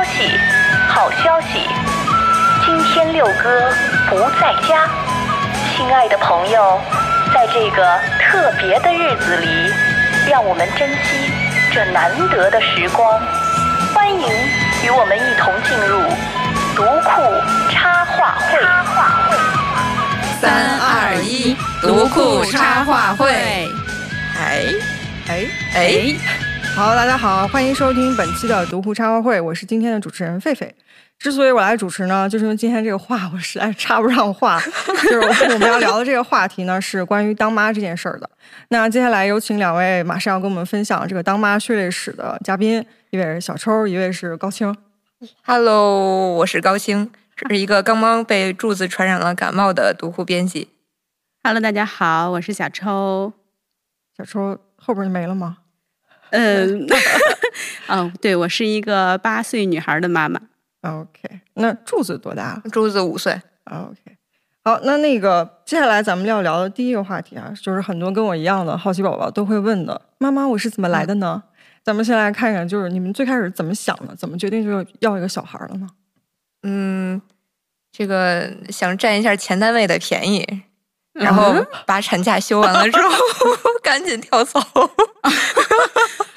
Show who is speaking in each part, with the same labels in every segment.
Speaker 1: 好消息，今天六哥不在家。亲爱的朋友，在这个特别的日子里，让我们珍惜这难得的时光。欢迎与我们一同进入读库插画会。
Speaker 2: 三二一，读库插画会。哎
Speaker 3: 哎，
Speaker 2: 哎，
Speaker 3: 好，大家好，欢迎收听本期的读库插画会，我是今天的主持人狒狒。之所以我来主持呢，就是因为今天这个话我实在插不上话，就是我们要聊的这个话题呢是关于当妈这件事儿的。那接下来有请两位马上要跟我们分享这个当妈血泪史的嘉宾，一位是小抽，一位是高清。
Speaker 2: Hello，我是高星，是一个刚刚被柱子传染了感冒的读库编辑。
Speaker 4: Hello，大家好，我是小抽。
Speaker 3: 小抽后边就没了吗？
Speaker 4: 嗯， 哦，对，我是一个八岁女孩的妈妈。
Speaker 3: OK，那柱子多大啊
Speaker 2: 柱子五岁，
Speaker 3: ？OK，好，那那个接下来咱们要聊的第一个话题啊，就是很多跟我一样的好奇宝宝都会问的：妈妈，我是怎么来的呢？
Speaker 2: 嗯
Speaker 3: 咱们先来看看，就是你们最开始怎么想的，怎么决定就要一个小孩了呢？
Speaker 2: 嗯，这个想占一下前单位的便宜，然后把产假休完了之后， 赶紧跳槽。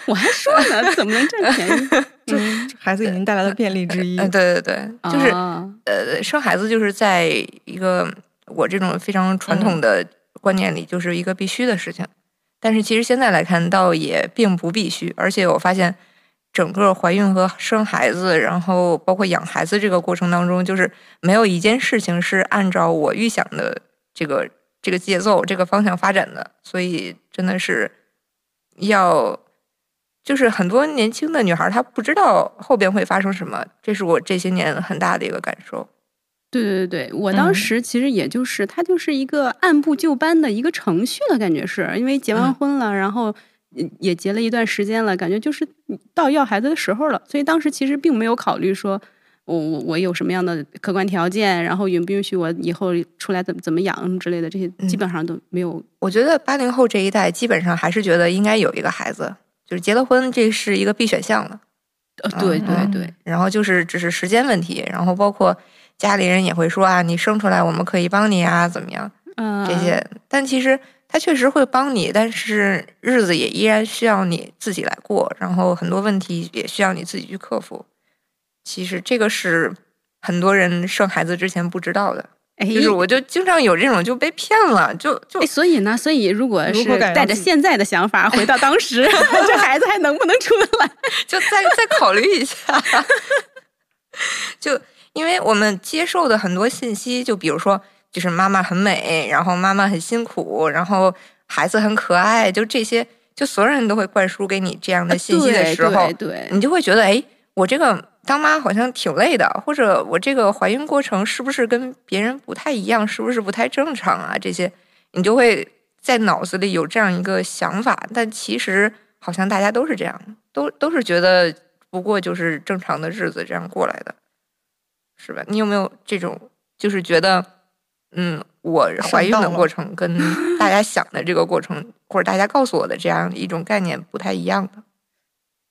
Speaker 4: 我还说呢，怎么能占 便宜？
Speaker 3: 这这孩子给您带来的便利之一，
Speaker 2: 嗯，对对对，就是
Speaker 4: 哦
Speaker 2: 呃，生孩子就是在一个我这种非常传统的观念里，就是一个必须的事情。但是其实现在来看，倒也并不必须。而且我发现，整个怀孕和生孩子，然后包括养孩子这个过程当中，就是没有一件事情是按照我预想的这个这个节奏、这个方向发展的。所以真的是要，就是很多年轻的女孩儿她不知道后边会发生什么，这是我这些年很大的一个感受。
Speaker 4: 对对对，我当
Speaker 2: 嗯
Speaker 4: 时其实也就是，它就是一个按部就班的一个程序了，感觉是因为结
Speaker 2: 嗯
Speaker 4: 完婚了，然后也也结了一段时间了，感觉就是到要孩子的时候了，所以当时其实并没有考虑说我我我有什么样的客观条件，然后允不允许我以后出来怎么怎么养之类的，这些
Speaker 2: 嗯
Speaker 4: 基本上都没有。
Speaker 2: 我觉得八零后这一代基本上还是觉得应该有一个孩子，就是结了婚，这是一个必选项了。
Speaker 4: 呃，对对
Speaker 2: 嗯
Speaker 4: 对，
Speaker 2: 然后就是只是时间问题，然后包括家里人也会说啊，你生出来我们可以帮你啊，怎么样
Speaker 4: 嗯，
Speaker 2: 这些。但其实他确实会帮你，但是日子也依然需要你自己来过，然后很多问题也需要你自己去克服。其实这个是很多人生孩子之前不知道的，
Speaker 4: 哎，
Speaker 2: 就是我就经常有这种就被骗了，就就
Speaker 4: 哎，所以呢，所以如果
Speaker 3: 如
Speaker 4: 是
Speaker 3: 何改良
Speaker 4: 带着
Speaker 3: 自己
Speaker 4: 现在的想法回到当时， 这孩子还能不能出得来？
Speaker 2: 就再再考虑一下。 就因为我们接受的很多信息，就比如说，就是妈妈很美，然后妈妈很辛苦，然后孩子很可爱，就这些，就所有人都会灌输给你这样的信息的
Speaker 4: 啊对
Speaker 2: 时候
Speaker 4: 对，对，
Speaker 2: 你就会觉得，哎，我这个当妈好像挺累的，或者我这个怀孕过程是不是跟别人不太一样，是不是不太正常啊？这些你就会在脑子里有这样一个想法，但其实好像大家都是这样，都都是觉得不过就是正常的日子这样过来的，是吧？你有没有这种就是觉得，嗯，我怀孕
Speaker 3: 上
Speaker 2: 的
Speaker 3: 当了
Speaker 2: 过程跟大家想的这个过程，或者大家告诉我的这样一种概念不太一样的？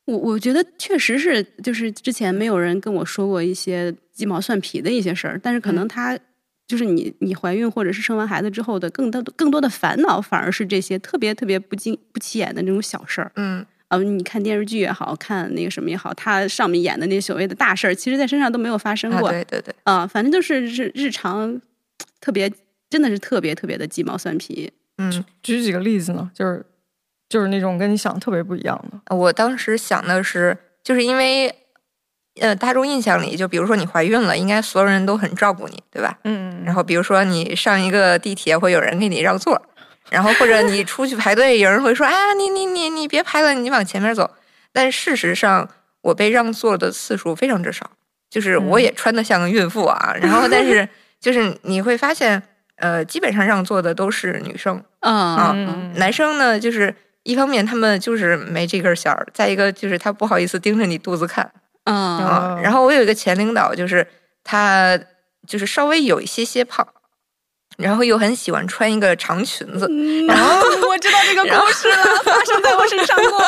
Speaker 4: 我我觉得确实是，就是之前没有人跟我说过一些鸡毛蒜皮的一些事儿，但是
Speaker 2: 嗯
Speaker 4: 可能他、就是你你怀孕或者是生完孩子之后的更多更多的烦恼，反而是这些特别特别不经不起眼的那种小事儿。
Speaker 2: 嗯
Speaker 4: 啊，你看电视剧也好看那个什么也好，他上面演的那所谓的大事儿，其实在身上都没有发生
Speaker 2: 啊，
Speaker 4: 过。
Speaker 2: 对对对。
Speaker 4: 啊，反正就是日日常，特别真的是特别特别的鸡毛蒜皮。
Speaker 2: 嗯，
Speaker 3: 举几个例子呢？就是就是那种跟你想的特别不一样的。
Speaker 2: 呃我当时想的是，就是因为，呃，大众印象里，就比如说你怀孕了，应该所有人都很照顾你，对吧？
Speaker 3: 嗯
Speaker 2: 然后比如说你上一个地铁会有人给你让座，然后或者你出去排队，有人会说啊，你你你你别排了，你往前面走。但事实上，我被让座的次数非常之少，就是我也穿的像个孕妇啊。然后但是 就是你会发现，呃，基本上让座的都是女生。
Speaker 4: 啊
Speaker 3: 嗯
Speaker 2: 男生呢，就是一方面他们就是没这根弦儿，再一个就是他不好意思盯着你肚子看
Speaker 4: 啊
Speaker 2: 啊。
Speaker 3: 哦
Speaker 2: 然后我有一个前领导，就是他就是稍微有一些些胖，然后又很喜欢穿一个长裙子，
Speaker 4: 嗯然后我知道这个故事了，发生在我身上过。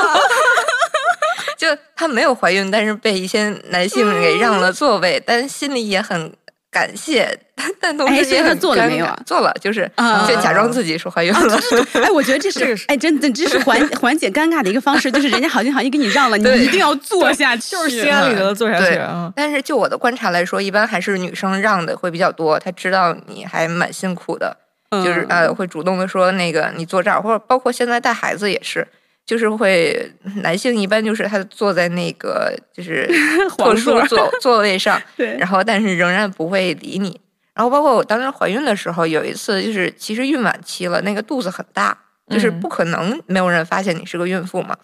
Speaker 2: 就她没有怀孕，但是被一些男性
Speaker 4: 嗯
Speaker 2: 给让了座位，但心里也很感谢，但但同
Speaker 4: 哎
Speaker 2: 时
Speaker 4: 所以
Speaker 2: 也
Speaker 4: 她
Speaker 2: 很
Speaker 4: 做了
Speaker 2: 尴
Speaker 4: 没有
Speaker 2: 尬
Speaker 4: 啊
Speaker 2: 做了，就是
Speaker 4: 啊
Speaker 2: 就假装自己是怀孕了，
Speaker 4: 哎，我觉得这
Speaker 3: 这个
Speaker 4: 是
Speaker 3: 是
Speaker 4: 哎，真的这是 缓缓解尴尬的一个方式，就是人家好心好意给你让了，你
Speaker 2: 对
Speaker 4: 一定要做下去，
Speaker 3: 就是心安理得的做下去
Speaker 2: 对
Speaker 4: 嗯
Speaker 3: 啊。
Speaker 2: 但是就我的观察来说，一般还是女生让的会比较多，她知道你还蛮辛苦的，就是
Speaker 4: 嗯
Speaker 2: 呃会主动的说那个你坐这儿，或者包括现在带孩子也是，就是会男性一般就是他坐在那个就是
Speaker 4: 黄
Speaker 2: 特殊
Speaker 4: 座儿
Speaker 2: 座座位上，
Speaker 4: 对
Speaker 2: 然后但是仍然不会理你。然后包括我当时怀孕的时候，有一次就是其实孕晚期了，那个肚子很大，就是
Speaker 3: 嗯
Speaker 2: 不可能没有人发现你是个孕妇嘛。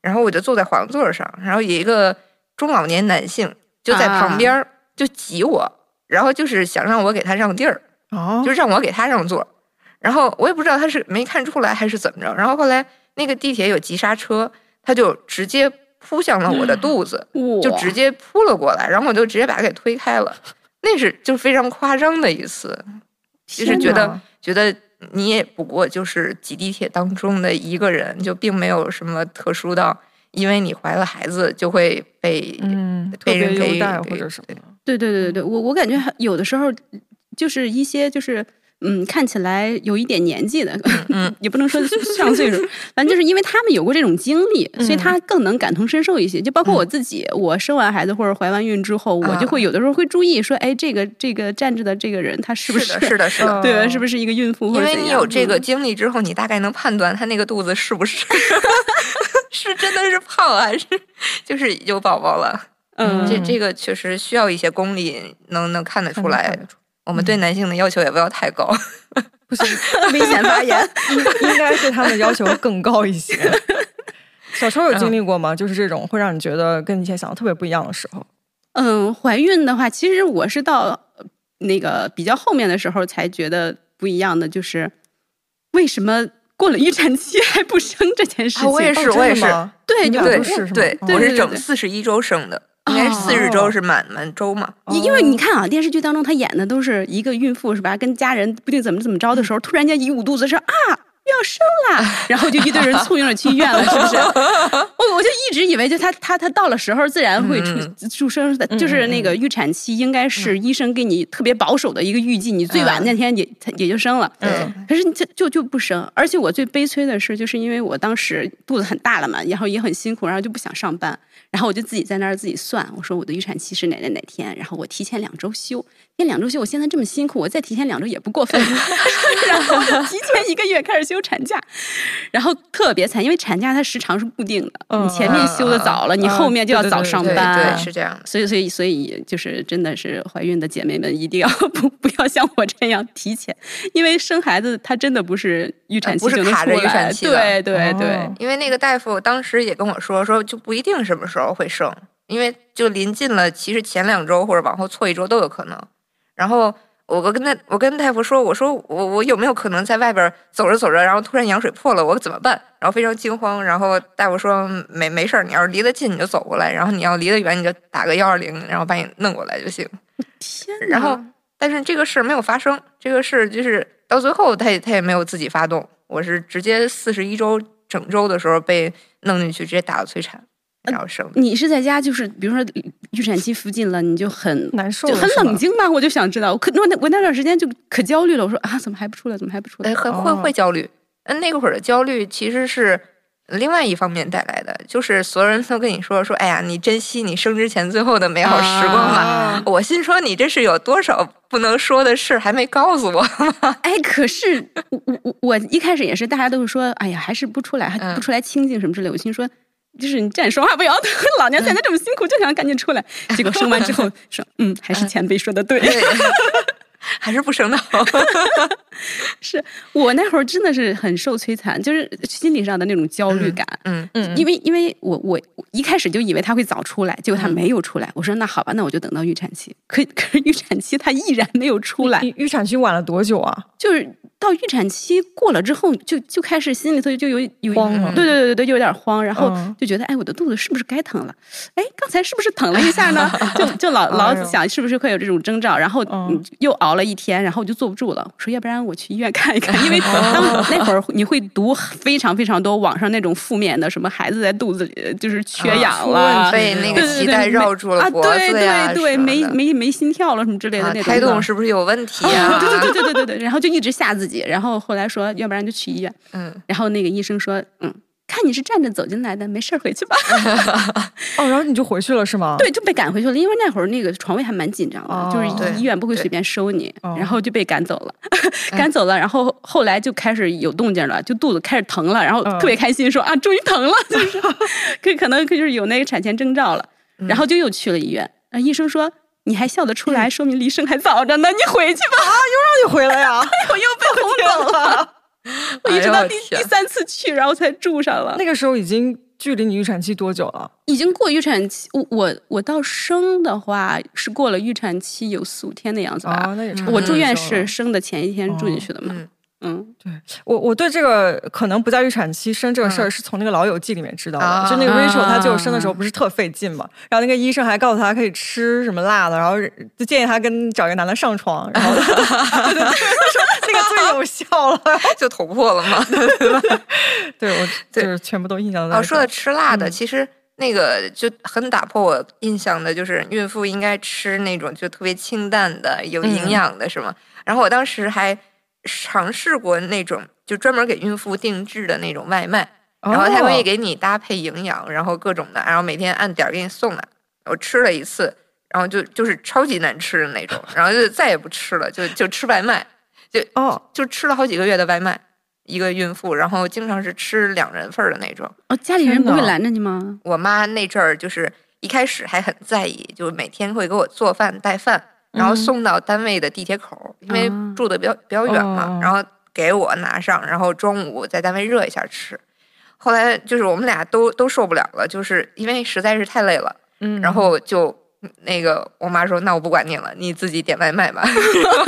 Speaker 2: 然后我就坐在黄座上，然后有一个中老年男性就在
Speaker 3: 啊
Speaker 2: 旁边儿就挤我，然后就是想让我给他让地儿，
Speaker 3: 哦
Speaker 2: 就，是让我给他让座。然后我也不知道他是没看出来还是怎么着。然后后来那个地铁有急刹车，他就直接扑向了
Speaker 3: 嗯
Speaker 2: 我的肚子，
Speaker 4: 哇
Speaker 2: 就直接扑了过来，然后我就直接把他给推开了。那是就非常夸张的一次，就是
Speaker 4: 天
Speaker 2: 觉
Speaker 3: 哪
Speaker 2: 得觉得你也不过就是挤地铁当中的一个人，就并没有什么特殊到，因为你怀了孩子就会被、
Speaker 3: 嗯，特
Speaker 2: 被人
Speaker 3: 别优
Speaker 2: 给
Speaker 3: 待
Speaker 2: 给
Speaker 3: 或者什么的，
Speaker 4: 对对对对对，我我感觉还有的时候就是一些就是。嗯，看起来有一点年纪的，
Speaker 2: 嗯
Speaker 4: 也不能说上岁数，反正就是因为他们有过这种经历，所
Speaker 2: 嗯
Speaker 4: 以他更能感同身受一些。就包括我自己，我生完孩子或者怀完孕之后，我
Speaker 2: 嗯
Speaker 4: 就会有的时候会注意说，哎，这个这个站着的这个人，他是不
Speaker 2: 是的，是的，是的。
Speaker 4: 对，是不是一个孕妇
Speaker 3: 嗯
Speaker 4: 或
Speaker 2: 因
Speaker 4: 者怎
Speaker 2: 为
Speaker 4: 样？
Speaker 2: 你有这个经历之后，你大概能判断他那个肚子是不 是是真的是胖啊还是就是有宝宝了。
Speaker 4: 嗯，
Speaker 2: 这
Speaker 4: 嗯，
Speaker 2: 这个确实需要一些功力，能能看得
Speaker 3: 看
Speaker 2: 出
Speaker 3: 得
Speaker 2: 来
Speaker 3: 看。得出
Speaker 2: 我们对男性的要求也不要太高。
Speaker 3: 不行，
Speaker 4: 危险发言。
Speaker 3: 应应该对他们的要求更高一 些。小时候有经历过吗？就是这种会让你觉得跟你以前想的特别不一样的时候。
Speaker 4: 嗯，怀孕的话，其实我是到呃那个比较后面的时候才觉得不一样的，就是为什么过 了预产期还不生这件事情。
Speaker 2: 啊我也是
Speaker 3: 哦真的
Speaker 2: 我也是
Speaker 3: 吗
Speaker 4: 对，
Speaker 3: 你
Speaker 4: 就
Speaker 3: 俩
Speaker 2: 对
Speaker 3: 都是是吗
Speaker 2: 对，
Speaker 3: 哦
Speaker 2: 我
Speaker 4: 对
Speaker 2: 是
Speaker 4: 对
Speaker 2: 整
Speaker 4: 对
Speaker 2: 四十一周生的，应该是四十周是满满周嘛。
Speaker 4: 因因为你看啊，电视剧当中他演的都是一个孕妇是吧，跟家人不定怎么怎么着的时候，突然间一捂肚子说啊要生啦，然后就一堆人簇拥着去医院了，是不是？我我就一直以为就他他他到了时候自然会出
Speaker 2: 嗯
Speaker 4: 出生的，就是那个预产期应该是医生给你特别保守的一个预计，你最晚那天也他也就生了。
Speaker 2: 对，
Speaker 4: 可是你这就就不生，而且我最悲催的是，就是因为我当时肚子很大了嘛，然后也很辛苦，然后就不想上班，然后我就自己在那儿自己算，我说我的预产期是哪哪哪天，然后我提前两周休，提前两周休，我现在这么辛苦，我再提前两周也 不过分，然后提前一个月开始休产假，然后特别惨，因为产假它时长是固定的，
Speaker 3: 嗯
Speaker 4: 你前面休的早了，你后面就要早上
Speaker 2: 嗯对
Speaker 4: 班，
Speaker 2: 对是这样的。
Speaker 4: 所以，所以，所以，就是真的是怀孕的姐妹们，一定要 不不要像我这样提前，因为生孩子它真的不是预产期
Speaker 2: 呃不是
Speaker 4: 就能
Speaker 2: 卡
Speaker 4: 出
Speaker 2: 着
Speaker 4: 来，
Speaker 2: 预产期的
Speaker 4: 对对对、
Speaker 3: 哦
Speaker 2: 因为那个大夫当时也跟我说，说就不一定什么时候会生，因为就临近了，其实前两周或者往后错一周都有可能。然后我我跟他我跟大夫说，我说我我有没有可能在外边走着走着，然后突然羊水破了，我怎么办？然后非常惊慌，然后大夫说没没事儿，你要是离得近你就走过来，然后你要离得远你就打个幺二零，然后把你弄过来就行。
Speaker 4: 天哪
Speaker 2: 然后但是这个事儿没有发生，这个事儿就是到最后他也他也没有自己发动，我是直接四十一周整周的时候被弄进去，直接打了催产，然后生的。
Speaker 4: 你是在家，就是比如说预产期附近了，你就很
Speaker 3: 难受
Speaker 4: 就
Speaker 3: 了
Speaker 4: 很
Speaker 3: 是吧
Speaker 4: 冷静吧？我就想知道，我可我那我那段时间就可焦虑了，我说啊，怎么还不出来？怎么还不出来？
Speaker 2: 呃，很会
Speaker 3: 哦
Speaker 2: 会焦虑。嗯，那会儿的焦虑其实是另外一方面带来的，就是所有人都跟你说说，哎呀，你珍惜你生之前最后的美好时光吧。
Speaker 4: 啊
Speaker 2: 我心说你这是有多少不能说的事儿还没告诉我？
Speaker 4: 哎，可是我我我我一开始也是，大家都是说，哎呀，还是不出来，还
Speaker 2: 嗯
Speaker 4: 不出来清静什么之类。我心说，就是你站着说话不腰疼，老娘现在这么辛苦，就想赶紧出来。
Speaker 2: 嗯
Speaker 4: 结果生完之 后说，嗯，还是前辈说的对。
Speaker 2: 对还是不生的好。
Speaker 4: 是我那会儿真的是很受摧残，就是心理上的那种焦虑感。
Speaker 2: 嗯，
Speaker 3: 嗯
Speaker 4: 因为因为我我我一开始就以为他会早出来，结果他
Speaker 2: 嗯
Speaker 4: 没有出来。我说那好吧，那我就等到 预产期。可可是预产期他依然没有出来，
Speaker 3: 你预产期晚了多久啊？
Speaker 4: 就是到预产期过了之后，就就开始心里头就有有一
Speaker 3: 慌
Speaker 2: 了
Speaker 4: 对对对对对，就有点慌，然后
Speaker 3: 嗯
Speaker 4: 就觉得哎，我的肚子是不是该疼了？哎，刚才是不是疼了一下呢？就 就老老
Speaker 3: 哎呦
Speaker 4: 想是不是会有这种征兆，然后
Speaker 3: 嗯
Speaker 4: 嗯又熬了一天，然后我就坐不住了，我说要不然我去医院看一看， 因为
Speaker 2: 哦
Speaker 4: 当那会儿你会读非常非常多网上那种负面的，什么孩子在肚子里呃就是缺
Speaker 2: 啊
Speaker 4: 氧
Speaker 3: 出
Speaker 4: 了，
Speaker 3: 问题
Speaker 2: 被那个
Speaker 4: 对对
Speaker 2: 脐
Speaker 4: 对
Speaker 2: 带
Speaker 4: 没
Speaker 2: 绕住了脖
Speaker 4: 啊，对
Speaker 2: 子呀，
Speaker 4: 对对，
Speaker 2: 什么
Speaker 4: 没
Speaker 2: 的
Speaker 4: 没没心跳了什么之类的
Speaker 2: 啊
Speaker 4: 那种。
Speaker 2: 胎动是不是有问题呀？
Speaker 4: 对对对 对对对，然后就一直吓自己，然后后来说，要不然就去医院。
Speaker 2: 嗯，
Speaker 4: 然后那个医生说，嗯，看你是站着走进来的，没事儿，回去 吧。
Speaker 3: 哦，然后你就回去了是吗？
Speaker 4: 对，就被赶回去了，因为那会儿那个床位还蛮紧张的，
Speaker 3: 哦
Speaker 4: 就是
Speaker 2: 对
Speaker 4: 医院不会
Speaker 2: 对
Speaker 4: 随便收你，
Speaker 3: 哦嗯
Speaker 4: 然后就被赶走了， 赶走了，然后后来就开始有动静了，就肚子开始疼了，然后
Speaker 3: 嗯
Speaker 4: 特别开心说、啊，终于疼了，就是可可能就是有那个产前征兆了，
Speaker 3: 嗯
Speaker 4: 然后就又去了医院，呃医生说。你还笑得出
Speaker 3: 嗯
Speaker 4: 来，说明离生还早着呢。你回去吧，
Speaker 3: 又让你回来呀？
Speaker 4: 我又被轰走了。我一直到第第三次去，然后才住上了。
Speaker 3: 那个时候已经距离你预产期多久了？
Speaker 4: 已经过预产期，我我我到生的话是过了预产期有四五天的样子吧。
Speaker 3: 啊，那也差不多
Speaker 4: 我住院
Speaker 3: 就行
Speaker 4: 是
Speaker 3: 了
Speaker 4: 生的前一天住进去的嘛。
Speaker 2: 嗯
Speaker 4: 嗯
Speaker 3: 我我对这个可能不在预产期生这个事儿
Speaker 2: 嗯
Speaker 3: 是从那个《老友记》里面知道的，
Speaker 2: 啊
Speaker 3: 就那个 Rachel 她就生的时候不是特费劲嘛，然后那个医生还告诉她可以吃什么辣的，然后就建议她跟找一个男的上床，然后 对对对，说那个最有效了。
Speaker 2: 就捅破了 嘛。
Speaker 4: 嗯
Speaker 3: 对我就
Speaker 2: 对
Speaker 3: 是全部都印象在。
Speaker 2: 哦，说到吃辣
Speaker 4: 嗯
Speaker 2: 的，其实那个就很打破我印象的，就是孕妇应该吃那种就特别清淡的、有
Speaker 4: 嗯
Speaker 2: 营养的，是吗？然后我当时还尝试过那种就专门给孕妇定制的那种外卖，然后它
Speaker 3: 哦
Speaker 2: 会给你搭配营养，然后各种的，然后每天按点儿给你送来。我吃了一次，然后就就是超级难吃的那种，然后就再也不吃了，就就吃外卖，就
Speaker 3: 哦
Speaker 2: 就吃了好几个月的外卖。一个孕妇，然后经常是吃两人份儿的那种。
Speaker 4: 哦，家里人
Speaker 3: 天
Speaker 4: 不
Speaker 3: 哪
Speaker 4: 会拦着你
Speaker 3: 嗯
Speaker 4: 吗？
Speaker 2: 我妈那阵儿就是一开始还很在意，就每天会给我做饭带饭，然
Speaker 3: 嗯
Speaker 2: 后送到单位的地铁口儿，因
Speaker 4: 啊
Speaker 2: 为住的比较比较远嘛
Speaker 3: 哦，
Speaker 2: 然后给我拿上，然后中午在单位热一下吃。后来就是我们俩都都受不了了，就是因为实在是太累了，
Speaker 3: 嗯
Speaker 2: 然后就那个我妈说：“那我不管你了，你自己点外卖吧。”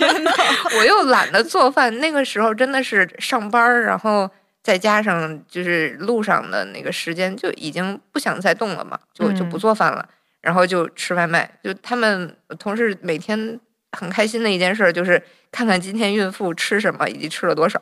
Speaker 3: 天哪，
Speaker 2: 我又懒得做饭，那个时候真的是上班儿，然后再加上就是路上的那个时间，就已经不想再动了嘛，就就不
Speaker 3: 嗯
Speaker 2: 做饭了，然后就吃外卖。就他们同事每天很开心的一件事儿就是看看今天孕妇吃什么以及吃了多少，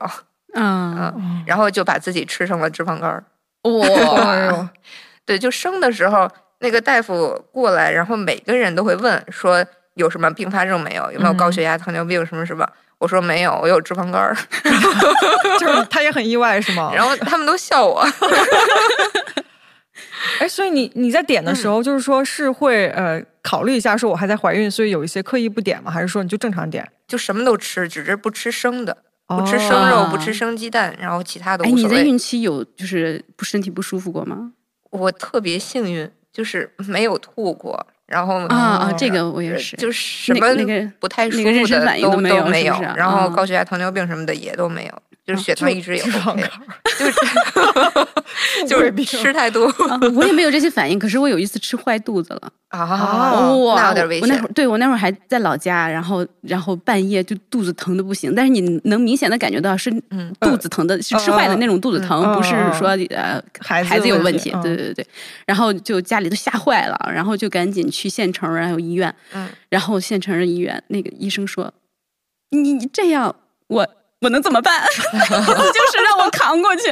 Speaker 4: 啊，
Speaker 2: 嗯，然后就把自己吃成了脂肪肝儿。
Speaker 3: 哎
Speaker 4: 哇，
Speaker 3: 呦，
Speaker 2: 对，就生的时候，那个大夫过来，然后每个人都会问说有什么并发症没有，有没有高血压、
Speaker 4: 嗯
Speaker 2: 糖尿病什么什么。我说没有，我有脂肪肝儿，
Speaker 3: 就是她也很意外是
Speaker 4: 哦
Speaker 3: 吗？
Speaker 2: 然后他们都笑我。
Speaker 3: 哎，所以你你在点的
Speaker 2: 嗯
Speaker 3: 时候，就是说是会呃考虑一下，说我还在怀孕，所以有一些刻意不点吗？还是说你就正常点？
Speaker 2: 就什么都吃，只是不吃生的，不
Speaker 3: 哦
Speaker 2: 吃生肉，不
Speaker 4: 啊
Speaker 2: 吃生鸡蛋，然后其他的
Speaker 4: 哎，
Speaker 2: 无
Speaker 4: 你
Speaker 2: 所
Speaker 4: 在
Speaker 2: 谓。
Speaker 4: 孕期有就是不身体不舒服过吗？
Speaker 2: 我特别幸运，就是没有吐过，然后
Speaker 4: 啊啊，
Speaker 3: 哦
Speaker 4: 这个我
Speaker 2: 呃
Speaker 4: 也是，
Speaker 2: 就是什
Speaker 4: 那
Speaker 2: 么
Speaker 4: 那个
Speaker 2: 不太舒
Speaker 4: 那个妊
Speaker 2: 服
Speaker 4: 娠反
Speaker 2: 的
Speaker 4: 应
Speaker 2: 都
Speaker 4: 没有，
Speaker 2: 都没
Speaker 4: 是
Speaker 2: 有
Speaker 4: 不是啊，
Speaker 2: 然后高
Speaker 4: 啊
Speaker 2: 血压、糖尿病什么的也都没有，就是血糖
Speaker 3: 就
Speaker 2: 一直也
Speaker 3: 脂肪
Speaker 2: OK，
Speaker 3: 肝儿，
Speaker 2: 就是 就
Speaker 3: 贵
Speaker 2: 是
Speaker 3: 病
Speaker 2: 吃太多
Speaker 4: 啊我也没有这些反应，可是我有一次吃坏肚子了。
Speaker 2: 啊，
Speaker 3: 哦
Speaker 4: 哇，
Speaker 2: 那有点危
Speaker 4: 哦我那会
Speaker 2: 险
Speaker 4: 儿。对我那会儿还在老家，然后然后半夜就肚子疼的不行，但是你能明显的感觉到是
Speaker 2: 嗯
Speaker 4: 肚子疼的，是吃坏的那种肚子疼，
Speaker 3: 嗯
Speaker 4: 不是
Speaker 3: 嗯
Speaker 4: 说呃
Speaker 3: 孩子
Speaker 4: 子有
Speaker 3: 问
Speaker 4: 问
Speaker 3: 题嗯
Speaker 4: 对对对对。然后就家里都吓坏了，然后就赶紧去县城儿还有医院，
Speaker 2: 嗯
Speaker 4: 然后县城儿的医院那个医生说，你你这样我。我能怎么办？ 就是让我 扛过去，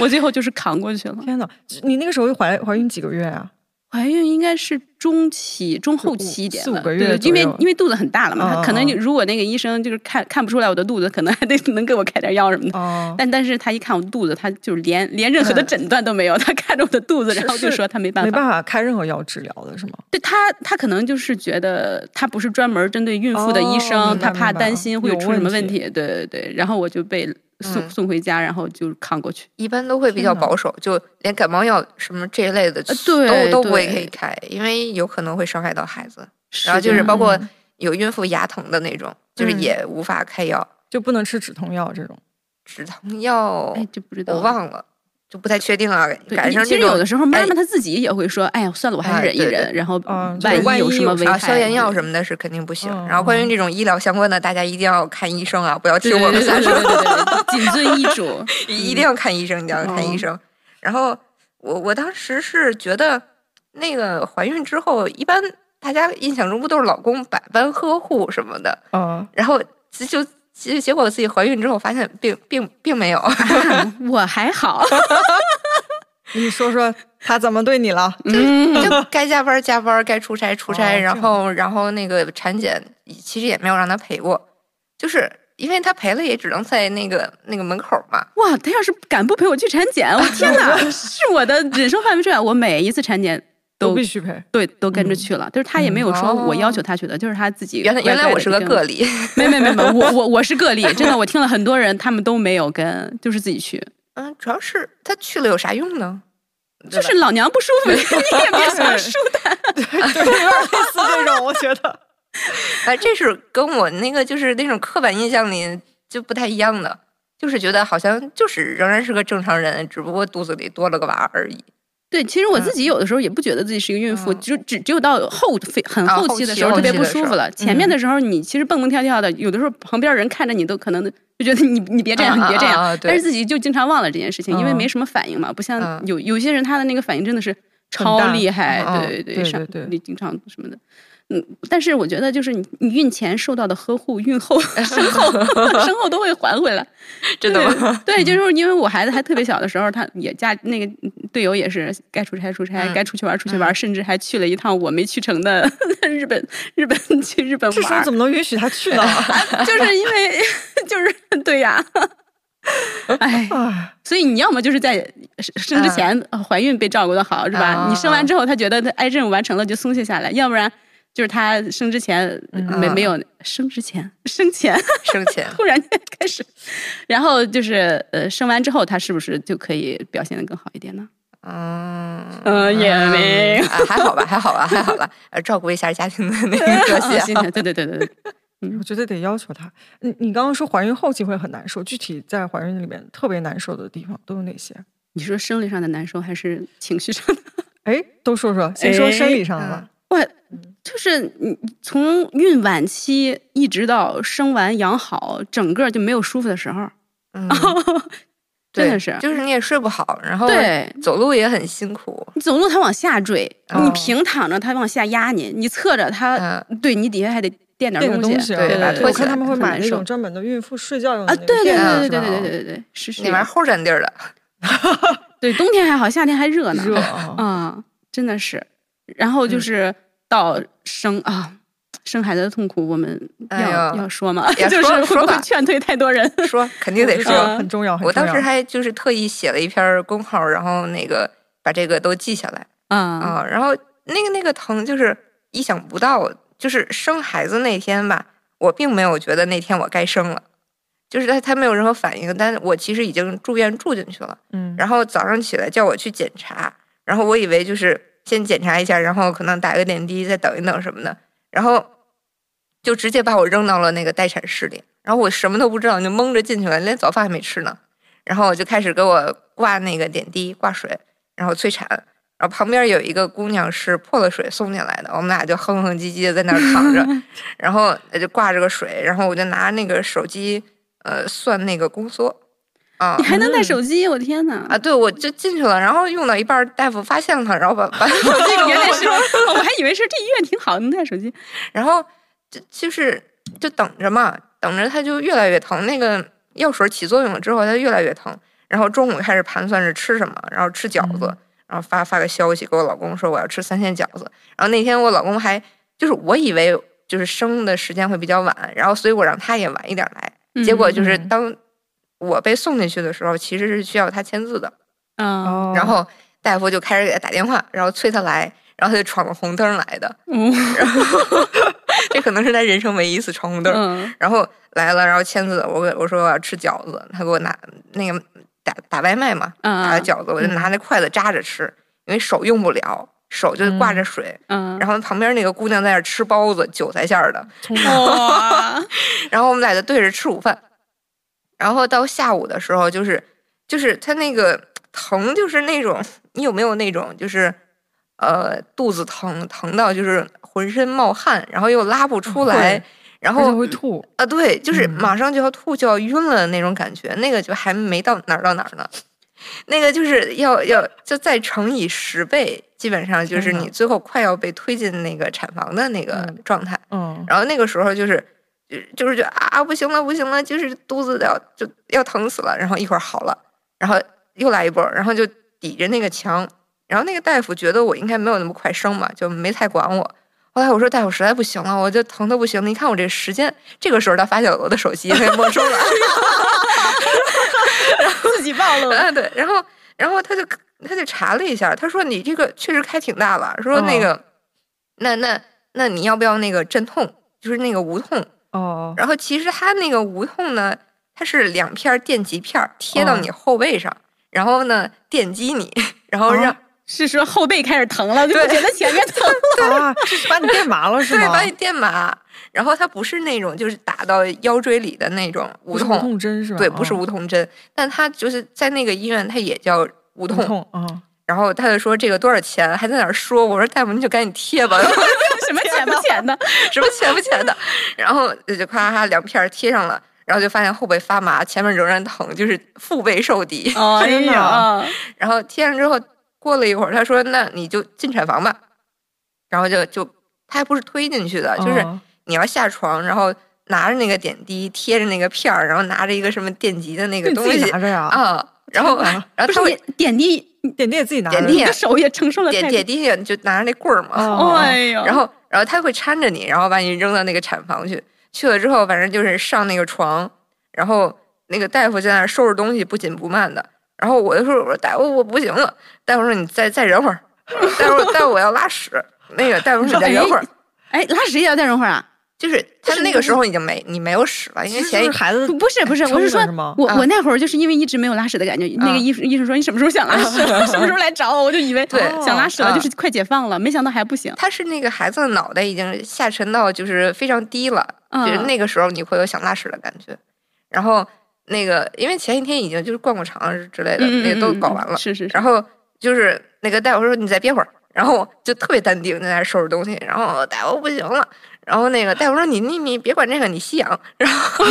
Speaker 4: 我最后就是扛过去了。
Speaker 3: 天哪，你那个时候怀怀孕几个月啊？
Speaker 4: 怀孕应该是中期、中后
Speaker 3: 五
Speaker 4: 期一点
Speaker 3: 四五
Speaker 4: 了
Speaker 3: 个
Speaker 4: 对
Speaker 3: 月
Speaker 4: 对因
Speaker 3: 左
Speaker 4: 为
Speaker 3: 右
Speaker 4: 因为肚子很大了嘛，
Speaker 3: 嗯
Speaker 4: 他可能
Speaker 3: 嗯
Speaker 4: 如果那个医生就是看看不出来我的肚子，可能还得能给我开点药什么的。
Speaker 3: 哦， 嗯
Speaker 4: 但但是他一看我肚子，他就是连连任何的诊断都没有，他看着我的肚子，
Speaker 3: 是
Speaker 4: 然后就是说他没办
Speaker 3: 没
Speaker 4: 法。
Speaker 3: 办法开任何药治疗的是吗？
Speaker 4: 对他，他可能就是觉得他不是专门针对孕妇的医生，
Speaker 3: 哦明白
Speaker 4: 他怕
Speaker 3: 明白
Speaker 4: 担心会
Speaker 3: 有
Speaker 4: 出什么
Speaker 3: 问
Speaker 4: 问题。对对对，然后我就被送、
Speaker 2: 嗯
Speaker 4: 送回家，然后就扛过去。
Speaker 2: 一般都会比较
Speaker 3: 天哪
Speaker 2: 保守，就连感冒药什么这一类的
Speaker 4: 呃对
Speaker 2: 都都不会
Speaker 4: 对
Speaker 2: 给开，因为有可能会伤害到孩子。然后
Speaker 4: 这
Speaker 2: 就是
Speaker 4: 样
Speaker 2: 包括
Speaker 3: 嗯
Speaker 2: 有孕妇牙疼的那种，就是
Speaker 3: 嗯
Speaker 2: 也无法开药，
Speaker 3: 就不能吃止痛药这种。
Speaker 2: 止疼药
Speaker 4: 哎，这不知道
Speaker 2: 我忘了，就不太确定了，
Speaker 4: 对
Speaker 2: 赶上
Speaker 4: 其
Speaker 2: 这
Speaker 4: 实有
Speaker 2: 种
Speaker 4: 的时候，妈
Speaker 2: 哎
Speaker 4: 妈她自己也会说：“哎呀，算了，我还
Speaker 2: 哎
Speaker 4: 是忍一
Speaker 2: 对对
Speaker 4: 忍。”然后
Speaker 3: 嗯就是
Speaker 4: 万
Speaker 3: 万
Speaker 4: 一有
Speaker 3: 一
Speaker 4: 什
Speaker 3: 有
Speaker 4: 么危
Speaker 2: 啊，
Speaker 4: 害，
Speaker 2: 消炎药
Speaker 4: 对
Speaker 2: 什么的是肯定不行。
Speaker 3: 嗯
Speaker 2: 然后关于这种医疗相关的，大家一定要看医生啊，不要听我们
Speaker 4: 对
Speaker 2: 仨
Speaker 4: 对
Speaker 2: 说，
Speaker 4: 对对对对，谨遵医 嘱。
Speaker 3: 嗯
Speaker 2: 一定要看医生，一定要看医
Speaker 3: 哦
Speaker 2: 生。然后我我当时是觉得，那个怀孕之后，一般大家印象中不都是老公百般呵护什么的，
Speaker 3: 嗯，
Speaker 2: 然后就就结结果自己怀孕之后发现并并并没有，
Speaker 4: 我还 好，
Speaker 3: 你说说他怎么对你了？
Speaker 4: 嗯，
Speaker 2: 就该加班儿加班儿，该出差出
Speaker 3: 哦
Speaker 2: 差，
Speaker 3: 这
Speaker 2: 然
Speaker 3: 样
Speaker 2: 后然后那个产检其实也没有让他陪过，就是因为他陪了也只能在那个那个门口儿嘛。
Speaker 4: 哇，他要是敢不陪我去产检，我天 哪，是我的忍受范围之外。我每一次产检
Speaker 3: 都
Speaker 4: 都
Speaker 3: 必须陪。
Speaker 4: 对都跟着去了，就是他也没有说
Speaker 2: 嗯
Speaker 4: 我要求他去的，就是他自己
Speaker 2: 原来原来我是个个
Speaker 4: 例，
Speaker 2: 例，
Speaker 4: 没没没 没，我我我是个例，真的，我听了很多人他们都没有跟，就是自己去，
Speaker 2: 嗯，主要是他去了有啥用呢？对
Speaker 4: 就
Speaker 2: 吧
Speaker 4: 是老娘不舒服，你 也别想舒
Speaker 3: 对，有点 类似这种，我觉 得。
Speaker 2: 哎，这是跟我那个就是那种刻板印象里就不太一样的，就是觉得好像就是仍然是个正常人，只不过肚子里多了个娃而已。
Speaker 4: 对，其实
Speaker 2: 嗯
Speaker 4: 我自己有的时候也不觉得自己是一个孕妇，
Speaker 3: 嗯
Speaker 4: 就只只有到后非很
Speaker 2: 啊
Speaker 4: 后
Speaker 2: 后
Speaker 4: 期的
Speaker 2: 期
Speaker 4: 时候
Speaker 2: 后
Speaker 4: 特别
Speaker 2: 期
Speaker 4: 不
Speaker 2: 的嗯时
Speaker 4: 舒服
Speaker 2: 候
Speaker 4: 了。前面的时候你其实蹦蹦跳跳的，有的时候旁边人看着你都可能就觉得你你别这样，
Speaker 2: 啊
Speaker 4: 你别这
Speaker 2: 啊
Speaker 4: 样，
Speaker 2: 啊啊对
Speaker 4: 但是自己就经常忘了这件事情，因为
Speaker 3: 嗯
Speaker 4: 没什么反应嘛，不像
Speaker 2: 嗯
Speaker 4: 有有些人他的那个反应真的是
Speaker 3: 大
Speaker 4: 超厉害，
Speaker 2: 嗯
Speaker 4: 对
Speaker 3: 对
Speaker 4: 对，上
Speaker 3: 对对
Speaker 4: 你经常什么的。嗯，但是我觉得就是你，你孕前受到的呵护，孕后、 生后、生后都会还回来。
Speaker 2: 真的吗？
Speaker 4: 对，就是因为我孩子还特别小的时候，他也家那个队友也是该出差出差，
Speaker 2: 嗯
Speaker 4: 该出去玩出去玩，甚至还去了一趟我没去成的日本，日本去日本
Speaker 3: 这时候
Speaker 4: 玩，啊
Speaker 3: 怎么能允许他去 呢？
Speaker 4: 就是因为就是对呀，
Speaker 2: 呃
Speaker 4: 哎，
Speaker 3: 哎，
Speaker 4: 所以你要么就是在生生之前、呃怀孕被照顾的好是吧？
Speaker 2: 嗯啊
Speaker 4: 你生完之后，他觉得他哎任务完成了就松懈下来，要不然。就是他生之前
Speaker 2: 嗯
Speaker 4: 没、没有生之前生前
Speaker 2: 生前
Speaker 4: 突然间开始，然后就是呃，生完之后他是不是就可以表现的更好一点呢？
Speaker 2: 嗯。
Speaker 4: 嗯，也没
Speaker 2: 嗯啊，还好吧，还好吧，还好吧，呃，照顾一下家庭的那个
Speaker 4: 可
Speaker 2: 和谐
Speaker 4: 惜
Speaker 2: 啊。
Speaker 4: 嗯对对对对对，
Speaker 3: 我觉得得要求他。你你刚刚说怀孕后期会很难受，具体在怀孕里面特别难受的地方都有哪些？
Speaker 4: 你说生理上的难受还是情绪上的？
Speaker 3: 哎，都说说，先说生理上的吧。
Speaker 4: 哇，就是你从孕晚期一直到生完养好，整个就没有舒服的时候，
Speaker 2: 嗯，
Speaker 4: 真
Speaker 2: 对
Speaker 4: 的是。
Speaker 2: 就是你也睡不好，然后
Speaker 4: 对
Speaker 2: 走路也很辛苦。
Speaker 4: 你走路它往下坠，你
Speaker 3: 哦嗯
Speaker 4: 平躺着它往下压你，你侧着它，
Speaker 2: 嗯
Speaker 4: 对你底下还得垫点
Speaker 3: 垫个
Speaker 4: 东
Speaker 3: 东西啊，
Speaker 2: 对
Speaker 4: 对
Speaker 2: 把它
Speaker 4: 对
Speaker 2: 托
Speaker 3: 我
Speaker 4: 对
Speaker 2: 起
Speaker 3: 看
Speaker 2: 来
Speaker 3: 他们会
Speaker 4: 很
Speaker 3: 买
Speaker 4: 难
Speaker 3: 那
Speaker 4: 受
Speaker 3: 种专门的孕妇睡觉用的
Speaker 4: 啊，
Speaker 3: 那个
Speaker 4: 对对对
Speaker 3: 垫
Speaker 4: 对
Speaker 3: 子
Speaker 4: 对对对对
Speaker 3: 是吧
Speaker 4: 对对，是是
Speaker 2: 那玩意儿后占地儿的，
Speaker 4: 对，冬天还好，夏天还热呢。
Speaker 3: 热啊，
Speaker 4: 啊、真的是。然后
Speaker 2: 嗯
Speaker 4: 就是到生啊、生孩子的痛苦，我们要、
Speaker 2: 哎呦
Speaker 4: 要说吗？
Speaker 2: 也
Speaker 4: 就是
Speaker 2: 说
Speaker 4: 会
Speaker 2: 说
Speaker 4: 不会
Speaker 2: 吧
Speaker 4: 劝退太多人？
Speaker 2: 说肯定得
Speaker 4: 嗯
Speaker 3: 这
Speaker 2: 说。
Speaker 3: 个很重要。很
Speaker 2: 我当
Speaker 3: 重
Speaker 2: 时
Speaker 3: 要
Speaker 2: 还就是特意写了一篇公号，然后那个把这个都记下来
Speaker 4: 啊、
Speaker 2: 啊。然后那个那个疼就是意想不到，就是生孩子那天吧，我并没有觉得那天我该生了，就是他他没有任何反应，但我其实已经住院住进去了。
Speaker 3: 嗯，
Speaker 2: 然后早上起来叫我去检查，然后我以为就是先检查一下，然后可能打个点滴，再等一等什么的，然后就直接把我扔到了那个待产室里，然后我什么都不知道，就蒙着进去了，连早饭还没吃呢，然后我就开始给我挂那个点滴、挂水，然后催产。然后旁边有一个姑娘是破了水送进来的，我们俩就哼哼唧唧的在那儿躺 着，然后就挂着个水，然后我就拿那个手机呃算那个宫缩啊
Speaker 4: 你，还能带手机？我天哪！
Speaker 2: 啊，对，我就进去了，然后用到一半儿，大夫发现了，然后把 把手机给
Speaker 4: 原来
Speaker 2: 我
Speaker 4: 是，哦我还以为是这医院挺好，能带手机。
Speaker 2: 然后就就是就等着嘛，等着它就越来越疼，那个药水起作用了之后，它越来越疼，然后中午开始盘算着吃什么，然后吃饺子，
Speaker 3: 嗯
Speaker 2: 然后发发个消息给我老公说我要吃三鲜饺子，然后那天我老公还就是我以为就是生的时间会比较晚，然后所以我让他也晚一点儿来，结果就是
Speaker 3: 嗯嗯
Speaker 2: 当我被送进去的时候，其实是需要他签字的。
Speaker 4: 啊，
Speaker 3: 哦
Speaker 2: 然后大夫就开始给他打电话，然后催他来，然后他就闯了红灯来的，
Speaker 4: 嗯
Speaker 2: 这可能是他人生唯一一次闯红灯。
Speaker 4: 嗯
Speaker 2: 然后来了，然后签字，我给我说我要吃饺子，他给我拿那个打打外卖嘛，打
Speaker 4: 啊
Speaker 2: 了饺子，我就拿那筷子扎着吃，因为手用不了，手就挂着水。
Speaker 4: 嗯，
Speaker 2: 然后旁边那个姑娘在那儿吃包子，韭菜馅儿的，
Speaker 4: 嗯哇，
Speaker 2: 然后我们俩就对着吃午饭。然后到下午的时候，就是就是他那个疼就是那种，你有没有那种就是，呃，肚子疼疼到就是浑身冒汗，然后又拉不出来
Speaker 3: 会，
Speaker 2: 然
Speaker 3: 而且
Speaker 2: 后
Speaker 3: 会吐。
Speaker 2: 啊，对，就是
Speaker 3: 嗯
Speaker 2: 马上就要吐就要晕了那种感觉，那个就还没到哪儿到哪儿呢，那个就是要要就再乘以十倍，基本上就是
Speaker 3: 天哪
Speaker 2: 你最后快要被推进那个产房的那个
Speaker 3: 嗯
Speaker 2: 状态。
Speaker 3: 嗯，
Speaker 2: 然后那个时候就是，就就是觉得啊不行了不行了，就是肚子要就要疼死了，然后一会儿好了，然后又来一波儿，然后就抵着那个墙，然后那个大夫觉得我应该没有那么快生嘛，就没太管我。后来我说大夫实在不行了，我就疼的不行了。你看我这时间，这个时候他发现我的手机被没收了，
Speaker 4: 自己暴露了。
Speaker 2: 啊 对，然后然后他就他就查了一下，他说你这个确实开挺大了，说那
Speaker 3: 哦
Speaker 2: 个、那那那你要不要那个镇痛，就是那个无痛，
Speaker 3: 哦，
Speaker 2: 然后其实它那个无痛呢，它是两片儿电极片儿贴到
Speaker 3: 哦
Speaker 2: 你后背上，然后呢电击你，然
Speaker 3: 啊
Speaker 2: 后让、
Speaker 4: 是说后背开始疼了，就不觉得前面 疼。
Speaker 3: 啊，这是把你电麻了是
Speaker 2: 对
Speaker 3: 吗？
Speaker 2: 把你电麻。然后它不是那种就是打到腰椎里的那种无
Speaker 3: 不是
Speaker 2: 痛，
Speaker 3: 痛针是吧？
Speaker 2: 对，不是
Speaker 3: 哦
Speaker 2: 无痛针，但它就是在那个医院它也叫无痛。
Speaker 3: 无痛啊，
Speaker 2: 然后他就说这个多少钱，还在那儿说，我说大夫你就赶紧贴吧，
Speaker 4: 什么浅不浅的？
Speaker 2: 什么钱不钱的， 然后就咔咔两片儿贴上了。然后就发现后背发麻，前面仍然疼，就是腹背受敌。
Speaker 4: 哎
Speaker 3: 真的
Speaker 4: 呀，
Speaker 2: 然后贴上之后，过了一会儿，他说：“那你就进产房吧。”然后就就他还不是推进去的，就是
Speaker 3: 哦
Speaker 2: 你要下床，然后拿着那个点滴，贴着那个片儿，然后拿着一个什么电极的那
Speaker 3: 那
Speaker 2: 个
Speaker 3: 你
Speaker 2: 东
Speaker 3: 自己
Speaker 2: 西
Speaker 3: 拿着呀，
Speaker 2: 啊，然后
Speaker 3: 太好了
Speaker 2: 然
Speaker 4: 不
Speaker 2: 后
Speaker 4: 是
Speaker 2: 他会
Speaker 4: 你点滴，
Speaker 3: 点滴也自己拿着，
Speaker 2: 点
Speaker 4: 你
Speaker 2: 滴
Speaker 4: 的手也承受了
Speaker 2: 点
Speaker 4: 太
Speaker 2: 点滴也就拿着那棍儿嘛，
Speaker 3: 哦
Speaker 4: 哎呦，
Speaker 2: 然后然后他会搀着你，然后把你扔到那个产房去。去了之后，反正就是上那个床，然后那个大夫在那儿收拾东西，不紧不慢的。然后我就说：“我说大夫，我不行了。”大夫说：“你再再忍会儿。”大夫说：“大夫，我要拉屎。”那个大夫说：“你再忍 会儿。
Speaker 4: 哎，拉屎也要再容会儿啊？”
Speaker 2: 就是他那个时候已经没你没有屎了，因
Speaker 3: 其
Speaker 2: 为
Speaker 3: 实
Speaker 2: 前一
Speaker 3: 就是孩子
Speaker 4: 不不是不是，
Speaker 3: 撑
Speaker 4: 我是
Speaker 3: 着
Speaker 4: 说
Speaker 3: 吗，
Speaker 4: 我
Speaker 2: 啊
Speaker 4: 我那会儿就是因为一直没有拉屎的感觉，那
Speaker 2: 啊
Speaker 4: 个医医生说你什么时 候想拉屎，什么时候来找我，我就以为哦
Speaker 2: 对
Speaker 4: 想拉屎了，
Speaker 2: 啊
Speaker 4: 就是快解放了，没想到还不行。
Speaker 2: 他是那个孩子的脑袋已经下沉到就是非常低了，
Speaker 4: 嗯
Speaker 2: 就是那个时候你会有想拉屎的感觉。然后那个因为前一天已经就是灌过肠之类的，
Speaker 4: 嗯
Speaker 2: 那个都
Speaker 4: 嗯嗯
Speaker 2: 搞完了，
Speaker 4: 是是是，
Speaker 2: 然后就是那个大夫说你再憋会儿，然后就特别淡定在那儿收拾东西，然后大夫不行了，然后那个大夫说你你你别管这个，你吸氧，然后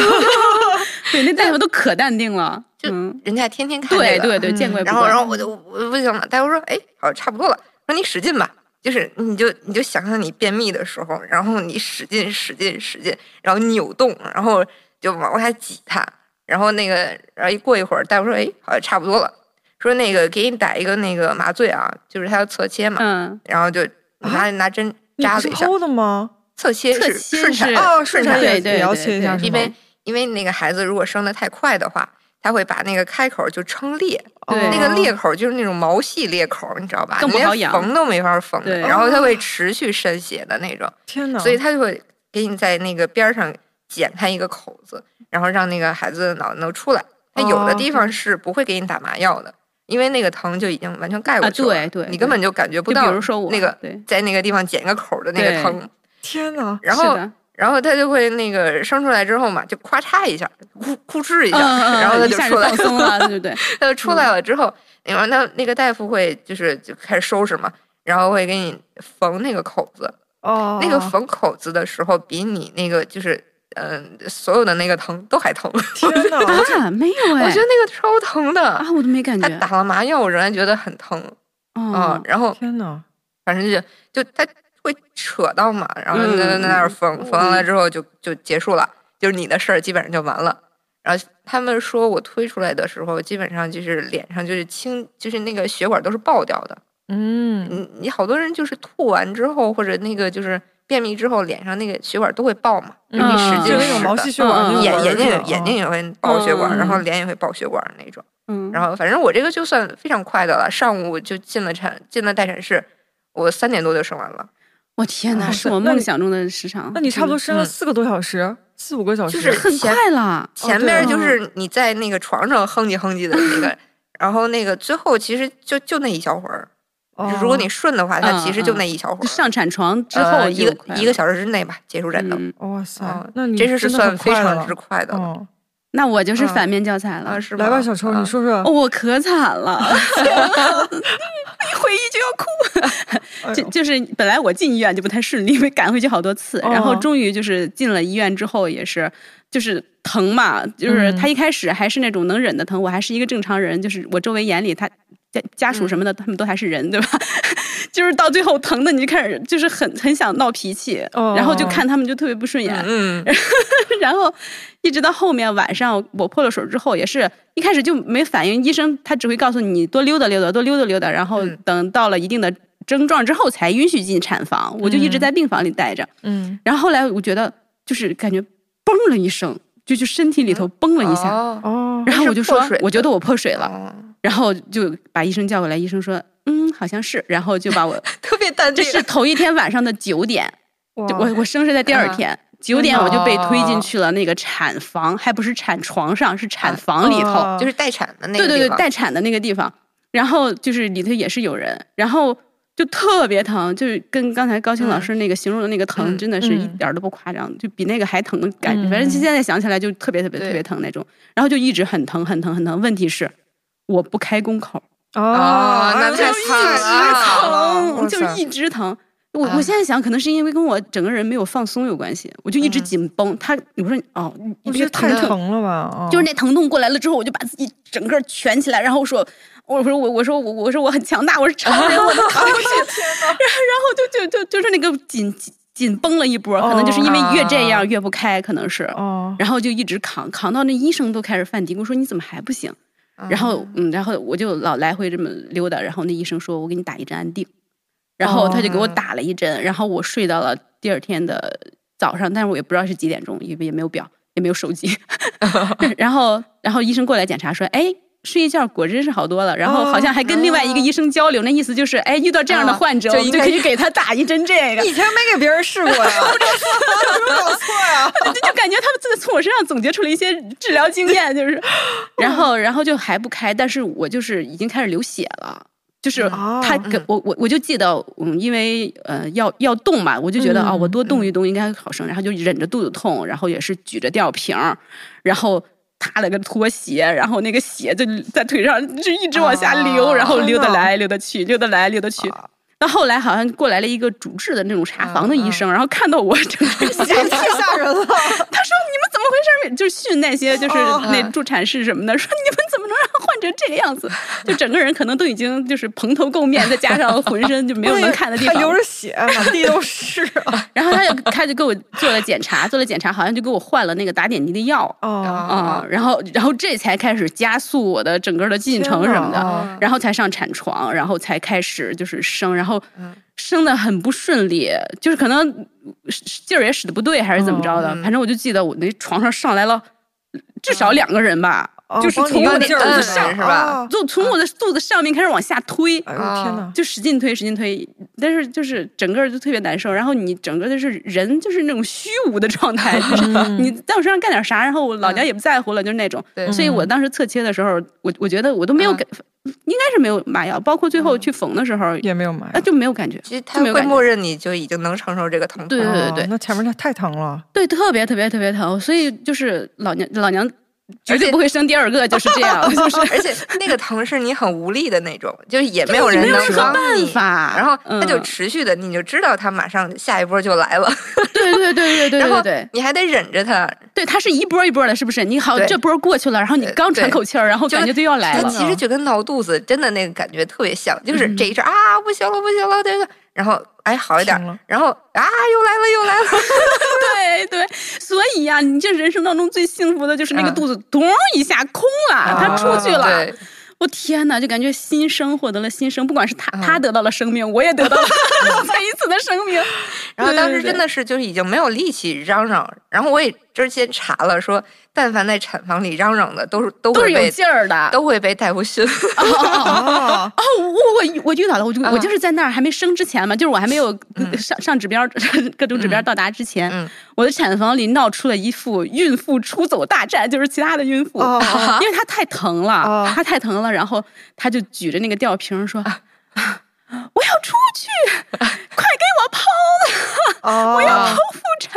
Speaker 4: 对，那大夫都可淡定了，
Speaker 2: 就
Speaker 4: 嗯，
Speaker 2: 人家天天看这
Speaker 4: 对
Speaker 2: 个，
Speaker 4: 对对，
Speaker 3: 嗯
Speaker 4: 见怪不
Speaker 2: 然后
Speaker 4: 怪。
Speaker 2: 然后我就我不行了，大夫说哎好差不多了，说你使劲吧。就是你就你就想象你便秘的时候，然后你使劲使劲使劲，然后扭动，然后就往下挤它，然后那个然后一过一会儿，大夫说哎好像差不多了，说那个给你打一个那个麻醉啊，就是他要侧切嘛，
Speaker 4: 嗯，
Speaker 2: 然后就拿、拿针
Speaker 3: 你
Speaker 2: 扎
Speaker 3: 不
Speaker 2: 了
Speaker 3: 是
Speaker 2: 一下，
Speaker 3: 剖的吗？
Speaker 2: 侧切
Speaker 4: 哦侧
Speaker 2: 是
Speaker 4: 切
Speaker 2: 顺产
Speaker 4: 是
Speaker 2: 啊，
Speaker 3: 哦，顺产
Speaker 4: 对
Speaker 3: 也
Speaker 4: 对
Speaker 3: 也要
Speaker 4: 对
Speaker 3: 切一
Speaker 4: 对
Speaker 3: 下是
Speaker 2: 因
Speaker 3: 吗？
Speaker 2: 为因为那个孩子如果生的太快的话，他会把那个开口就撑裂，
Speaker 4: 对
Speaker 2: 那个裂口就是那种毛细裂口，你知道吧？
Speaker 4: 哦更不
Speaker 2: 连
Speaker 4: 好养
Speaker 2: 缝都没法缝的，
Speaker 4: 对哦
Speaker 2: 然后它会持续渗血的那种，
Speaker 3: 天哪！
Speaker 2: 所以他就会给你在那个边儿上剪开一个口子，然后让那个孩子的脑能出来。他有的
Speaker 3: 哦
Speaker 2: 地方是不会给你打麻药的，因为那个疼就已经完全盖过
Speaker 4: 啊
Speaker 2: 去了，
Speaker 4: 对对
Speaker 2: 你根
Speaker 4: 对
Speaker 2: 本就感觉不
Speaker 4: 就
Speaker 2: 到。
Speaker 4: 比如说我
Speaker 2: 那个
Speaker 4: 对，
Speaker 2: 在那个地方剪个口儿的那个
Speaker 4: 对
Speaker 2: 疼，
Speaker 3: 天哪！
Speaker 2: 然
Speaker 4: 是
Speaker 2: 后
Speaker 4: 的
Speaker 2: 然后他就会那个生出来之后嘛，就咔嚓一下，哭哭哧一下，
Speaker 4: 嗯嗯嗯
Speaker 2: 然后他
Speaker 4: 一
Speaker 2: 就
Speaker 4: 下
Speaker 2: 出来
Speaker 4: 放松嗯了，对不对？
Speaker 2: 他就出来了之后，然后那那个大夫会就是就开始收拾嘛，然后会给你缝那个口子，
Speaker 3: 哦，
Speaker 2: 那个缝口子的时候比你那个就是嗯、所有的那个疼都还疼， 我
Speaker 3: 天哪！
Speaker 4: 啊，没有哎，
Speaker 2: 觉得那个超疼的
Speaker 4: 啊，。我都没感
Speaker 2: 他
Speaker 4: 觉。
Speaker 2: 打了麻药，我仍然觉得很疼啊、
Speaker 4: 哦，
Speaker 2: 然后
Speaker 3: 天哪！
Speaker 2: 反正就就他会扯到嘛，然后就在
Speaker 4: 嗯
Speaker 2: 那儿缝
Speaker 4: 嗯
Speaker 2: 缝完了之后就就结束了，就是你的事儿基本上就完了。然后他们说我推出来的时候，基本上就是脸上就是青，就是那个血管都是爆掉的。
Speaker 3: 嗯，
Speaker 2: 你你好多人就是吐完之后，或者那个就是便秘之后，脸上那个血管都会爆嘛，
Speaker 3: 嗯
Speaker 2: 就是你使
Speaker 4: 嗯
Speaker 2: 劲
Speaker 3: 就
Speaker 2: 使
Speaker 3: 那种毛细血
Speaker 4: 嗯
Speaker 3: 管，
Speaker 4: 嗯
Speaker 3: 那种
Speaker 2: 眼
Speaker 3: 纹
Speaker 2: 眼睛
Speaker 3: 是吧
Speaker 2: 眼睛也会爆血管，
Speaker 4: 嗯
Speaker 2: 然后脸也会爆血管那种。
Speaker 4: 嗯，
Speaker 2: 然后反正我这个就算非常快的了，上午就进了产进了待产室，我三点多就生完
Speaker 4: 哦
Speaker 2: 了。
Speaker 4: 我天 哪，
Speaker 3: 哇
Speaker 4: 是
Speaker 3: 塞
Speaker 4: 我
Speaker 3: 那
Speaker 4: 梦
Speaker 3: 你
Speaker 4: 想中的时长。
Speaker 3: 那你差不多生了
Speaker 2: 嗯
Speaker 3: 四个多小时，四五个小时，
Speaker 2: 就是
Speaker 4: 很
Speaker 2: 前
Speaker 4: 快了，
Speaker 2: 前
Speaker 3: 对
Speaker 2: 面
Speaker 4: 嗯
Speaker 2: 就是你在那个床上哼唧哼唧的那 个，然后那个最后其实就就那一小会儿，
Speaker 3: 哦
Speaker 2: 如果你顺的话，它
Speaker 4: 嗯
Speaker 2: 其实就
Speaker 4: 嗯
Speaker 2: 那一小会儿，
Speaker 4: 上产床之
Speaker 2: 呃
Speaker 4: 后
Speaker 2: 一个一个小时之内吧结束
Speaker 4: 时
Speaker 2: 战斗。
Speaker 3: 哦哇塞
Speaker 2: 嗯，
Speaker 3: 那你
Speaker 2: 这是
Speaker 3: 真的
Speaker 2: 算
Speaker 3: 很
Speaker 2: 非
Speaker 3: 快了
Speaker 2: 常之快的了，
Speaker 3: 哦，
Speaker 4: 那我
Speaker 2: 嗯
Speaker 4: 就是
Speaker 3: 啊
Speaker 4: 反面教材了
Speaker 2: 啊，。是吧？
Speaker 3: 来吧，小臭，
Speaker 2: 啊
Speaker 3: 你说说
Speaker 4: 哦，，我可惨 了，一回忆就要哭。
Speaker 3: 哎
Speaker 4: 就
Speaker 3: 呦
Speaker 4: 就是本来我进医院就不太顺利，被赶回去好多次，然后
Speaker 3: 哦
Speaker 4: 终于就是进了医院之后也是。就是疼嘛，就是
Speaker 2: 嗯
Speaker 4: 他一开始还是那种能忍的疼，我还是一个正常人，就是我周围眼里他家家
Speaker 3: 嗯
Speaker 4: 属什么的，他们都还是人，对吧？ 就是到最后疼的，你就开始就是很很想闹脾气，
Speaker 3: 哦
Speaker 4: 然后就看他们就特别不顺眼，
Speaker 2: 嗯，
Speaker 4: 然后一直到后面晚上我破了水之后，也是一开始就没反应，医生他只会告诉你多溜达溜达，多溜达溜达，然后
Speaker 2: 嗯
Speaker 4: 等到了一定的症状之后才允许进产房。我就一直在病房里待着，
Speaker 3: 嗯，
Speaker 4: 然后后来我觉得就是感觉嘣了一声，就就身体里头嘣了一下，
Speaker 2: 哦
Speaker 3: 哦，
Speaker 4: 然后我就说
Speaker 2: 是破水的
Speaker 4: 我觉得我破水了，
Speaker 2: 哦
Speaker 4: 然后就把医生叫过来，医生说嗯好像是，然后 就把我
Speaker 2: 特别淡
Speaker 4: 这
Speaker 2: 定，
Speaker 4: 是头一天晚上的九点。就
Speaker 3: 哇
Speaker 4: 我我生是在第二
Speaker 2: 啊
Speaker 4: 天，九、点我就被推进
Speaker 2: 哦
Speaker 4: 去了那个产房，还不是产床上，是产房里头，
Speaker 3: 哦
Speaker 2: 就是待产的那
Speaker 4: 对
Speaker 2: 个
Speaker 4: 对
Speaker 2: 地
Speaker 4: 对，
Speaker 2: 方
Speaker 4: 待产的那个地方。然后就是里头也是有人，然后就特别疼，就是跟刚才高清老师那个形容的那个疼，
Speaker 2: 嗯
Speaker 4: 真的是一
Speaker 3: 嗯
Speaker 4: 点儿都不夸张，就比那个还疼的感觉。反
Speaker 3: 嗯
Speaker 4: 正现在想起来就特别特别
Speaker 2: 对
Speaker 4: 特别疼那种，然后就一直很疼很疼很疼。问题是我不开宫口，
Speaker 3: 哦，
Speaker 2: 那太惨
Speaker 3: 嗯
Speaker 2: 了
Speaker 4: 疼，就一直疼。我
Speaker 2: 啊
Speaker 4: 我现在想，可能是因为跟我整个人没有放松有关系，我就一直
Speaker 2: 嗯
Speaker 4: 紧绷。他，我说哦，
Speaker 3: 我
Speaker 4: 你
Speaker 3: 觉
Speaker 4: 别
Speaker 3: 得太
Speaker 4: 疼疼，
Speaker 3: 疼了吧，哦
Speaker 4: 就是那疼痛过来了之后，我就把自己整个蜷起来，然后说，我说我我说我我说我很强大，我是超人， 我能扛过去。然后然后就就就就是那个紧紧紧绷了一波，可能就是因为越这样越不开，可能是。
Speaker 3: 哦，
Speaker 4: 然后就一直扛，扛到那医生都开始犯嘀咕，说你怎么还不行？
Speaker 2: 啊
Speaker 4: 然后嗯，然后我就老来回这么溜达，然后那医生说我给你打一针安定，然后他就给我
Speaker 2: 哦
Speaker 4: 打了一针，然后我睡到了第二天的早上，但是我也不知道是几点钟，也也没有表，也没有手机， 然后然后医生过来检查说，哎。睡一觉果真是好多了，然后好像还跟另外一个医生交流，那意思就是，哎，遇到这样的
Speaker 2: 哦啊
Speaker 4: 患者，
Speaker 2: 就
Speaker 4: 我们
Speaker 2: 应
Speaker 4: 就
Speaker 2: 该
Speaker 4: 可以给他打一针这个。
Speaker 3: 以前没给别人 试过呀，有没有搞错呀？
Speaker 4: 就就感觉他们自己从我身上总结出了一些治疗经 验，就是，然后然后就还不开，但是我就是已经开始流血了。就是
Speaker 3: 哦
Speaker 4: 他给
Speaker 2: 嗯
Speaker 4: 我我我就记得，嗯，因为呃要要动嘛，我就觉得
Speaker 3: 嗯
Speaker 4: 啊，我多动一动应该好生，然后就忍着肚子痛，然后也是举着吊 瓶儿，然后踏了个拖鞋，然后那个血就在腿上就一直往下流，
Speaker 2: 啊
Speaker 4: 然后溜达
Speaker 3: 天哪啊
Speaker 4: 来溜达去，溜达来溜达去。到后来好像过来了一个主治的那种查
Speaker 3: 嗯
Speaker 4: 房的医生，然后看到我 整个人吓一跳
Speaker 3: 太吓人了，
Speaker 4: 他说：“你们怎么回事？”就训那些就是
Speaker 3: 哦
Speaker 4: 那助产士什么的，说：“你们怎么能让患者这个样子？”就整个人可能都已经就是蓬头垢面，再加上浑身就没有能看的地
Speaker 3: 还流
Speaker 4: 方。
Speaker 3: 着血，满地都 是啊，
Speaker 4: 然后他就他就给我做了检查，做了检查，好像就给我换了那个打点滴的药
Speaker 3: 哦，
Speaker 4: 啊、然后然后这才开始加速我的整个的进程什么
Speaker 3: 天
Speaker 4: 的
Speaker 3: 哪。
Speaker 2: 哦
Speaker 4: 然后才上产床，然后才开始就是生，然后
Speaker 2: 嗯
Speaker 4: 生的很不顺利，就是可能劲儿也使的不对，还是怎么着的。
Speaker 2: 嗯
Speaker 4: 反正我就记得我那床上上来了至少两个人吧，
Speaker 3: 哦
Speaker 4: 就是
Speaker 3: 帮你
Speaker 4: 从我
Speaker 3: 按
Speaker 4: 的
Speaker 3: 劲
Speaker 4: 肚
Speaker 3: 儿
Speaker 4: 子
Speaker 2: 摁
Speaker 4: 上，
Speaker 2: 是吧
Speaker 3: 哦
Speaker 4: 就从我的肚子上面开始往下推。
Speaker 3: 哎呦天哪！
Speaker 4: 就使劲推，使劲推，但是就是整个就特别难受。然后你整个就是人就是那种虚无的状态，就是
Speaker 3: 嗯
Speaker 4: 你在我身上干点啥，然后我老娘也不在乎了，就是那种。
Speaker 2: 嗯对
Speaker 4: 所以我当时侧切的时候，我我觉得我都没有
Speaker 2: 嗯
Speaker 4: 感，应该是没有麻药，包括最后去缝的时候，
Speaker 3: 也没有埋
Speaker 4: 啊，就没有感觉。
Speaker 2: 其实他
Speaker 4: 就没有
Speaker 2: 会
Speaker 4: 感觉
Speaker 2: 默认你就已经能承受这个疼痛，
Speaker 4: 对对对对
Speaker 3: 哦那前面那太疼了，
Speaker 4: 对，特别特别特别疼，所以就是老娘老娘绝
Speaker 2: 而
Speaker 4: 对
Speaker 2: 且
Speaker 4: 不会生第二个，就是 这样，就是
Speaker 2: 而且那个疼是你很无力的那种，就是也没有人
Speaker 4: 没有
Speaker 2: 能
Speaker 4: 任何
Speaker 2: 帮
Speaker 4: 办
Speaker 2: 你。
Speaker 4: 法。
Speaker 2: 然后他就
Speaker 4: 嗯
Speaker 2: 持续的，你就知道他马上下一波就来了，
Speaker 4: 对对对对对
Speaker 2: 然
Speaker 4: 对
Speaker 2: 后
Speaker 4: 对
Speaker 2: 你还得忍着他。
Speaker 4: 对，它是一波一波的，是不是？你好，
Speaker 2: 对
Speaker 4: 这波过去了，然后你
Speaker 2: 对
Speaker 4: 刚喘
Speaker 2: 对
Speaker 4: 口气儿，然后
Speaker 2: 就
Speaker 4: 感觉就要来
Speaker 2: 他
Speaker 4: 了。嗯
Speaker 2: 其实就跟闹肚子真的那个感觉特别像，就是这一阵儿啊不行了不行了，这个然后哎好一点
Speaker 3: 停了
Speaker 2: 儿，然后啊又来了又来了，
Speaker 4: 对对，所以呀、你这人生当中最幸福的就是那个
Speaker 2: 嗯啊
Speaker 4: 肚子咚一下空了，它出 去了。
Speaker 2: 对，
Speaker 4: 我天哪，就感觉新生获得了新生，不管是他
Speaker 2: 嗯
Speaker 4: 他得到了生命，我也得到了 再一次的生命。
Speaker 2: 然后当
Speaker 4: 对
Speaker 2: 时
Speaker 4: 对对
Speaker 2: 真的是就是已经没有力气嚷嚷，然后我也之前查了说，但凡在产房里嚷嚷的，都是都
Speaker 4: 都
Speaker 2: 会
Speaker 4: 是有
Speaker 2: 被
Speaker 4: 劲儿的。
Speaker 2: 都会被大夫训。
Speaker 4: 哦哦哦
Speaker 3: 哦，
Speaker 4: 哦我我我遇到了，我就、
Speaker 2: 啊
Speaker 4: 我就是在那儿还没生之前嘛，就是我还没有上、上指标各种指标到达之前，
Speaker 2: 嗯
Speaker 4: 我的产房里闹出了一副孕妇出走大战，就是其他的孕妇，
Speaker 3: 哦哦
Speaker 4: 因为她太疼了，
Speaker 3: 哦
Speaker 4: 她太疼了，然后她就举着那个吊瓶说。
Speaker 2: 啊
Speaker 4: 我要出去，快给我剖了！
Speaker 3: 我，
Speaker 4: 剖腹产，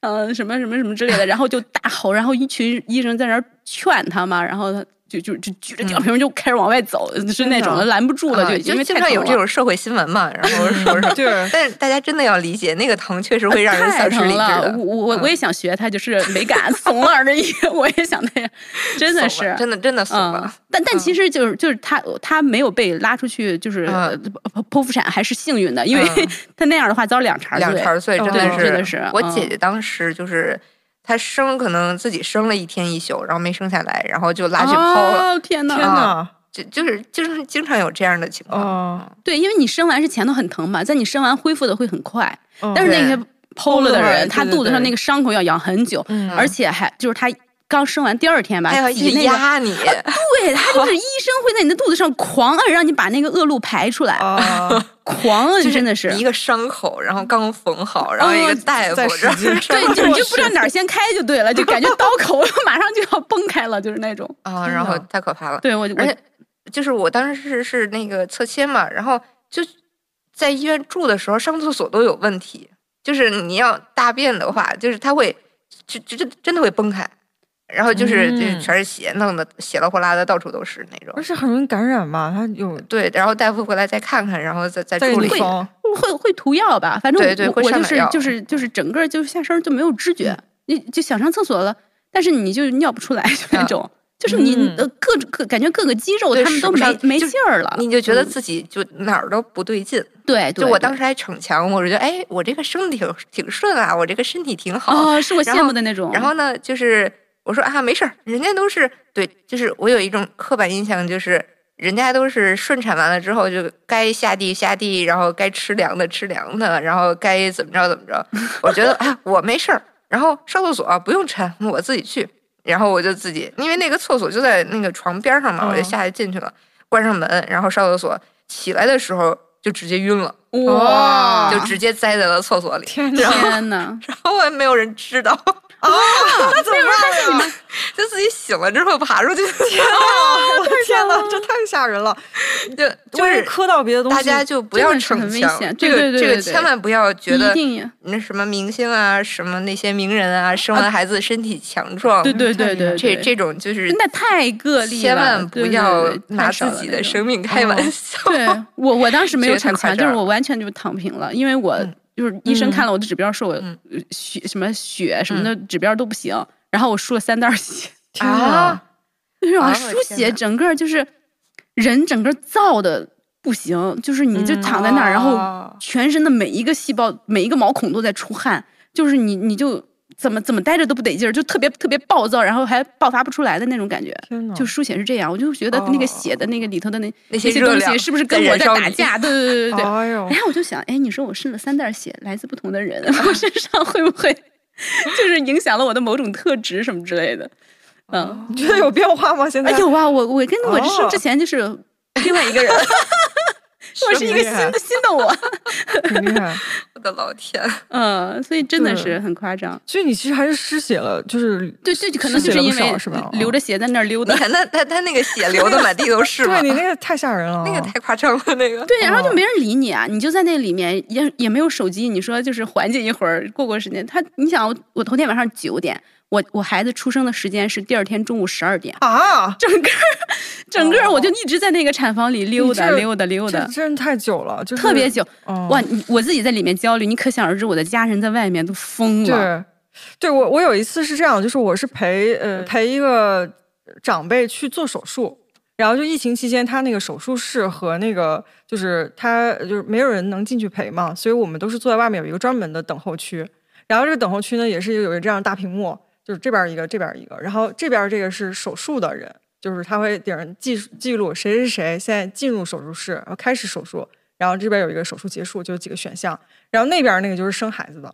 Speaker 4: 呃，什么什么什么之类的，然后就大吼，然后一群医生在那儿劝他嘛，然后他就就就举着吊瓶就开始往外走，是那种的拦不住
Speaker 2: 嗯
Speaker 4: 了，
Speaker 2: 啊
Speaker 4: 就因为
Speaker 2: 经
Speaker 4: 太
Speaker 2: 常有
Speaker 4: 疼
Speaker 2: 这
Speaker 4: 了
Speaker 2: 种社会新闻 嘛，然后说是
Speaker 3: 对
Speaker 2: 但是大家真的要理解，那个疼确实会让人
Speaker 4: 啊太
Speaker 2: 丧失
Speaker 4: 疼
Speaker 2: 理智嗯
Speaker 4: 了
Speaker 2: 的，。
Speaker 4: 我我我也想学他，就是没敢，怂了而已。我也想那样，真的
Speaker 2: 怂了
Speaker 4: 是。
Speaker 2: 真的真的怂
Speaker 4: 嗯
Speaker 2: 了，，
Speaker 4: 但但其
Speaker 2: 嗯
Speaker 4: 实就是就是他他没有被拉出去，就是呃
Speaker 2: 嗯
Speaker 4: 剖剖腹产还是幸运的，因为
Speaker 2: 嗯
Speaker 4: 他那样的话遭两茬
Speaker 2: 两
Speaker 4: 罪
Speaker 2: 茬儿碎，
Speaker 3: 哦
Speaker 2: 真
Speaker 4: 对真的
Speaker 2: 的
Speaker 4: 是
Speaker 2: 我
Speaker 4: 嗯
Speaker 2: 姐姐当时就是她生，可能自己生了一天一宿，然后没生下来，然后就拉去剖了，嗯
Speaker 4: 哦天
Speaker 3: 天
Speaker 4: 呐，
Speaker 3: 哪，
Speaker 2: 就就是就是经常有这样的情
Speaker 4: 嗯
Speaker 2: 况。
Speaker 3: 哦，
Speaker 4: 对，因为你生完是前头很疼嘛，在你生完恢复的会很快，
Speaker 3: 嗯
Speaker 4: 但是那
Speaker 2: 对
Speaker 4: 些剖了
Speaker 3: 剖了
Speaker 4: 的
Speaker 3: 的
Speaker 4: 人，
Speaker 3: 人
Speaker 4: 他
Speaker 3: 对对
Speaker 4: 肚子上
Speaker 3: 对
Speaker 4: 那个伤口要养很久，
Speaker 3: 嗯
Speaker 4: 而且还就是他刚生完第二天吧，
Speaker 2: 她要
Speaker 4: 挤
Speaker 2: 去
Speaker 4: 那个
Speaker 2: 压你，
Speaker 4: 对，他就是医生会在你的肚子上狂按，让你把那个恶露排出来，
Speaker 3: 啊，
Speaker 4: 狂
Speaker 2: 就
Speaker 4: 摁
Speaker 2: 是
Speaker 4: 真的是。哦
Speaker 2: 一个伤口，然后刚缝好，然后一个大夫
Speaker 3: 在
Speaker 2: 这
Speaker 3: 使劲
Speaker 4: 对，就是你就不知道哪儿先开就对了，就感觉刀口 马上就要崩开了，就是那种。
Speaker 2: 啊，
Speaker 3: 天
Speaker 2: 然后
Speaker 3: 哪
Speaker 2: 太可怕了。
Speaker 4: 对我，我
Speaker 2: 而且就是我当时是是那个侧切嘛，然后就在医院住的时候上厕所都有问题，就是你要大便的话，就是它会就就就真的会崩开，然后就是、就是
Speaker 3: 嗯
Speaker 2: 全是血，弄得血啦哗啦的到处都是那
Speaker 3: 而
Speaker 2: 种。
Speaker 3: 且很容易感染吧？它有
Speaker 2: 对，然后大夫回来再看看，然后再再
Speaker 3: 在
Speaker 2: 处
Speaker 3: 你
Speaker 2: 理。
Speaker 3: 缝，
Speaker 4: 会会涂药吧，反正
Speaker 2: 对对
Speaker 4: 我
Speaker 2: 会
Speaker 4: 我
Speaker 2: 上点
Speaker 4: 就是
Speaker 2: 药嗯
Speaker 4: 就是就是整个就下身就没有知觉，你就想上厕所了，但是你就尿不出来，就那
Speaker 2: 嗯
Speaker 4: 种， 就是你
Speaker 3: 嗯
Speaker 4: 呃各各感觉各个肌肉
Speaker 2: 对
Speaker 4: 他们
Speaker 2: 使
Speaker 4: 都
Speaker 2: 不
Speaker 4: 没
Speaker 2: 上
Speaker 4: 没
Speaker 2: 就
Speaker 4: 劲儿了。
Speaker 2: 你就觉得
Speaker 4: 嗯
Speaker 2: 自己就哪儿都不对劲，
Speaker 4: 对，对
Speaker 2: 就我
Speaker 4: 对
Speaker 2: 当时还逞强，我是觉得哎，我这个生的挺挺顺啊，我这个身体挺好，
Speaker 4: 哦，是我
Speaker 2: 然
Speaker 4: 羡
Speaker 2: 后
Speaker 4: 慕的那种。
Speaker 2: 然后呢，就是我说啊，没事儿，人家都是对，就是我有一种刻板印象，就是人家都是顺产完了之后就该下地下地，然后该吃凉的吃凉的，然后该怎么着怎么 着。我觉得啊，我没事儿，然后上厕所、不用抻，我自己去。然后我就自己，因为那个厕所就在那个床边上嘛，我就
Speaker 3: 嗯
Speaker 2: 下去进去了，关上门，然后上厕所，起来的时候就直接晕了，
Speaker 3: 哇
Speaker 2: 就直接栽在了厕所里，
Speaker 3: 啊天哪，
Speaker 4: 天呐，
Speaker 2: 然后也没有人知道。
Speaker 3: 那怎么办呀？
Speaker 2: 就自己醒了之后爬出去，
Speaker 3: 啊 我的天哪，这太吓人了！
Speaker 2: 就
Speaker 3: 就
Speaker 2: 就是是
Speaker 3: 磕到别的东西，
Speaker 2: 大家就不要逞
Speaker 4: 真的是很危
Speaker 2: 强
Speaker 4: 险，
Speaker 2: 这
Speaker 4: 对
Speaker 2: 个
Speaker 4: 对对
Speaker 2: 这
Speaker 4: 对
Speaker 2: 个
Speaker 4: 对
Speaker 2: 千万不要 觉
Speaker 4: 一
Speaker 2: 得
Speaker 4: 定呀
Speaker 2: 那什么明星啊，什么那些名人啊，生完孩子身体强壮，
Speaker 4: 对对对
Speaker 3: 太厉害
Speaker 4: 对，
Speaker 3: 了
Speaker 2: 这
Speaker 4: 对
Speaker 2: 这种就是
Speaker 4: 真的太个例了，
Speaker 2: 千万不
Speaker 4: 对对
Speaker 2: 要
Speaker 4: 对太
Speaker 2: 拿
Speaker 4: 少
Speaker 2: 自
Speaker 4: 了
Speaker 2: 己
Speaker 4: 那
Speaker 2: 的
Speaker 4: 种哦
Speaker 2: 生命开 玩笑。
Speaker 4: 对我，我当时没有
Speaker 2: 这个太
Speaker 4: 逞
Speaker 2: 夸
Speaker 4: 强，就是
Speaker 2: 张
Speaker 4: 我完全就躺平了，因为我
Speaker 2: 嗯
Speaker 4: 就是医生
Speaker 3: 嗯
Speaker 4: 看了我的指标，说我
Speaker 2: 嗯
Speaker 4: 呃血什么血什么的指标都不行，然后我输了三袋血，
Speaker 3: 天哪，
Speaker 4: 啊就是
Speaker 2: 哎
Speaker 4: 我
Speaker 2: 呦
Speaker 4: 输
Speaker 2: 我天
Speaker 4: 血，
Speaker 2: 哪
Speaker 4: 整个就是人整个燥的不行，就是你就躺在那儿，然后
Speaker 3: 哦
Speaker 4: 全身的每一个细胞、每一个毛孔都在出汗，就是你你就怎么怎么待着都不得劲儿，就特别特别暴躁，然后还爆发不出来的那种感觉。
Speaker 3: 天哪，
Speaker 4: 就输血是这样，我就觉得那个
Speaker 3: 哦
Speaker 4: 血的那个里头的那
Speaker 2: 那些
Speaker 4: 些
Speaker 2: 热
Speaker 4: 东
Speaker 2: 量
Speaker 4: 西是不是跟
Speaker 2: 在
Speaker 4: 我
Speaker 2: 燃
Speaker 4: 在
Speaker 2: 烧
Speaker 4: 打
Speaker 2: 你
Speaker 4: 架？对对对对对。
Speaker 3: 哎呦
Speaker 4: 然，后我就想，哎，你说我渗了三袋血，来自不同的人， 我身上会不会就是影响了我的某种特质什么之类的？嗯，
Speaker 3: 你觉得有变化吗？现在
Speaker 4: 哎有啊，我我跟我生
Speaker 3: 哦
Speaker 4: 之前就是另外 一个人，我是一个新的新的我，
Speaker 3: 挺厉害。
Speaker 2: 我的老天，啊
Speaker 4: 嗯，所以真的
Speaker 3: 对
Speaker 4: 是很夸张。
Speaker 3: 所以你其实还是失血了，就是
Speaker 4: 对，这可能
Speaker 3: 失
Speaker 4: 就
Speaker 3: 血了
Speaker 4: 因
Speaker 3: 不少
Speaker 4: 为
Speaker 3: 是吧哦嗯
Speaker 4: 流着血在那儿溜达
Speaker 2: 你，看他他他那个 血流的满地都是嘛，
Speaker 3: 对你那个太吓人了，
Speaker 2: 那个太夸张了，那个
Speaker 4: 哦对，然后就
Speaker 3: 哦
Speaker 4: 没人理你啊，你就在那里面也也没有手机，你说就是缓解一会儿，过过时间。他，你想我，我头天晚上九点，我我孩子出生的时间是第二天中午十二点，
Speaker 3: 啊，
Speaker 4: 整个儿整个儿我就一直在那个产房里溜达
Speaker 3: 你这
Speaker 4: 溜达溜
Speaker 3: 这
Speaker 4: 达，
Speaker 3: 真太久了，就是
Speaker 4: 特别久。
Speaker 3: 哦
Speaker 4: 哇，你我自己在里面焦虑，你可想而知，我的家人在外面都疯了。
Speaker 3: 对，对我我有一次是这样，就是我是陪呃陪一个长辈去做手术，然后就疫情期间，他那个手术室和那个就是他就是没有人能进去陪嘛，所以我们都是坐在外面有一个专门的等候区，然后这个等候区呢也是有一个这样大屏幕，就是这边一个这边一个，然后这边这个是手术的人。就是他会顶上记记录谁谁谁现在进入手术室，然后开始手术，然后这边有一个手术结束，就有几个选项，然后那边那个就是生孩子的，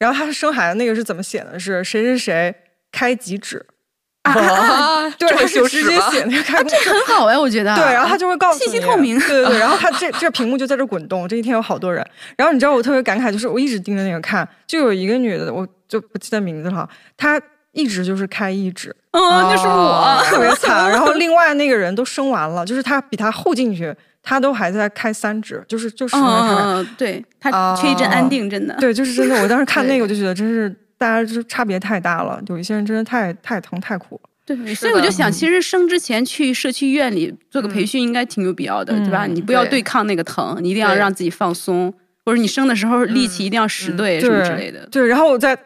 Speaker 3: 然后他生孩子那个是怎么写的？是谁谁谁开几指？
Speaker 2: 啊，
Speaker 3: 对，
Speaker 2: 这
Speaker 3: 他
Speaker 2: 么
Speaker 3: 是
Speaker 2: 羞
Speaker 3: 直
Speaker 2: 耻
Speaker 3: 接
Speaker 2: 吗？
Speaker 3: 写那个开工。
Speaker 4: 很好哎，我觉得。
Speaker 3: 对，然后他就会告诉你
Speaker 4: 信息透明
Speaker 3: 对对对，然 后他这这屏幕就在这滚动，这一天有好多人。然后你知道我特别感慨，就是我一直盯着那个看，就有一个女的，我就不记得名字了，她一直就是开一 指，
Speaker 4: 嗯，就是我
Speaker 2: 哦，
Speaker 3: 特别惨。然 后另外那个人都生完了，就是她比她后进去，她都还在开三指，就是就是哦
Speaker 4: 嗯
Speaker 3: 那
Speaker 4: 嗯
Speaker 3: 开。
Speaker 4: 嗯，嗯对他缺一阵安定，真的。
Speaker 3: 对，就是真的。我当时看那个，我就觉得真是大家就差别太大了，有一些人真的太太疼太苦了。
Speaker 4: 对，
Speaker 2: 是
Speaker 4: 所以我
Speaker 2: 的
Speaker 4: 就想，其实生之前去社区医院里做个培
Speaker 2: 嗯
Speaker 4: 训，应该挺有必要的，对吧？
Speaker 2: 嗯
Speaker 4: 你不要
Speaker 2: 对
Speaker 4: 对抗那个疼，你一定要
Speaker 2: 对
Speaker 4: 让自己放松，或者你生的时候力气一定要
Speaker 2: 嗯
Speaker 4: 使对什么之类的
Speaker 3: 对，。对，然后我再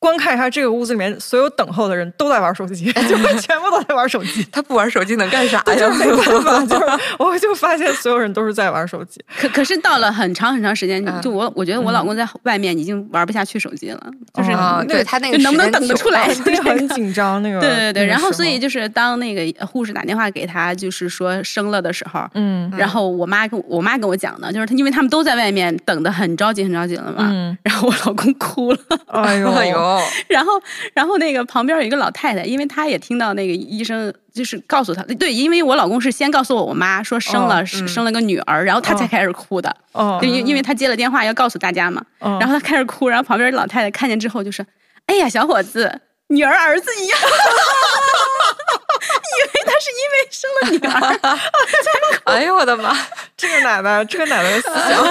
Speaker 3: 观看一下这个屋子里面所有等候的人都在玩手机， 就是全部都在玩手机。
Speaker 2: 他不玩手机能干啥
Speaker 4: 哎
Speaker 2: 呀？
Speaker 3: 没办法， 就是我就发现所有人都是在玩手 机。
Speaker 4: 可可是到了很长很长时间，
Speaker 2: 嗯
Speaker 4: 就我我觉得我老公在外面已经玩不下去手机了，就是
Speaker 2: 啊，
Speaker 3: 哦
Speaker 2: 对他那个
Speaker 4: 就能不能
Speaker 2: 时间
Speaker 4: 等得
Speaker 2: 久
Speaker 4: 出来
Speaker 2: 了
Speaker 3: 肯定很紧张那个。
Speaker 4: 对对
Speaker 3: 那个
Speaker 4: 对。然后
Speaker 3: 时
Speaker 4: 所以
Speaker 3: 候
Speaker 4: 就是当那个护士打电话给他，就是说生了的时候，
Speaker 3: 嗯
Speaker 4: 然后我妈跟我我妈跟我讲的，就是她因为他们都在外面等的很着急很着急了嘛，
Speaker 3: 嗯，
Speaker 4: 然后我老公哭了。
Speaker 3: 哎呦
Speaker 2: 哎呦，
Speaker 4: 然后，然后那个旁边有一个老太太，因为她也听到那个医生就是告诉她，对，因为我老公是先告诉我我妈说生了、
Speaker 3: 哦
Speaker 4: 是生了个女儿，然后她才
Speaker 3: 哦
Speaker 4: 开始哭的，
Speaker 3: 哦
Speaker 4: 就，因因为她接了电话要告诉大家嘛，
Speaker 3: 然
Speaker 4: 然后她开始哭，然后旁边老太太看见之后就说：“哎呀，小伙子，女儿儿子一样。” 以为她是因为生了女儿，
Speaker 2: 哎呦我的 妈！
Speaker 3: 这个奶奶，这个奶奶的思想，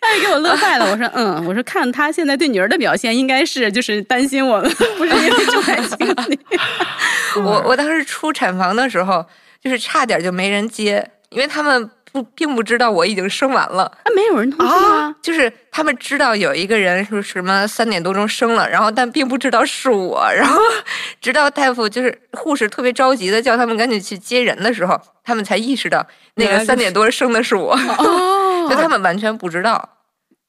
Speaker 4: 她也给我乐坏了。我说：“嗯，我说看她现在对女儿的表现，应该是就是担心我们，不是因为重男轻女。 啊嗯
Speaker 2: 我我当时出产房的时候，就是差点就没人接，因为他们不并不知道我已经生完了，
Speaker 4: 啊，没有人通知啊
Speaker 2: 就是他们知道有一个人是什么三点多钟生了，然后但并不知道是我，然后 直到大夫就是护士特别着急的叫他们赶紧去接人的时候，他们才意识到那
Speaker 3: 原来
Speaker 2: 个
Speaker 3: 是
Speaker 2: 三点多生的是
Speaker 3: 啊
Speaker 2: 我，
Speaker 4: 哦
Speaker 2: 就他们完全不知道。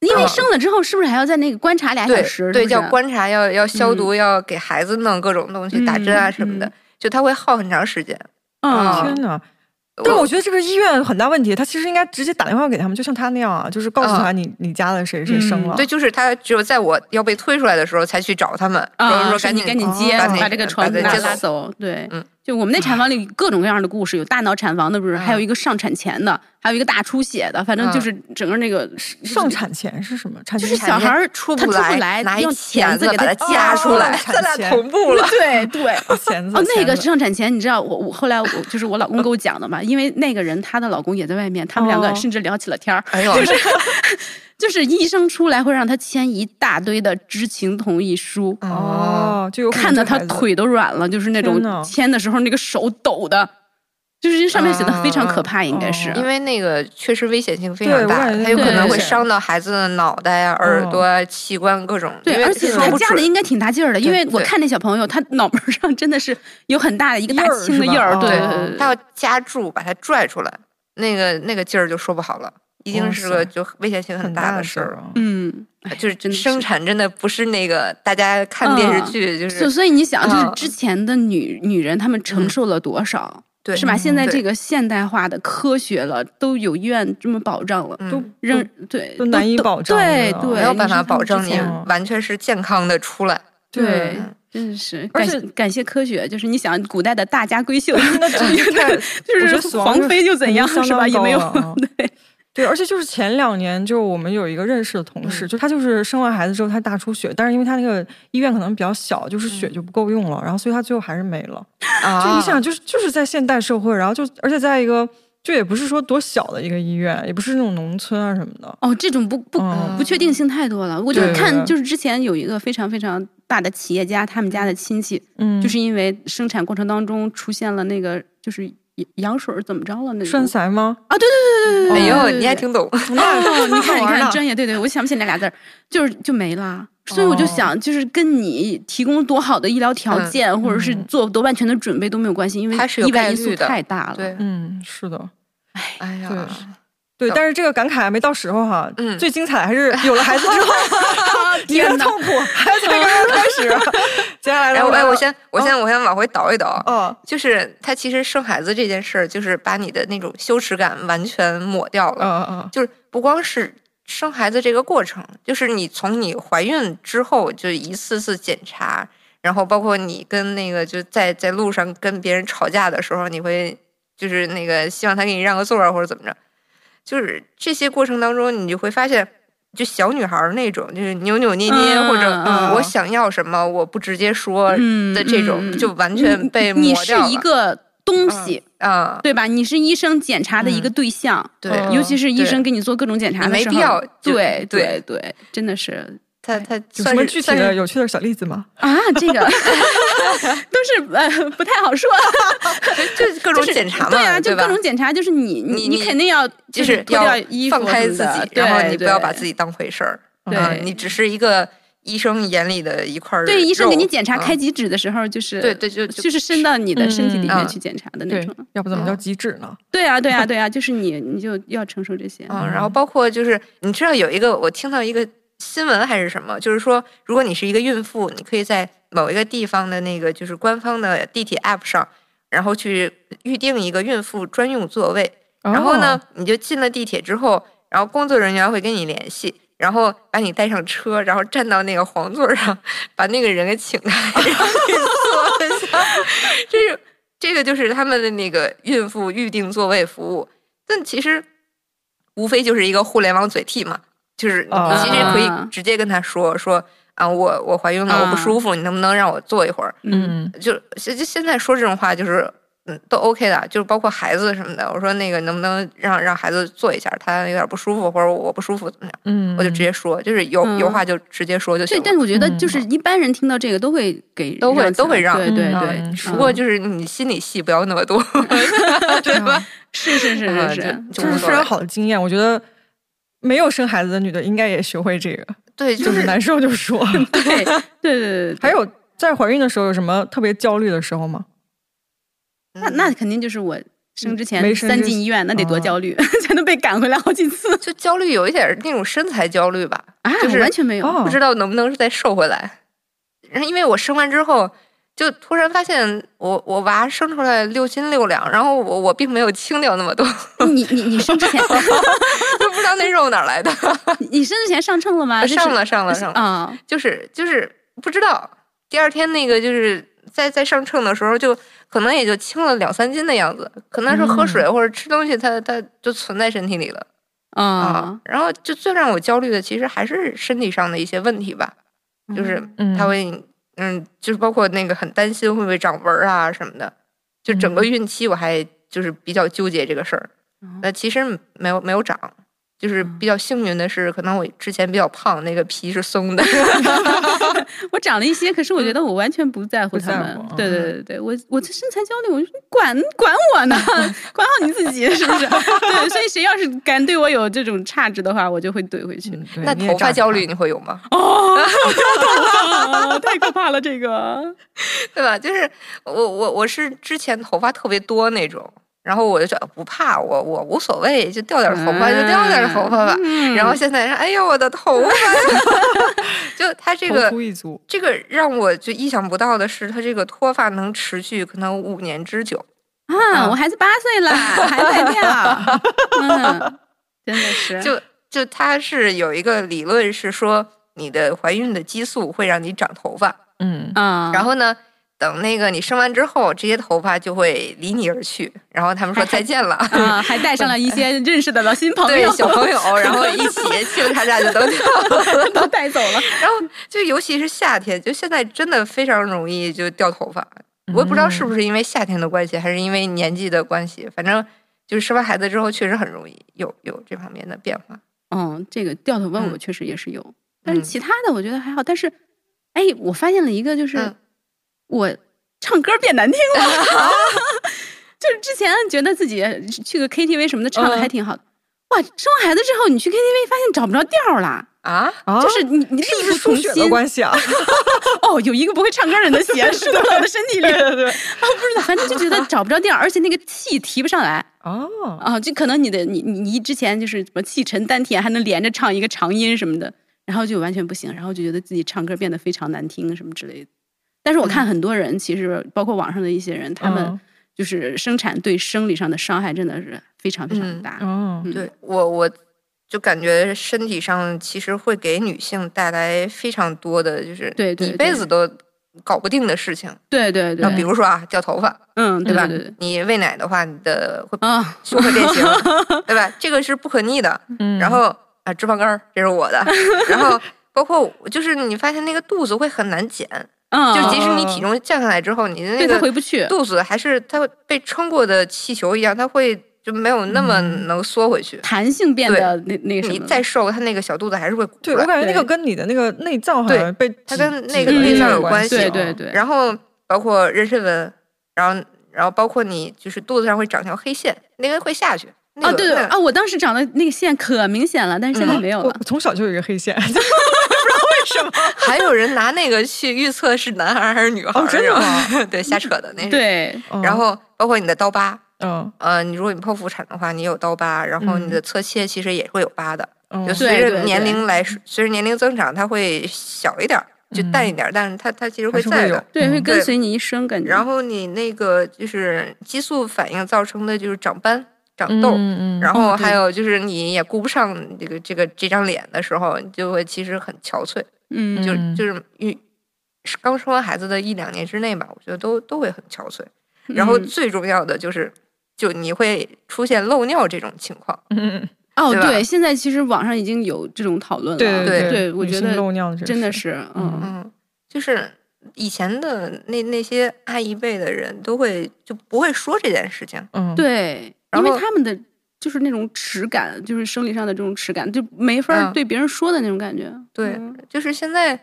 Speaker 4: 因为
Speaker 2: 嗯
Speaker 4: 生了之后，是不是还要在那个观察俩小
Speaker 2: 对
Speaker 4: 时？
Speaker 2: 对，
Speaker 4: 是不
Speaker 2: 叫。
Speaker 4: 是
Speaker 2: 观察，要要消毒，要给孩子弄各种东西，打针啊
Speaker 4: 嗯
Speaker 2: 什么的
Speaker 4: 嗯，
Speaker 2: 就他会耗很长时间。啊
Speaker 4: 嗯，
Speaker 3: 天哪！但我觉得这个医院很大问题，他其实应该直接打电话给他们，就像他那样啊，就是告诉他你你家的谁谁生
Speaker 4: 嗯
Speaker 3: 了
Speaker 2: 对，，就是他只有在我要被推出来的时候才去找他们，然
Speaker 4: 啊，
Speaker 2: 后说
Speaker 4: 说
Speaker 2: 赶
Speaker 4: 你
Speaker 2: 紧哦
Speaker 4: 赶紧接，
Speaker 2: 把
Speaker 3: 那
Speaker 4: 把
Speaker 2: 那
Speaker 4: 这个
Speaker 2: 把
Speaker 4: 床
Speaker 2: 这
Speaker 4: 拉
Speaker 2: 接
Speaker 4: 拉
Speaker 2: 走。
Speaker 4: 走。对
Speaker 2: 嗯，
Speaker 4: 就我们那产房里各种各样的故事，有大脑产房的，不是，还
Speaker 2: 嗯
Speaker 4: 有一个上产前的，还有一个大出血的，反正就是整个那个
Speaker 3: 上产前是什么？产
Speaker 4: 就是
Speaker 3: 前
Speaker 4: 小孩儿
Speaker 2: 出
Speaker 4: 他
Speaker 2: 不
Speaker 4: 出不
Speaker 2: 来，
Speaker 4: 来
Speaker 2: 拿一
Speaker 4: 用钳
Speaker 2: 钳
Speaker 4: 子
Speaker 2: 子
Speaker 4: 给
Speaker 2: 把
Speaker 4: 他
Speaker 2: 它夹
Speaker 3: 夹
Speaker 2: 出来，
Speaker 3: 出
Speaker 2: 咱
Speaker 3: 来
Speaker 2: 俩
Speaker 3: 钳
Speaker 2: 同步 了。
Speaker 4: 对对。
Speaker 3: 钳子
Speaker 4: 哦，那个
Speaker 3: 钳子
Speaker 4: 上产前，你知道我我后来我就是我老公给我讲的嘛，因为那个人她的老公也在外面，他们两个
Speaker 3: 哦
Speaker 4: 甚至聊起了天儿，
Speaker 2: 哎呦，
Speaker 4: 就是医生出来会让他签一大堆的知情同意书，
Speaker 2: 哦，
Speaker 3: 哦，就有可能
Speaker 4: 看得
Speaker 3: 这
Speaker 4: 他
Speaker 3: 孩子
Speaker 4: 腿都软了，就是那
Speaker 3: 天呐
Speaker 4: 种牵的时候那个手抖的，就是这上面写的非常可怕，应该是
Speaker 3: 哦
Speaker 2: 因为那个确实危险性非常
Speaker 3: 对我
Speaker 2: 大，
Speaker 3: 感觉
Speaker 2: 它有可
Speaker 4: 对哦
Speaker 2: 能会
Speaker 3: 对
Speaker 2: 伤到孩子的脑袋呀、耳朵啊、器官各种。因
Speaker 4: 对，
Speaker 2: 为
Speaker 4: 而且
Speaker 2: 说
Speaker 4: 他
Speaker 2: 不
Speaker 4: 夹
Speaker 2: 准
Speaker 4: 的应该挺大劲儿的，因为
Speaker 2: 对
Speaker 4: 我看那小朋友，他脑门上真的是有很大的一个大
Speaker 3: 印儿
Speaker 4: 青的
Speaker 3: 是吧
Speaker 4: 印儿，对
Speaker 3: 哦
Speaker 4: 对对
Speaker 2: 他
Speaker 4: 对。
Speaker 2: 要夹住把它拽出来，那个那个劲儿就说不好了，一定是
Speaker 3: 哇
Speaker 2: 个
Speaker 3: 塞
Speaker 2: 就危险性
Speaker 3: 很
Speaker 2: 很大
Speaker 3: 的
Speaker 2: 的事
Speaker 3: 儿
Speaker 2: 儿。
Speaker 3: 啊。
Speaker 4: 嗯，
Speaker 2: 就
Speaker 4: 真
Speaker 2: 是
Speaker 4: 的
Speaker 2: 生
Speaker 4: 是
Speaker 2: 产真的不是那个大家看电视剧就
Speaker 4: 所
Speaker 2: 是
Speaker 4: 所以你想，就是
Speaker 2: 嗯
Speaker 4: 之前的女女人，她们承
Speaker 2: 嗯
Speaker 4: 受了多少，
Speaker 2: 对
Speaker 4: 是吧？
Speaker 3: 嗯
Speaker 4: 现在
Speaker 2: 对
Speaker 4: 这个现代化的科学了，都有医院这么保障了，
Speaker 3: 都
Speaker 2: 嗯，
Speaker 4: 仍对
Speaker 3: 都难以
Speaker 4: 都
Speaker 3: 保障
Speaker 4: 对
Speaker 3: 的
Speaker 4: 对，
Speaker 2: 没有办
Speaker 4: 你
Speaker 2: 法
Speaker 4: 说他们
Speaker 2: 保
Speaker 4: 之
Speaker 2: 证你
Speaker 4: 前
Speaker 3: 前
Speaker 2: 完全是健康的出来。
Speaker 4: 对
Speaker 2: 嗯，
Speaker 4: 真是
Speaker 3: 而
Speaker 4: 感
Speaker 3: 且
Speaker 4: 感谢科学，就是你想古代的大家 闺秀，那
Speaker 3: 真的太我觉
Speaker 4: 就
Speaker 3: 得
Speaker 4: 是
Speaker 3: 死亡
Speaker 4: 皇
Speaker 3: 率
Speaker 4: 妃就怎样
Speaker 3: 肯定
Speaker 4: 是
Speaker 3: 相
Speaker 4: 吧？
Speaker 3: 当
Speaker 4: 也没有
Speaker 3: 高了啊
Speaker 4: 对，
Speaker 3: 对，而且就是前两年，就我们有一个认识的同事，就他就是生完孩子之后他大出血，但是因为他那个医院可能比较小，就是血就不够用了，然后所以他最后还是没了。
Speaker 4: 哦
Speaker 3: 就
Speaker 2: 啊
Speaker 3: 你想，就是就是在现代社会，然后就而且在一个就也不是说多小的一个医院，也不是那种农村啊什么的。
Speaker 4: 哦，这种不不
Speaker 3: 嗯
Speaker 4: 不确定性太多了。我就是
Speaker 3: 对
Speaker 4: 看，就是之前有一个非常非常大的企业家，他们家的亲戚，
Speaker 3: 嗯，
Speaker 4: 就是因为生产过程当中出现了那个就是羊水儿怎么着了那
Speaker 3: 栓
Speaker 4: 种。
Speaker 3: 塞吗？
Speaker 4: 啊，对对对对对对，
Speaker 2: 哎
Speaker 4: 对
Speaker 2: 呦，
Speaker 4: 对
Speaker 2: 你还
Speaker 4: 对
Speaker 2: 挺 懂，
Speaker 4: 哦，你看，
Speaker 3: 好
Speaker 4: 你
Speaker 3: 玩呢
Speaker 4: 看，专业，对对，我想不起来俩字儿，就是就没啦。所以我就
Speaker 2: 哦
Speaker 4: 想，就是跟你提供多好的医疗条件，或者是
Speaker 3: 嗯
Speaker 4: 做多万全的准备都没有关系，因为
Speaker 2: 它是有
Speaker 4: 意外
Speaker 2: 概
Speaker 4: 因
Speaker 2: 率
Speaker 4: 素
Speaker 2: 的
Speaker 4: 太大了。
Speaker 2: 对，
Speaker 3: 嗯，是的，
Speaker 2: 哎呀，
Speaker 3: 对对。但是这个感慨还没到时候哈，
Speaker 2: 嗯
Speaker 3: 最精彩还是有了孩子之后
Speaker 4: 啊，
Speaker 3: 你的
Speaker 4: 天哪！
Speaker 3: 痛苦还才刚刚开 始。接下来
Speaker 2: 哎
Speaker 3: 的
Speaker 2: 我
Speaker 3: 我
Speaker 2: 哎，
Speaker 3: 们
Speaker 2: 我先
Speaker 4: 哦
Speaker 2: 我先我先往回倒一倒，
Speaker 3: 哦，
Speaker 2: 就是他其实生孩子这件事儿，就是把你的那种羞耻感完全抹掉了。
Speaker 3: 嗯嗯
Speaker 2: 就是不光是生孩子这个过程，就是你从你怀孕之后就一次次检查，然后包括你跟那个就在在路上跟别人吵架的时候，你会就是那个希望他给你让个座儿或者怎么着，就是这些过程当中，你就会发现。就小女孩儿那种，就是扭扭捏捏，
Speaker 4: 嗯
Speaker 2: 或者、
Speaker 4: 嗯
Speaker 2: 我想要什么，我不直接说
Speaker 4: 嗯
Speaker 2: 的这种，
Speaker 4: 嗯嗯
Speaker 2: 就完全被
Speaker 4: 你
Speaker 2: 抹
Speaker 4: 是
Speaker 2: 掉了。
Speaker 4: 一个东西，
Speaker 2: 啊，
Speaker 4: 对吧？你是医生检查的一个对象，
Speaker 2: 对，
Speaker 3: 嗯
Speaker 4: 尤其是医
Speaker 2: 对
Speaker 4: 生给你做各种检查
Speaker 2: 你
Speaker 4: 的
Speaker 2: 没
Speaker 4: 时候，
Speaker 2: 必要就
Speaker 4: 对
Speaker 2: 对
Speaker 4: 对，真的是
Speaker 2: 它它
Speaker 3: 有什
Speaker 2: 算
Speaker 3: 么
Speaker 2: 是
Speaker 3: 具体
Speaker 2: 算
Speaker 3: 的
Speaker 2: 是
Speaker 3: 有趣的小例子吗？
Speaker 4: 啊，这个 都是呃不太好说，
Speaker 2: 就是各种
Speaker 4: 就是
Speaker 2: 检查嘛，
Speaker 4: 对啊，就
Speaker 2: 吧
Speaker 4: 各？种检查，就是你
Speaker 2: 你
Speaker 4: 你
Speaker 2: 你
Speaker 4: 肯定要
Speaker 2: 就是是
Speaker 4: 脱
Speaker 2: 要
Speaker 4: 掉衣服
Speaker 2: 放开
Speaker 4: 什么
Speaker 2: 自
Speaker 4: 的
Speaker 2: 己，然后
Speaker 4: 对
Speaker 2: 你不要
Speaker 4: 对
Speaker 2: 把自己当回事儿，
Speaker 4: 对
Speaker 2: 嗯你只是一个医生眼里的一块儿肉。
Speaker 4: 对医生给你检查
Speaker 2: 嗯
Speaker 4: 开几指的时候，就是
Speaker 2: 对对就就
Speaker 4: 就是伸到你的身体里
Speaker 2: 嗯
Speaker 4: 面
Speaker 2: 嗯
Speaker 4: 去检查的那
Speaker 3: 对
Speaker 4: 种。，
Speaker 3: 要不怎么叫
Speaker 2: 哦
Speaker 3: 极致呢？
Speaker 4: 对啊，对啊，对啊，就是你你就要承受这些。
Speaker 2: 嗯，然后包括就是你知道有一个我听到一个新闻还是什么，就是说如果你是一个孕妇，你可以在某一个地方的那个就是官方的地铁 App 上，然后去预定一个孕妇专用座位，然后呢
Speaker 3: 哦？，
Speaker 2: 你就进了地铁之后，然后工作人员会跟你联系，然后把你带上车，然后站到那个黄座上，把那个人给请来，然后给你坐下。 这是这个就是他们的那个孕妇预定座位服务，但其实无非就是一个互联网嘴替嘛，就是
Speaker 3: 哦嗯
Speaker 2: 你其实可
Speaker 4: 啊
Speaker 2: 以直接跟他说说啊，我我怀孕了，我不
Speaker 4: 啊
Speaker 2: 舒服，你能不能让我坐一会儿？
Speaker 4: 嗯，
Speaker 2: 就现现在说这种话就是嗯都 OK 的，就是包括孩子什么的。我说那个能不能让让孩子坐一下，他有点不舒服或者我不舒服怎么样，
Speaker 3: 嗯，
Speaker 2: 我就直接说，就是有、有
Speaker 4: 嗯
Speaker 2: 话就直接说就行
Speaker 4: 对，
Speaker 2: 了。
Speaker 4: 但是我觉得
Speaker 3: 嗯
Speaker 4: 就是一般人听到这个都会给
Speaker 2: 都会
Speaker 4: 让起
Speaker 2: 都会
Speaker 4: 来
Speaker 2: 让
Speaker 4: 对对
Speaker 3: 嗯
Speaker 4: 对
Speaker 3: 嗯，
Speaker 2: 不过
Speaker 4: 嗯
Speaker 2: 就是你心里戏不要那么多，
Speaker 3: 对吧？
Speaker 4: 是是是
Speaker 2: 啊
Speaker 4: 是，
Speaker 2: 就是就
Speaker 3: 这
Speaker 2: 无
Speaker 3: 是
Speaker 2: 所
Speaker 3: 非常
Speaker 2: 谓
Speaker 3: 好的经验，我觉得没有生孩子的女的应该也学会这个，
Speaker 2: 对，
Speaker 3: 就
Speaker 2: 就是是
Speaker 3: 难受就说。
Speaker 4: 对对对对
Speaker 2: 嗯
Speaker 4: 对，
Speaker 3: 还有在怀孕的时候有什么特别焦虑的时候吗？
Speaker 4: 那那肯定就是我生之前
Speaker 3: 没生
Speaker 4: 三
Speaker 3: 之
Speaker 4: 进医院，那得多
Speaker 3: 啊
Speaker 4: 焦虑， 才能被赶回来好几次
Speaker 2: 就焦虑有一点儿那种身材焦虑吧，
Speaker 4: 啊
Speaker 2: 就是
Speaker 4: 完全没有，
Speaker 3: 哦
Speaker 2: 不知道能不能再瘦回来。然后因为我生完之后，就突然发现我我娃生出来六斤六两，然后我我并没有轻掉那么多，
Speaker 4: 你你你生之前
Speaker 2: 就不知道那肉哪儿来的。
Speaker 4: 你你生之前上秤了吗？
Speaker 2: 啊，
Speaker 4: 呃就是
Speaker 2: 上了上了上了，
Speaker 4: 啊，
Speaker 2: 就是就是不知道。第二天那个就是在在上秤的时候就，可能也就轻了两三斤的样子，可能是喝
Speaker 3: 嗯
Speaker 2: 水或者吃东西它，它就存在身体里了啊
Speaker 4: 啊。，
Speaker 2: 然后就最让我焦虑的，其实还是身体上的一些问题吧，就是
Speaker 3: 嗯
Speaker 2: 它会嗯，就是包括那个很担心会不会长纹儿啊什么的，就整个
Speaker 3: 嗯哦
Speaker 2: 孕期我还就是比较纠结这个事儿。那其实没有没有长，就是比较幸运的是，可能我之前比较胖，那个皮是松的。
Speaker 4: 我长了一些，可是我
Speaker 2: 嗯
Speaker 4: 觉得我完全不在乎
Speaker 3: 不
Speaker 4: 他
Speaker 3: 在
Speaker 4: 们
Speaker 3: 乎。
Speaker 4: 对对对对，我我这身材焦虑，我就说管管我呢， 管好你自己，是不是？ 对，所以谁要是敢对我有这种差值的话，我就会怼回去。
Speaker 3: 嗯对
Speaker 2: 那
Speaker 3: 你也
Speaker 2: 头发
Speaker 3: 炸
Speaker 2: 焦虑你会有吗？
Speaker 4: 哦，
Speaker 2: 嗯
Speaker 4: 啊太可怕了，这个。
Speaker 2: 对吧？就是我我我是之前头发特别多那种，然后我就说不怕，我我无所谓，就掉点头发就掉点头发吧。
Speaker 4: 嗯
Speaker 2: 然后现在说，哎呦我的头发呀， 就它这
Speaker 3: 同
Speaker 2: 个
Speaker 3: 出一族，
Speaker 2: 这个让我就意想不到的是，它这个脱发能持续可能五年之久。嗯
Speaker 4: 啊，我孩子八岁了，还在 掉。嗯，真的是。
Speaker 2: 就就它是有一个理论是说，你的怀孕的激素会让你长头发，
Speaker 3: 嗯，
Speaker 4: 啊，
Speaker 2: 然后呢，等那个你生完之后，这些头发就会离你而去，然后他们说再见了，
Speaker 4: 啊，还带上了一些认识的老新 朋
Speaker 2: 对
Speaker 4: 友，
Speaker 2: 小朋友，然后一起嘁哩咔嚓就都掉了，
Speaker 4: 都带走了。
Speaker 2: 然后就尤其是夏天，就现在真的非常容易就掉头发，我也不知道是
Speaker 4: 嗯
Speaker 2: 不是因为夏天的关系，还是因为年纪的关系，反正。就是生完孩子之后，确实很容易有有这方面的变化。
Speaker 4: 嗯，这个掉头发
Speaker 2: 嗯
Speaker 4: 我确实也是有，但是
Speaker 2: 嗯
Speaker 4: 其他的我觉得还好。但是，哎，我发现了一个，就是、
Speaker 2: 嗯
Speaker 4: 我唱歌变难听 了。就是之前觉得自己去个 KTV 什么的唱
Speaker 3: 嗯
Speaker 4: 的还挺好的，哇，生完孩子之后你去 KTV 发现找不着调儿啦，
Speaker 2: 啊，
Speaker 3: 啊
Speaker 4: 就是你你力
Speaker 3: 是不
Speaker 4: 不
Speaker 3: 是
Speaker 4: 从
Speaker 3: 出血的
Speaker 4: 心。
Speaker 3: 关系啊？
Speaker 4: 哦，有一个不会唱歌人的 弦输到了我的身体里，啊，
Speaker 3: 对 对，
Speaker 4: 不知道，反正 就觉得找不着调儿，而且那个气提不上来。
Speaker 3: 哦，
Speaker 4: 啊，就可能你的你你你之前就是什么气沉丹田，还能连着唱一个长音什么的，然后就完全不行，然后就觉得自己唱歌变得非常难听什么之类的。但是我
Speaker 2: 嗯
Speaker 4: 看很多人，其实包括网上的一些人，他们
Speaker 3: 嗯
Speaker 4: 就是生产对生理上的伤害真的是非常非常的大。
Speaker 3: 哦，
Speaker 4: 嗯
Speaker 2: 对我，我就感觉身体上其实会给女性带来非常多的，就是
Speaker 4: 对对
Speaker 2: 你一辈
Speaker 4: 对
Speaker 2: 子都搞不定的事情。
Speaker 4: 对对对
Speaker 2: 那，比如说啊，掉头发，
Speaker 4: 嗯，对
Speaker 2: 对吧？
Speaker 4: 对对
Speaker 2: 你喂奶的话，你的会
Speaker 4: 啊，
Speaker 2: 胸会 变形，对吧？这个是不可逆的。
Speaker 3: 嗯
Speaker 2: 然后啊，脂肪肝儿，这是我 的。然后包括我就是你发现那个肚子会很难减，
Speaker 4: 嗯，
Speaker 2: 就即使你体
Speaker 3: 哦
Speaker 2: 重降下来之后，你的
Speaker 4: 对
Speaker 2: 那
Speaker 4: 他
Speaker 2: 个
Speaker 4: 回不去，
Speaker 2: 肚子还是它会被撑过的气球一样，它会就没有那么能缩回去。
Speaker 4: 弹性变得那那嗯个什
Speaker 2: 你
Speaker 4: 么了，
Speaker 2: 再瘦，它那个小肚子还是会鼓
Speaker 3: 对
Speaker 2: 出来
Speaker 3: 我感觉那个
Speaker 4: 对
Speaker 3: 跟你的那个内脏好
Speaker 2: 对
Speaker 3: 像被
Speaker 2: 它
Speaker 3: 挤
Speaker 2: 跟那
Speaker 3: 挤
Speaker 2: 个
Speaker 3: 了
Speaker 4: 内
Speaker 3: 一下
Speaker 4: 脏
Speaker 2: 有关系哦
Speaker 3: 啊
Speaker 4: 对对对，
Speaker 2: 然后包括妊娠纹，然后然后包括你就是肚子上会长条黑线，那个会下去。那
Speaker 4: 哦
Speaker 2: 个、
Speaker 4: 对对
Speaker 2: 那个嗯
Speaker 4: 啊，我当时长的那个线可明显了，但是现在没有
Speaker 3: 我
Speaker 4: 了。
Speaker 3: 我从小就有一个黑线，
Speaker 2: 还有人拿那个去预测是男孩儿还是女孩儿，
Speaker 3: 哦真的哦
Speaker 2: 吗？ 对，瞎扯的那是。
Speaker 4: 对，
Speaker 2: 然后包括你的刀疤，
Speaker 3: 嗯
Speaker 2: 呃，你如果你剖腹产的话，你有刀疤，然后你的侧切其实也会有疤的，
Speaker 3: 嗯
Speaker 2: 就
Speaker 3: 嗯
Speaker 2: 随
Speaker 4: 对
Speaker 2: 着
Speaker 4: 对
Speaker 2: 年
Speaker 4: 对
Speaker 2: 龄来，随着年龄增长，它会小一点儿，就淡一点儿，但是它它其实
Speaker 3: 嗯还
Speaker 2: 会
Speaker 3: 是
Speaker 2: 在
Speaker 3: 会
Speaker 2: 的。
Speaker 3: 有
Speaker 4: 对，会
Speaker 3: 嗯
Speaker 4: 跟随你一生感觉。
Speaker 2: 然后你那个就是激素反应造成的，就是长斑、长痘，
Speaker 3: 嗯嗯
Speaker 2: 然后
Speaker 4: 哦对
Speaker 2: 还有就是你也顾不上这个这个这张脸的时候，你就会其实很憔悴，
Speaker 4: 嗯，
Speaker 2: 就
Speaker 3: 嗯
Speaker 2: 就是孕是刚生完孩子的一两年之内吧，我觉得都都会很憔悴。然后
Speaker 4: 嗯
Speaker 2: 最重要的就是，就你会出现漏尿这种情况，
Speaker 3: 嗯嗯
Speaker 4: 哦
Speaker 2: 对吧
Speaker 4: 对，现在其实网上已经有这种讨论了。啊
Speaker 3: 对
Speaker 2: 对
Speaker 4: 对，
Speaker 3: 对，
Speaker 4: 我
Speaker 3: 女
Speaker 4: 觉
Speaker 3: 性漏
Speaker 4: 得
Speaker 3: 尿这
Speaker 4: 真的
Speaker 3: 事
Speaker 4: 是，嗯，
Speaker 2: 嗯，就是以前的那那些阿姨辈的人都会就不会说这件事情，
Speaker 3: 嗯
Speaker 4: 对，
Speaker 2: 然
Speaker 4: 因为
Speaker 2: 后
Speaker 4: 他们的就是那种耻感，就是生理上的这种耻感，就没法
Speaker 2: 嗯
Speaker 4: 儿对别人说的那种感觉。
Speaker 2: 对，
Speaker 4: 嗯
Speaker 2: 就是现在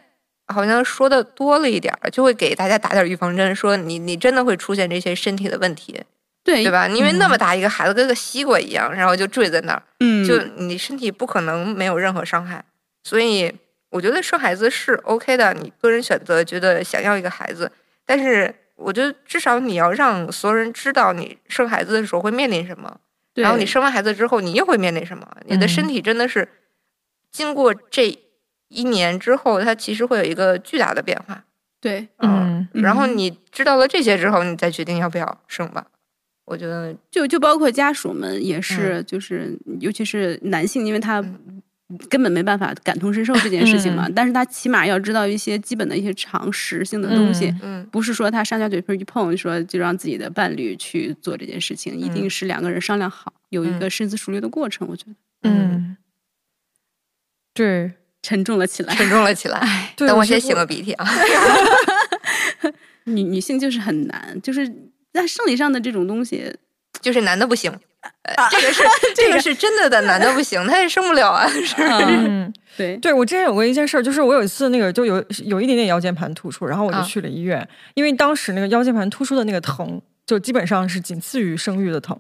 Speaker 2: 好像说的多了一点儿，就会给大家打点儿预防针，说你你真的会出现这些身体的问题，
Speaker 4: 对
Speaker 2: 对？吧？因为那么大一个孩子跟个西瓜一样，然后就坠在那儿，
Speaker 4: 嗯，
Speaker 2: 就你身体不可能没有任何伤害，所以我觉得生孩子是 OK 的，你个人选择觉得想要一个孩子，但是我觉得至少你要让所有人知道你生孩子的时候会面临什么，
Speaker 4: 对
Speaker 2: 然后你生完孩子之后你又会面临什么，你的身
Speaker 3: 嗯
Speaker 2: 体真的是经过这一年之后，它其实会有一个巨大的变化，
Speaker 4: 对，
Speaker 3: 嗯
Speaker 2: 然后
Speaker 4: 嗯
Speaker 2: 你知道了这些之后，你再决定要不要生吧，我觉得
Speaker 4: 就就包括家属们
Speaker 2: 嗯
Speaker 4: 也是，就是尤其是男性，因为他根本没办法感同身受这件事情嘛，但是他起码要知道一些基本的一些常识性的东西。
Speaker 3: 嗯
Speaker 2: 嗯
Speaker 4: 不是说他上下嘴皮一碰，说就让自己的伴侣去做这件事情，一定是两个人商量好，有一
Speaker 2: 嗯
Speaker 4: 个深思熟虑的过程。我觉得
Speaker 3: 嗯，对
Speaker 4: 沉重了起来。
Speaker 2: 沉重了起来。
Speaker 3: 哎对，
Speaker 2: 等我
Speaker 3: 觉
Speaker 2: 先
Speaker 3: 得
Speaker 2: 擤个鼻涕啊。
Speaker 4: 女女性就是很难，就是在生理上的这种东西，
Speaker 2: 就是男的不行，呃
Speaker 4: 啊
Speaker 2: 这 个是这个是真的的，男的不行，他也生不了啊，是吧
Speaker 4: 嗯，
Speaker 3: 嗯。
Speaker 4: 对，
Speaker 3: 对，我之前有过一件事儿，就是我有一次那个就有有一点点腰间盘突出，然后我就
Speaker 2: 啊
Speaker 3: 去了医院，因为当时那个腰间盘突出的那个疼，就基本上是仅次于生育的疼，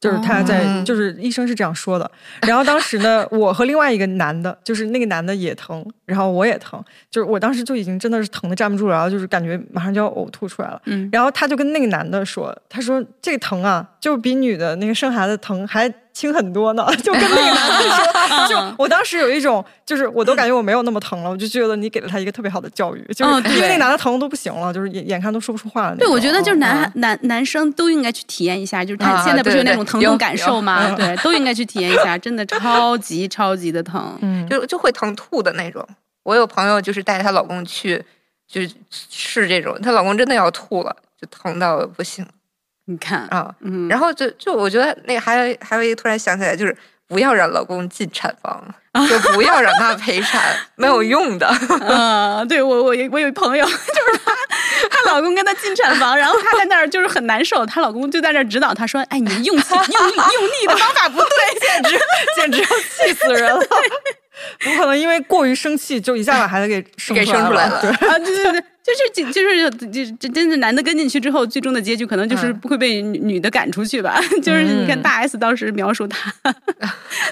Speaker 3: 就是他在、
Speaker 2: 哦
Speaker 3: 就是医生是这样说的。然后当时呢，我和另外一个男的，就是那个男的也疼，然后我也疼，就是我当时就已经真的是疼的站不住了，然后就是感觉马上就要呕吐出来了。
Speaker 4: 嗯，
Speaker 3: 然后他就跟那个男的说：“他说这个疼啊，就比女的那个生孩子疼还轻很多呢。” 就跟那个男的说， 就我当时有一种，就是我都感觉我没有那么疼了，我就觉得你给了他一个特别好的教育，就是
Speaker 4: 哦对
Speaker 3: 因为那男的疼都不行了，就是眼眼看都说不出话了那种。
Speaker 4: 对，我觉得就是男
Speaker 3: 嗯
Speaker 4: 孩、男男生都应该去体验一下，就是他
Speaker 2: 啊
Speaker 4: 现在不是
Speaker 2: 对
Speaker 4: 有那
Speaker 2: 对
Speaker 4: 种疼
Speaker 2: 有
Speaker 4: 痛感受
Speaker 2: 有
Speaker 4: 吗？对，都应该去体验一下，真的超级超级的疼。
Speaker 3: 嗯，
Speaker 2: 就就会疼吐的那种。我有朋友就是带她老公去，就是试这种，她老公真的要吐了，就疼到不行
Speaker 4: 你看，
Speaker 2: 啊。
Speaker 4: 嗯，
Speaker 2: 然后就就我觉得那个还有还有一个突然想起来，就是不要让老公进产 房，就不要让他陪产，没有用的。
Speaker 4: 啊，对我我有我有一朋友， 就是她她老公跟她进产房，然后她在那儿就是很难受，她老公就在那儿指导她说：“哎，你用气用力用力的方法不对，简直
Speaker 3: 简直要气死人了。不可能因为过于生气就一下把孩子给生
Speaker 2: 给生出来了
Speaker 3: 对，
Speaker 4: 啊，对对对。”就是就是就是这真的男的跟进去之后，最终的结局可能就是不会被女女的赶出去吧。 就是你看大 S 当时描述 她，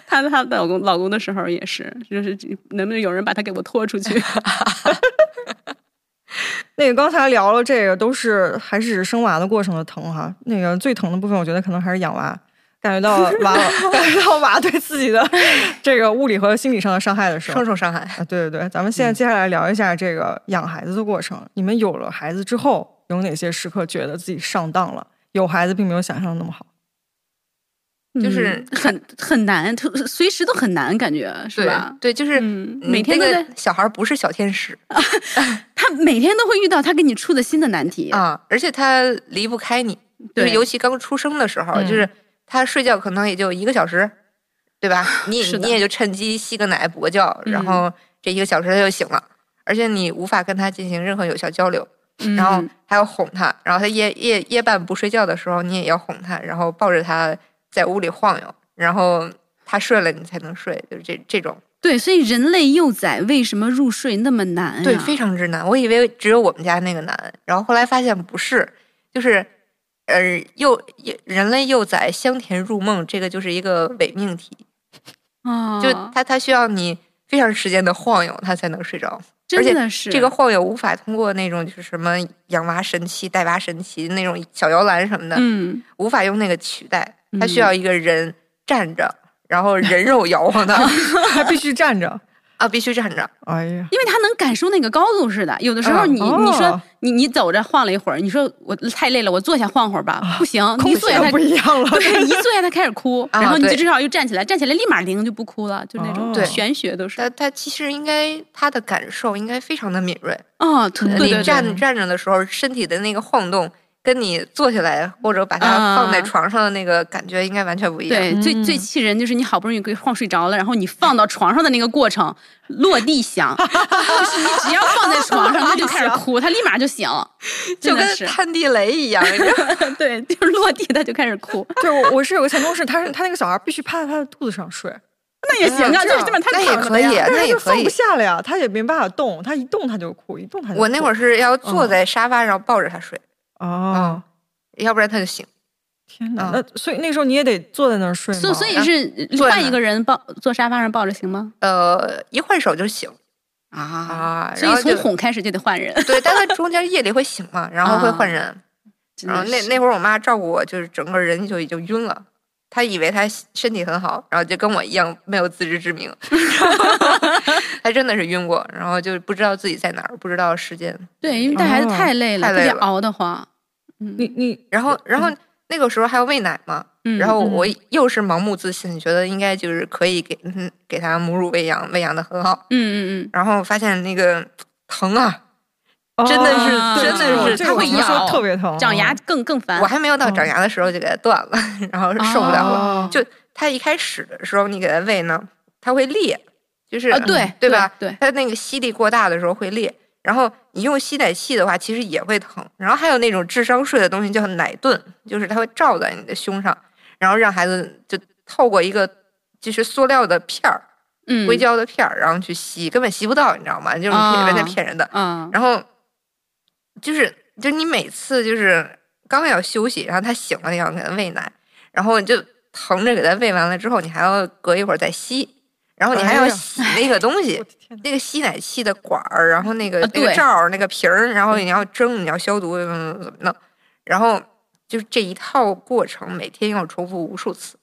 Speaker 4: 她她老公老公的时候也是，就是能不能有人把她给我拖出 去？
Speaker 3: 那个刚才聊了这个，都是还是生娃的过程的疼哈。那个最疼的部分，我觉得可能还是养娃，感觉到娃感觉到娃对自己的这个物理和心理上的伤害的时候
Speaker 2: 双。重伤害，
Speaker 3: 啊，对对对，咱们现在接下来聊一下这个养孩子的过程。你们有了孩子之后，有哪些时刻觉得自己上当了？有孩子并没有想象的那么好。
Speaker 2: 就是
Speaker 4: 嗯很很难，特随时都很难，感觉是
Speaker 2: 对
Speaker 4: 吧？
Speaker 2: 对，就是
Speaker 4: 嗯
Speaker 2: 嗯
Speaker 4: 每天
Speaker 2: 那
Speaker 4: 都
Speaker 2: 个
Speaker 4: 在
Speaker 2: 小孩不是小天使，
Speaker 4: 他每天都会遇到他给你出的新的难题。
Speaker 2: 啊，而且他离不开你，就是
Speaker 4: 对
Speaker 2: 尤其刚出生的时候，
Speaker 3: 嗯
Speaker 2: 就是他睡觉可能也就一个小时，对 吧？你
Speaker 4: 是的嗯
Speaker 2: 你也就趁机吸个奶补个觉，然后这一个小时他就醒了，而且你无法跟他进行任何有效交流，
Speaker 4: 嗯
Speaker 2: 然后还要哄他，然后他夜夜夜半不睡觉的时候，你也要哄他，然后抱着他在屋里晃悠，然后他睡了你才能睡，就是这这种。
Speaker 4: 对，所以人类幼崽为什么入睡那么难啊呀、
Speaker 2: 对，非常之难。我以为只有我们家那个难，然后后来发现不是，就是呃，幼人类幼崽香甜入梦，这个就是一个伪命题，
Speaker 4: 啊，
Speaker 2: 就它它需要你非常时间的晃悠，它才能睡着。而且
Speaker 4: 真的是
Speaker 2: 这个晃悠无法通过那种就是什么养娃神器、带娃神器那种小摇篮什么的，
Speaker 4: 嗯，
Speaker 2: 无法用那个取代，它需
Speaker 4: 嗯
Speaker 2: 要一个人站着，然后人肉摇晃 它
Speaker 3: 还必须站着。
Speaker 2: 啊，必须站着。
Speaker 3: 哎呀，
Speaker 4: 因为他能感受那个高度似的。有的时候
Speaker 2: 嗯
Speaker 4: 你、你
Speaker 3: 哦
Speaker 4: 说你你走着晃了一会儿，你说我太累了，我坐下晃会儿吧，不行，你
Speaker 3: 空
Speaker 4: 一
Speaker 3: 气
Speaker 4: 坐下
Speaker 3: 都
Speaker 4: 他
Speaker 3: 不一样了。
Speaker 4: 对，一坐下他开始哭，
Speaker 2: 啊
Speaker 4: 然后你
Speaker 2: 对
Speaker 4: 就至少又站起来，站起来立马铃就不哭了，就那种
Speaker 3: 哦对
Speaker 4: 玄学都是
Speaker 2: 它它其实应该它的感受应该非常的敏锐。
Speaker 4: 哦，对对
Speaker 2: 你
Speaker 4: 对
Speaker 2: 站站着的时候，身体的那个晃动，跟你坐下来或者把它放在
Speaker 4: 啊
Speaker 2: 床上的那个感觉应该完全不一样。
Speaker 4: 对，最最
Speaker 3: 嗯
Speaker 4: 气人就是你好不容易给晃睡着了，然后你放到床上的那个过程，落地响， 就是你只要放在床上，他 就开始哭，他立马就醒，
Speaker 2: 就
Speaker 4: 真的
Speaker 2: 跟
Speaker 4: 是，
Speaker 2: 探地雷一样，你知道吗
Speaker 4: 对，就是落地他就开 始哭，
Speaker 3: 对，我我是有个前同事，他是他那个小孩必须趴在他的肚子上睡，
Speaker 4: 那 也行啊，就是这么他
Speaker 2: 嗯那也
Speaker 4: 躺着
Speaker 2: 可
Speaker 4: 的
Speaker 2: 以，
Speaker 4: 呀。
Speaker 3: 但
Speaker 2: 那
Speaker 3: 是
Speaker 2: 也
Speaker 3: 就
Speaker 2: 可
Speaker 3: 放
Speaker 2: 以
Speaker 3: 不。下了呀，他也没办法动，他一动他就哭，一动他就哭。
Speaker 2: 我那会儿是要坐
Speaker 4: 嗯
Speaker 2: 在沙发上抱着他睡，
Speaker 3: 哦，
Speaker 2: 要不然他就醒。
Speaker 3: 天哪
Speaker 2: 嗯，
Speaker 3: 那所以那时候你也得坐在那儿睡吗？
Speaker 4: 所所以
Speaker 2: 啊
Speaker 4: 是
Speaker 2: 坐
Speaker 4: 换
Speaker 2: 那
Speaker 4: 一个人抱坐沙发上抱着行吗？
Speaker 2: 呃，一换手就醒
Speaker 4: 啊，
Speaker 2: 啊，
Speaker 4: 所
Speaker 2: 然后
Speaker 4: 以
Speaker 2: 就
Speaker 4: 从哄开始就得换人，
Speaker 2: 对，但他中间夜里会醒嘛，然
Speaker 4: 嗯
Speaker 2: 后会换人。
Speaker 4: 真
Speaker 2: 然后
Speaker 4: 的
Speaker 2: 那
Speaker 4: 是
Speaker 2: 那会儿我妈照顾我，就是整个人就已经晕了。她以为她身体很好，然后就跟我一样没有自知之 明，她真的是晕过，然后就不知道自己在哪儿，不知道时间。
Speaker 4: 对，因为带孩子
Speaker 3: 哦
Speaker 4: 太累了，
Speaker 2: 太
Speaker 4: 他
Speaker 2: 累
Speaker 4: 得
Speaker 2: 了
Speaker 4: 熬得慌。嗯
Speaker 3: 你你
Speaker 2: 然后，然后那个时候还要喂奶嘛，
Speaker 4: 嗯，
Speaker 2: 然后我又是盲目自信，觉得应该就是可以给嗯给她母乳喂养，喂养的很好。
Speaker 4: 嗯嗯
Speaker 2: 然后发现那个疼啊，
Speaker 3: 哦
Speaker 2: 真的是
Speaker 4: 啊
Speaker 2: 真
Speaker 3: 这
Speaker 2: 的
Speaker 3: 个
Speaker 2: 是，
Speaker 3: 这
Speaker 2: 她
Speaker 3: 个
Speaker 4: 会
Speaker 3: 我听
Speaker 4: 咬
Speaker 3: 说特别疼，
Speaker 4: 嗯，长牙
Speaker 3: 嗯
Speaker 4: 更更烦
Speaker 2: 哦我。还没有到长
Speaker 4: 嗯
Speaker 2: 牙的时候就给它断了， 然后受不了了。
Speaker 3: 哦
Speaker 2: 就它一开始的时候，你给它喂呢，它会裂，就是、嗯
Speaker 4: 啊，对
Speaker 2: 对吧？？
Speaker 4: 对，
Speaker 2: 它那个吸力过大的时候会裂，然后你用吸奶器的话，其实也会疼。然后还有那种智商税的东西叫奶盾，就是它会罩在你的胸上，然后让孩子就透过一个就是塑料的片儿、
Speaker 4: 嗯，
Speaker 2: 硅胶的片儿，然后去吸，根本吸不到，你知道吗？就是骗人在
Speaker 4: 啊
Speaker 2: 骗人的。
Speaker 4: 啊，
Speaker 2: 然后就是就是你每次就是刚要休息，然后他醒了，你要给他喂奶，然后你就疼着给他喂完了之后，你还要隔一会儿再吸，然后你还
Speaker 3: 哎
Speaker 2: 要
Speaker 3: 呀
Speaker 2: 洗那个东西
Speaker 3: 我，的天哪，
Speaker 2: 那个吸奶器的管儿，然后那个、
Speaker 4: 啊
Speaker 2: 那个
Speaker 4: 对嗯
Speaker 2: 罩儿、那个瓶儿，然后你要蒸，你要消毒，怎么怎么弄，然后就是这一套过程，每天要重复无数次。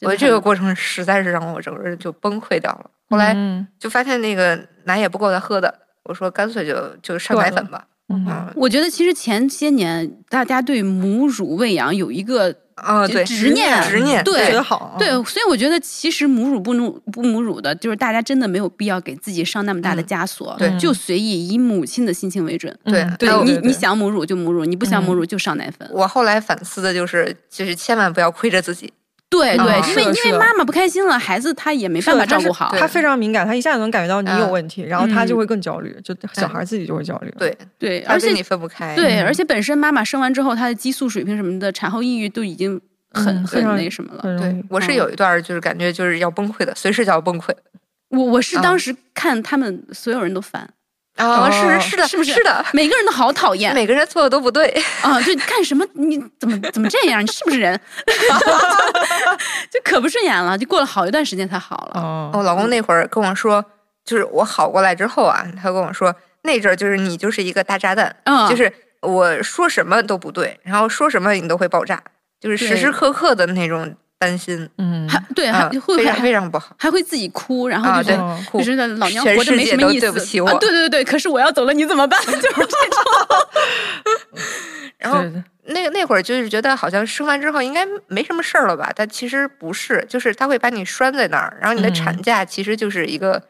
Speaker 2: 我觉得这个过程实在是让我整个人就崩溃掉了。后来
Speaker 3: 嗯
Speaker 2: 就发现那个奶也不够他喝的，我说干脆就就上奶粉吧。
Speaker 3: 嗯
Speaker 2: 嗯
Speaker 4: 我觉得其实前些年大家对母乳喂养有一个
Speaker 2: 啊，对，
Speaker 4: 执念，
Speaker 2: 执念
Speaker 3: 学
Speaker 4: 对
Speaker 3: 得。好，啊
Speaker 4: 对，所以我觉得其实母乳不母不母乳的，就是大家真的没有必要给自己上那么大的
Speaker 2: 嗯
Speaker 4: 枷锁，
Speaker 2: 对
Speaker 4: 就随意以母亲的心情为准。
Speaker 3: 嗯
Speaker 2: 对
Speaker 3: 对
Speaker 2: 还有
Speaker 4: 你
Speaker 3: 对对嗯
Speaker 4: 你想母乳就母乳，你不想母乳就上奶粉。
Speaker 2: 我后来反思的就是，就是千万不要亏着自己。
Speaker 4: 对对，
Speaker 2: 啊
Speaker 4: 因
Speaker 3: 哦是
Speaker 4: 为
Speaker 3: 的是
Speaker 4: 因为
Speaker 3: 的
Speaker 4: 妈妈不开心了，孩子他也没
Speaker 3: 是
Speaker 4: 办
Speaker 3: 的
Speaker 4: 法照
Speaker 3: 他是
Speaker 4: 顾好。
Speaker 2: 对
Speaker 3: 他非常敏感，他一下就能感觉到你有
Speaker 2: 嗯
Speaker 3: 问题，然后他
Speaker 4: 嗯
Speaker 3: 就会更焦虑，就小孩自己就会焦虑。
Speaker 2: 对，
Speaker 4: 对，
Speaker 2: 他
Speaker 4: 嗯而且
Speaker 2: 跟你分不开。
Speaker 4: 对，
Speaker 3: 嗯
Speaker 4: 而且本身妈妈生完之后，她的激素水平什么的，产后抑郁都已经很、
Speaker 3: 嗯非
Speaker 4: 很
Speaker 3: 常
Speaker 4: 那什么了。
Speaker 3: 很容
Speaker 2: 对
Speaker 3: 易，
Speaker 2: 我是有一段儿就是感觉就是要崩溃的，随时就要崩溃。
Speaker 4: 我我是
Speaker 3: 嗯
Speaker 2: 啊
Speaker 4: 当时看他们所有人都烦，
Speaker 2: 啊，
Speaker 3: 哦
Speaker 2: 是是的，
Speaker 4: 是不哎
Speaker 2: 是
Speaker 4: 是
Speaker 2: 的，
Speaker 4: 每个人都好讨厌
Speaker 2: 每个人做的都不对。
Speaker 4: 啊！就干什么你怎么怎么这样？你是不是人？ 就可不顺眼了，就过了好一段时间才好了。
Speaker 3: 哦，
Speaker 2: 我老公那会儿跟我说，就是我好过来之后啊，他跟我说那阵儿就是你就是一个大炸弹，
Speaker 4: 嗯
Speaker 2: 就是我说什么都不对，然后说什么你都会爆炸，就是时时
Speaker 4: 对
Speaker 2: 刻刻的那种担心，
Speaker 3: 嗯，
Speaker 4: 还对，还
Speaker 2: 啊
Speaker 4: 会
Speaker 2: 非常
Speaker 4: 还
Speaker 2: 非常不好
Speaker 4: 还会自己哭，然后
Speaker 2: 啊，
Speaker 4: 就
Speaker 2: 对
Speaker 4: 是。，
Speaker 2: 哭
Speaker 4: 就是老娘
Speaker 2: 全
Speaker 4: 活着
Speaker 2: 世
Speaker 4: 没
Speaker 2: 界
Speaker 4: 什么
Speaker 2: 都
Speaker 4: 意思，
Speaker 2: 对不起我
Speaker 4: 啊对对对，可是我要走了，你怎么办？ 就是这种，
Speaker 2: 然后哦
Speaker 3: 对对
Speaker 2: 那个那会儿就是觉得好像生完之后应该没什么事儿了吧，但其实不是，就是他会把你拴在那儿，然后
Speaker 4: 嗯
Speaker 2: 你的产假其实就是一个、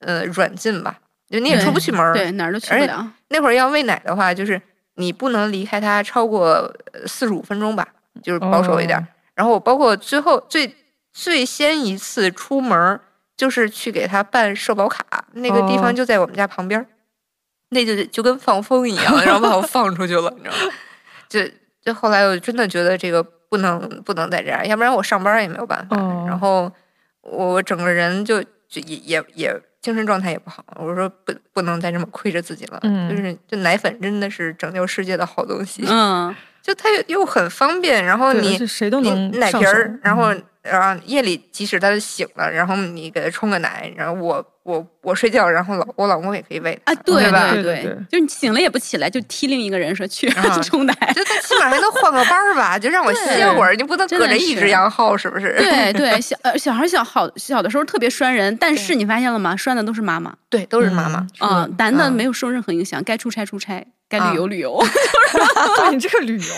Speaker 2: 呃软禁吧，就你也出不去门儿。哎
Speaker 4: 对，哪儿都去
Speaker 2: 而
Speaker 4: 不
Speaker 2: 且
Speaker 4: 了。
Speaker 2: 那会儿要喂奶的话，就是你不能离开它超过呃四十五分钟吧，就是保守一点儿。
Speaker 3: 哦
Speaker 2: 然后我包括最后最最先一次出门儿，就是去给他办社保卡，那个地
Speaker 3: 哦
Speaker 2: 方就在我们家旁边儿，那就就 跟放风一样，然后把我放出去了，你知道吗？就就后来我真的觉得这个不能不能再这样，要不然我上班也没有办法。
Speaker 3: 哦
Speaker 2: 然后我整个人就就也也也精神状态也不好。我说不不能再这么亏着自己了，
Speaker 3: 嗯
Speaker 2: 就是就奶粉真的是拯救世界的好东西，
Speaker 4: 嗯，
Speaker 2: 就它又又很方便，然后
Speaker 3: 对
Speaker 2: 你
Speaker 3: 是谁都
Speaker 2: 你
Speaker 3: 能
Speaker 2: 奶
Speaker 3: 上
Speaker 2: 瓶
Speaker 3: 手
Speaker 2: 儿，然后然后夜里即使他醒了，然后你给他冲个奶，然后我我我睡觉，然后老我老公也可以喂他
Speaker 4: 啊，对
Speaker 2: 对吧？
Speaker 4: 对
Speaker 3: 对对
Speaker 4: 就是你醒了也不起来，就踢另一个人说去
Speaker 2: 啊
Speaker 4: 冲奶。
Speaker 2: 就他起码还能换个班儿吧，就让我歇会儿，你不能
Speaker 4: 真
Speaker 2: 搁
Speaker 4: 的
Speaker 2: 着一
Speaker 4: 是
Speaker 2: 只羊耗，是不是？
Speaker 4: 对对，小呃小孩小好小的时候特别拴人，但是你发现了吗？拴的都是妈妈
Speaker 2: 对，都是妈妈。
Speaker 3: 嗯是
Speaker 4: 啊，男的
Speaker 2: 嗯
Speaker 4: 没有受任何影响，该出差出差，该
Speaker 2: 啊
Speaker 4: 旅游旅游。嗯
Speaker 3: 对你这个旅 游，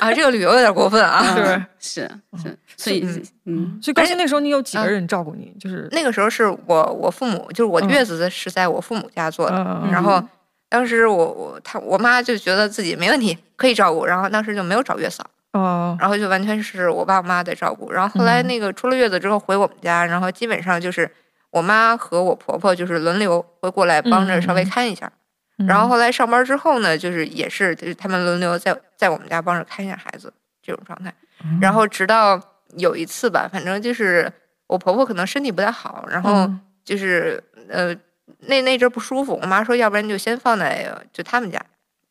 Speaker 2: 啊，这个旅游有点过分啊。
Speaker 3: 对
Speaker 4: 嗯 是是，所以
Speaker 2: 嗯
Speaker 4: 嗯
Speaker 3: 所以高鑫那时候你有几个
Speaker 2: 嗯
Speaker 3: 人照顾你？就是
Speaker 2: 那个时候是我我父母，就是我的
Speaker 3: 嗯
Speaker 2: 月子是在我父母家做的，
Speaker 3: 嗯
Speaker 2: 然后当时我我他我妈就觉得自己没问题，可以照顾，然后当时就没有找月嫂，
Speaker 3: 哦，
Speaker 2: 然后就完全是我爸我妈在照顾。然后后来
Speaker 3: 嗯
Speaker 2: 那个出了月子之后回我们家，然后基本上就是我妈和我婆婆就是轮流会过来帮着稍微
Speaker 3: 嗯
Speaker 2: 看一下。
Speaker 3: 嗯
Speaker 2: 然后后来上班之后呢，就是也是就是他们轮流在在我们家帮着看一下孩子这种状态。
Speaker 3: 哦
Speaker 2: 然后直到有一次吧，反正就是我婆婆可能身体不太好，然后
Speaker 3: 嗯
Speaker 2: 就是、呃那那阵儿不舒服，我妈说要不然你就先放在就他们家，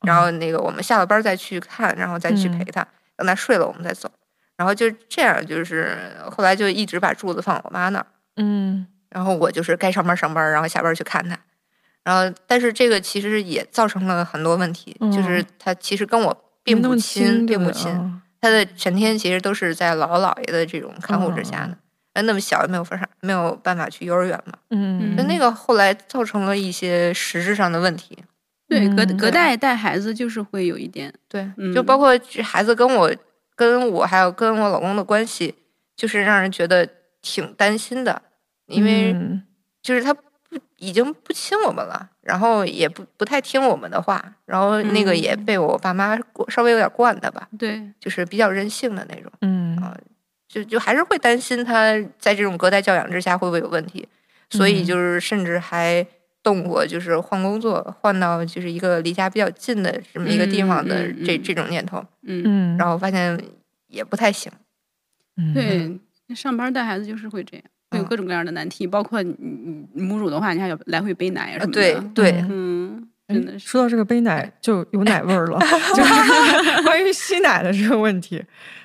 Speaker 2: 然
Speaker 3: 嗯
Speaker 2: 后那个我们下了班再去看，然后再去陪她，等她睡了我们再走。然后就这样，就是后来就一直把柱子放我妈那儿。
Speaker 3: 嗯
Speaker 2: 然后我就是该上班上班，然后下班去看他。然后，但是这个其实也造成了很多问题，
Speaker 3: 嗯
Speaker 2: 就是他其实跟我并
Speaker 3: 没那
Speaker 2: 不
Speaker 3: 么
Speaker 2: 亲，
Speaker 3: 对
Speaker 2: 并不
Speaker 3: 对
Speaker 2: 亲。
Speaker 3: 啊
Speaker 2: 他的全天其实都是在老姥爷的这种看护之
Speaker 3: 哦
Speaker 2: 下的。那那么小也没有法上，没有办法去幼儿园嘛。
Speaker 3: 嗯
Speaker 2: 那、
Speaker 4: 嗯
Speaker 2: 那个后来造成了一些实质上的问题，
Speaker 4: 对，隔
Speaker 3: 嗯
Speaker 4: 隔代带孩子就是会有一点，
Speaker 2: 对，
Speaker 4: 嗯
Speaker 2: 就包括这孩子跟我、跟我还有跟我老公的关系，就是让人觉得挺担心的，因为
Speaker 3: 嗯
Speaker 2: 就是他不已经不亲我们了，然后也不不太听我们的话，然后那个
Speaker 4: 嗯
Speaker 2: 也被我爸妈过稍微有点惯的吧，
Speaker 4: 对，
Speaker 2: 就是比较任性的那种，
Speaker 3: 嗯
Speaker 2: 啊就就还是会担心他在这种隔代教养之下会不会有问题，所以
Speaker 3: 嗯
Speaker 2: 就是甚至还动过就是换工作，换到就是一个离家比较近的这么一个地方的
Speaker 4: 嗯嗯嗯
Speaker 2: 这、
Speaker 4: 嗯
Speaker 2: 这种念头，
Speaker 4: 嗯，
Speaker 3: 嗯，
Speaker 2: 然后发现也不太行，
Speaker 3: 嗯
Speaker 4: 对，上班带孩子就是会这样，会有
Speaker 2: 嗯
Speaker 4: 各种各样的难题，包括你你你母乳的话，你还有来回背奶啊
Speaker 2: 呃
Speaker 4: 什么
Speaker 2: 对
Speaker 4: 的，
Speaker 2: 对，
Speaker 3: 嗯
Speaker 4: 嗯，
Speaker 3: 哎
Speaker 4: 真的是，
Speaker 3: 说到这个杯奶，就有奶味 儿了。就是 关于吸奶的这个问题，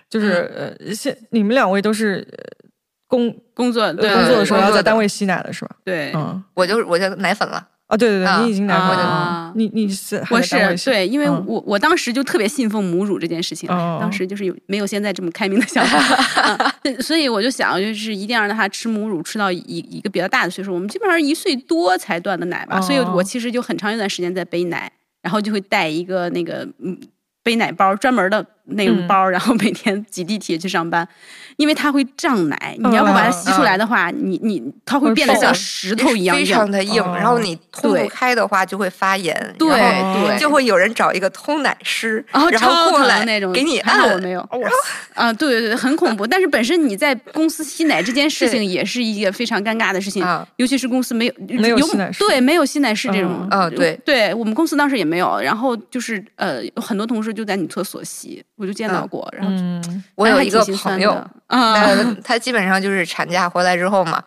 Speaker 3: 就是
Speaker 2: 嗯
Speaker 3: 呃，现你们两位都是呃工呃
Speaker 4: 工作对
Speaker 3: 工作的时
Speaker 2: 工
Speaker 3: 候要
Speaker 2: 作的
Speaker 3: 在单位吸奶的是吧？
Speaker 4: 对，
Speaker 3: 嗯
Speaker 2: 我就我就奶粉了，
Speaker 3: 啊，对对
Speaker 2: 啊
Speaker 3: 对，你已经奶粉了
Speaker 4: 啊
Speaker 3: 啊，你你是还
Speaker 4: 我
Speaker 3: 在单位
Speaker 4: 是
Speaker 3: 吸
Speaker 4: 对，因为
Speaker 3: 嗯
Speaker 4: 我我当时就特别信奉母乳这件事情，
Speaker 3: 哦
Speaker 4: 当时就是有没有现在这么开明的想 法，啊所以我就想就是一定要让他吃母乳吃到一一个比较大的岁数，我们基本上一岁多才断的奶吧，所以
Speaker 3: 哦
Speaker 4: 我其实就很长一段时间在背奶，然后就会带一个那个嗯。背奶包专门的那种
Speaker 3: 嗯
Speaker 4: 包，然后每天挤地铁去上班，因为它会胀奶，你要不把它吸出来的话，你你它会
Speaker 3: 哦会
Speaker 4: 变得
Speaker 3: 爆
Speaker 4: 像石头一样
Speaker 2: 非
Speaker 4: 硬，
Speaker 2: 常的硬，
Speaker 3: 哦
Speaker 2: 然后你通
Speaker 4: 对
Speaker 2: 不开的话就会发炎，
Speaker 4: 对
Speaker 2: 然后
Speaker 4: 对，
Speaker 2: 就会有人找一个通奶师，
Speaker 4: 然后
Speaker 2: 然后
Speaker 4: 超
Speaker 2: 过
Speaker 4: 疼
Speaker 2: 来
Speaker 4: 那种，
Speaker 2: 给你
Speaker 4: 还好我
Speaker 2: 按。哦
Speaker 4: 没有。 啊，对对对，很恐怖。但是本身你在公司吸奶这件事情
Speaker 2: 对
Speaker 4: 也是一个非常尴尬的事情
Speaker 2: 啊，
Speaker 4: 尤其是公司没有
Speaker 3: 没有吸奶师
Speaker 4: 对，没有吸奶师这种
Speaker 3: 嗯。
Speaker 2: 嗯对
Speaker 4: 对我们公司当时也没有。然后就是呃，有很多同事就在你厕所吸，我就见到
Speaker 2: 嗯
Speaker 4: 过。然后
Speaker 3: 嗯
Speaker 2: 我有一个
Speaker 4: 还挺心酸
Speaker 2: 朋
Speaker 4: 的
Speaker 2: 友，
Speaker 4: 啊，
Speaker 2: 呃，他基本上就是产假回来之后嘛，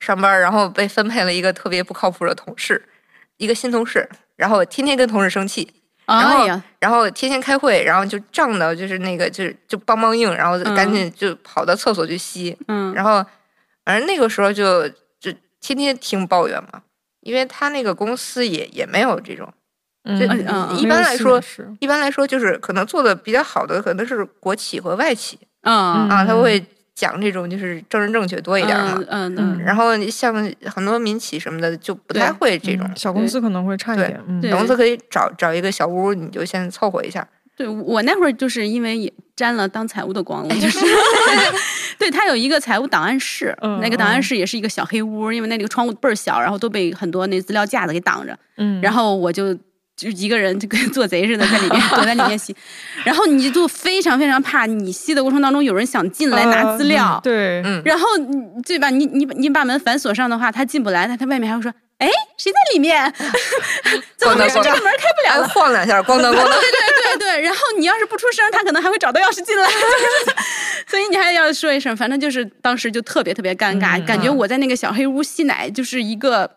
Speaker 2: 上班，然后被分配了一个特别不靠谱的同事，一个新同事，然后天天跟同事生气，然后
Speaker 4: 哎呀，
Speaker 2: 然后天天开会，然后就胀到就是那个就是就梆梆硬，然后
Speaker 4: 嗯
Speaker 2: 赶紧就跑到厕所去吸，
Speaker 4: 嗯，
Speaker 2: 然后反正那个时候就就天天听抱怨嘛，因为他那个公司也也没有这种，
Speaker 3: 嗯
Speaker 2: 就
Speaker 4: 嗯嗯
Speaker 2: 一般来说
Speaker 3: 没有吸奶师
Speaker 2: 一般来说就是可能做的比较好的可能是国企和外企
Speaker 4: 嗯
Speaker 2: 啊，他
Speaker 3: 嗯
Speaker 2: 会讲这种就是政治正确多一点嘛。
Speaker 4: 嗯嗯嗯，
Speaker 2: 然后你像很多民企什么的就不太会这种
Speaker 3: 嗯，小公司可能会差一
Speaker 2: 对
Speaker 3: 点，嗯
Speaker 4: 对
Speaker 2: 笼子可以找找一个小屋，你就先凑合一下。
Speaker 4: 对我那会儿就是因为也沾了当财务的 光，我就是 对他有一个财务档案室，
Speaker 3: 嗯
Speaker 4: 那个档案
Speaker 3: 嗯
Speaker 4: 室也是一个小黑屋，因为那里个窗户倍儿小，然后都被很多那资料架子给挡着，
Speaker 3: 嗯，
Speaker 4: 然后我就。就一个人就跟做贼似的在里面 躲在里面吸，然后你就非常非常怕你吸的过程当中有人想进来拿
Speaker 3: 呃
Speaker 4: 资料，
Speaker 3: 对，
Speaker 2: 嗯
Speaker 4: 然后你对吧？你你你把门反锁上的话，他进不来，他他外面还会说，哎，谁在里面？怎么回事？
Speaker 2: 咣当
Speaker 4: 这个门开不了啊
Speaker 2: 哎，
Speaker 4: 了。
Speaker 2: 晃两下，咣当咣当，
Speaker 4: 对对对，然后你要是不出声，他可能还会找到钥匙 进来，所以你还要说一声。反正就是当时就特别特别尴尬，
Speaker 5: 嗯
Speaker 4: 感觉我在那个小黑屋吸奶就是一个。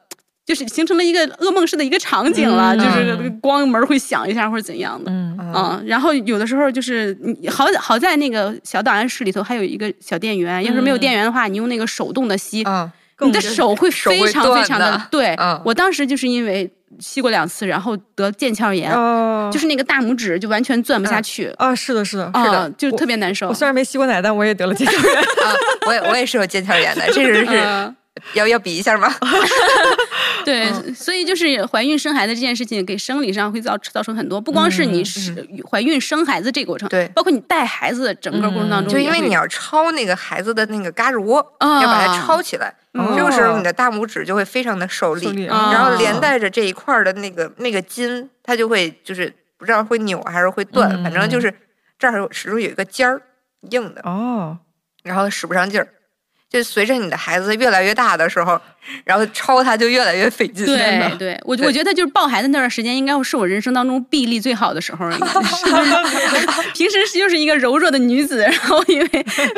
Speaker 4: 就是形成了一个噩梦式的一个场景了，
Speaker 5: 嗯
Speaker 4: 就是光门会响一下或者怎样的，
Speaker 5: 嗯
Speaker 4: 嗯，然后有的时候就是你好好在那个小档案室里头还有一个小电
Speaker 5: 嗯
Speaker 4: 源，要是没有电源的话，你用那个手动的吸，
Speaker 2: 嗯，
Speaker 4: 你的手会
Speaker 2: 手会
Speaker 4: 非常
Speaker 2: 断
Speaker 4: 非常的
Speaker 2: 的
Speaker 4: 对。
Speaker 2: 嗯
Speaker 4: 我当时就是因为吸过两次，然后得腱鞘炎，
Speaker 2: 嗯
Speaker 3: 哦，
Speaker 4: 嗯就是那个大拇指就完全攥不下去，
Speaker 3: 啊，是的，是的，
Speaker 4: 啊，
Speaker 3: 是的，
Speaker 4: 就
Speaker 3: 我
Speaker 4: 特别难受
Speaker 3: 我。虽然没吸过奶，但我也得了结肠 炎。
Speaker 2: 啊，我也我也是有腱鞘炎的，这是是
Speaker 4: 嗯，
Speaker 2: 要要比一下吗？
Speaker 4: 对，
Speaker 2: 嗯
Speaker 4: 所以就是怀孕生孩子这件事情，给生理上会造造成很多，不光是你是怀孕生孩子这个过程，
Speaker 2: 嗯对嗯
Speaker 4: 包括你带孩子的整个过程当中
Speaker 2: 就
Speaker 4: 也会，
Speaker 2: 因为你要抄那个孩子的那个嘎吱窝，
Speaker 4: 啊
Speaker 2: 要把它抄起来，
Speaker 3: 嗯
Speaker 2: 这个时候你的大拇指就会非常的受力，
Speaker 3: 受力
Speaker 4: 啊
Speaker 2: 然后连带着这一块儿的那个那个筋，它就会就是不知道会扭还是会断，
Speaker 5: 嗯
Speaker 2: 反正就是这儿始终有一个尖儿硬的，
Speaker 3: 哦，
Speaker 2: 然后使不上劲儿。就随着你的孩子越来越大的时候，然后抄它就越来越费劲。真
Speaker 4: 对
Speaker 2: 的
Speaker 4: 对，我
Speaker 2: 对
Speaker 4: 我觉得就是抱孩子那段时间，应该是我人生当中臂力最好的时候了。 平时是就是一个柔弱的女子，然后因为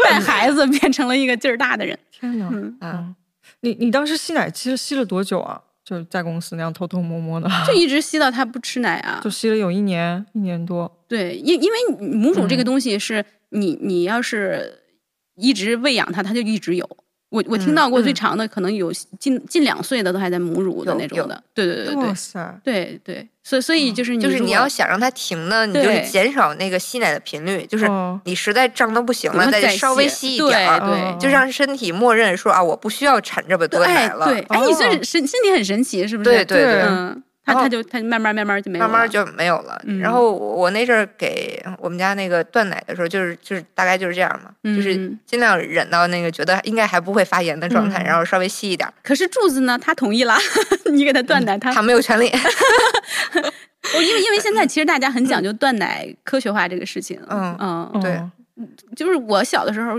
Speaker 4: 带孩子变成了一个劲儿大的人。
Speaker 3: 天哪！
Speaker 4: 嗯，
Speaker 2: 嗯
Speaker 3: 你你当时吸奶其实吸了多久啊？就是在公司那样偷偷摸摸的，
Speaker 4: 就一直吸到他不吃奶啊
Speaker 3: 就。吸了有一年一年多。
Speaker 4: 对，因因为你母乳这
Speaker 2: 嗯
Speaker 4: 个东西是你你要是一直喂养它，它就一直有。我我听到过
Speaker 2: 嗯
Speaker 4: 最
Speaker 2: 嗯
Speaker 4: 长的可能有近近两岁的都还在母乳的
Speaker 2: 有
Speaker 4: 那种
Speaker 2: 有哦
Speaker 4: 的。对对对对
Speaker 3: 哇塞！
Speaker 4: 对对，所以所以就是你
Speaker 2: 就是
Speaker 4: 如
Speaker 2: 你
Speaker 4: 果
Speaker 2: 要想让它停呢，你就
Speaker 4: 对
Speaker 2: 得减少那个吸奶的频率，就是
Speaker 3: 哦
Speaker 2: 你实在胀到不行
Speaker 4: 然
Speaker 2: 了，
Speaker 4: 后再
Speaker 2: 稍微
Speaker 4: 吸
Speaker 2: 吸一点儿
Speaker 4: 对，对
Speaker 3: 哦
Speaker 2: 就让身体默认说啊，我不需要产这么多奶了，
Speaker 4: 哎，对，哎，你这
Speaker 3: 哦
Speaker 4: 身身体很神奇，是不是？
Speaker 2: 对对
Speaker 3: 对
Speaker 4: 嗯，他
Speaker 2: 然后
Speaker 4: 他就他慢慢慢慢就没有
Speaker 2: 慢
Speaker 4: 了，
Speaker 2: 慢就没有了。
Speaker 4: 嗯
Speaker 2: 然后我我那阵儿给我们家那个断奶的时候，就是就是大概就是这样嘛，
Speaker 4: 嗯
Speaker 2: 就是尽量忍到那个觉得应该还不会发炎的状态，
Speaker 3: 嗯
Speaker 2: 然后稍微吸一点儿。
Speaker 4: 可是柱子呢，他同意了， 你给他断奶，他
Speaker 2: 他没有权利，
Speaker 4: 我因为因为现在其实大家很讲究断奶科学化这个事情，
Speaker 2: 嗯
Speaker 4: 嗯，
Speaker 2: 对
Speaker 3: 哦
Speaker 4: 就是我小的时候。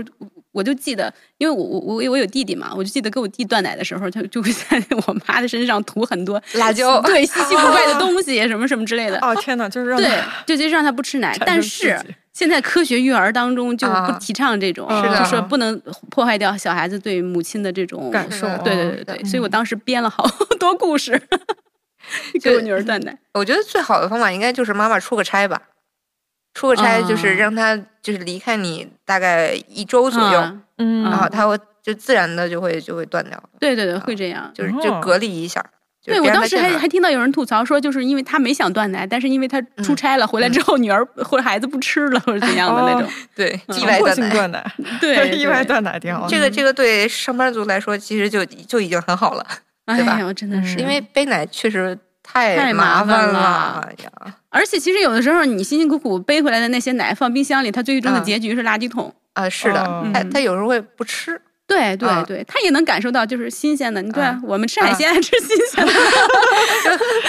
Speaker 4: 我就记得，因为我我我我有弟弟嘛，我就记得给我弟断奶的时候，他就会在我妈的身上涂很 多
Speaker 2: 辣椒
Speaker 4: 对稀奇古怪的东西，什么什么之类的。
Speaker 3: 哦天哪，就是让
Speaker 4: 对
Speaker 3: 他，
Speaker 4: 就就让他不吃奶。
Speaker 3: 产
Speaker 4: 但
Speaker 3: 生刺
Speaker 4: 是
Speaker 3: 激
Speaker 4: 现在科学育儿当中就不
Speaker 2: 啊
Speaker 4: 提倡这种，
Speaker 3: 是的
Speaker 4: 就说不能破坏掉小孩子对母亲的这种
Speaker 3: 感受
Speaker 4: 对对
Speaker 3: 哦
Speaker 4: 对对对，
Speaker 2: 嗯
Speaker 4: 所以我当时编了好 多故事给我女儿断奶。
Speaker 2: 我觉得最好的方法应该就是妈妈出个差吧，出个差就是
Speaker 4: 嗯
Speaker 2: 让她就是离开你大概一周左右，
Speaker 4: 啊
Speaker 3: 嗯
Speaker 2: 然
Speaker 4: 啊
Speaker 2: 后她会就自然的就会就会断掉了，
Speaker 4: 对
Speaker 3: 啊
Speaker 4: 对对，会这样。
Speaker 2: 就是就
Speaker 3: 哦
Speaker 2: 隔离一下。就
Speaker 4: 对
Speaker 2: 别
Speaker 4: 我
Speaker 2: 让
Speaker 4: 当
Speaker 2: 她
Speaker 4: 时
Speaker 2: 进
Speaker 4: 还
Speaker 2: 来
Speaker 4: 还听到有人吐槽说，就是因为他没想断奶，但是因为他
Speaker 2: 嗯
Speaker 4: 出差了，回来之后女儿或者孩子不吃了或者怎样的
Speaker 2: 哦
Speaker 4: 那种。
Speaker 2: 对
Speaker 4: 嗯
Speaker 2: 意
Speaker 3: 强
Speaker 2: 外
Speaker 3: 迫
Speaker 2: 断
Speaker 3: 性
Speaker 2: 奶。
Speaker 3: 断奶，
Speaker 4: 对，
Speaker 3: 意外
Speaker 4: 对。
Speaker 3: 断奶挺好的。
Speaker 2: 这
Speaker 4: 嗯
Speaker 2: 个这个对上班族来说，其实就就已经很好了，对吧嗯
Speaker 4: 哎呦，真的是
Speaker 2: 因为背奶确实太
Speaker 4: 太
Speaker 2: 麻
Speaker 4: 麻烦
Speaker 2: 了哎
Speaker 4: 了
Speaker 2: 呀
Speaker 4: 而且其实有的时候你辛辛苦苦背回来的那些奶放冰箱里，它最终的
Speaker 2: 嗯
Speaker 4: 结局是垃圾桶。
Speaker 2: 啊！是的
Speaker 3: 哦，
Speaker 2: 他
Speaker 4: 嗯
Speaker 2: 他有时候会不吃，
Speaker 4: 对对
Speaker 2: 啊
Speaker 4: 对，他也能感受到就是新鲜的。你对啊
Speaker 2: 啊
Speaker 4: 我们吃海鲜爱吃新鲜 的，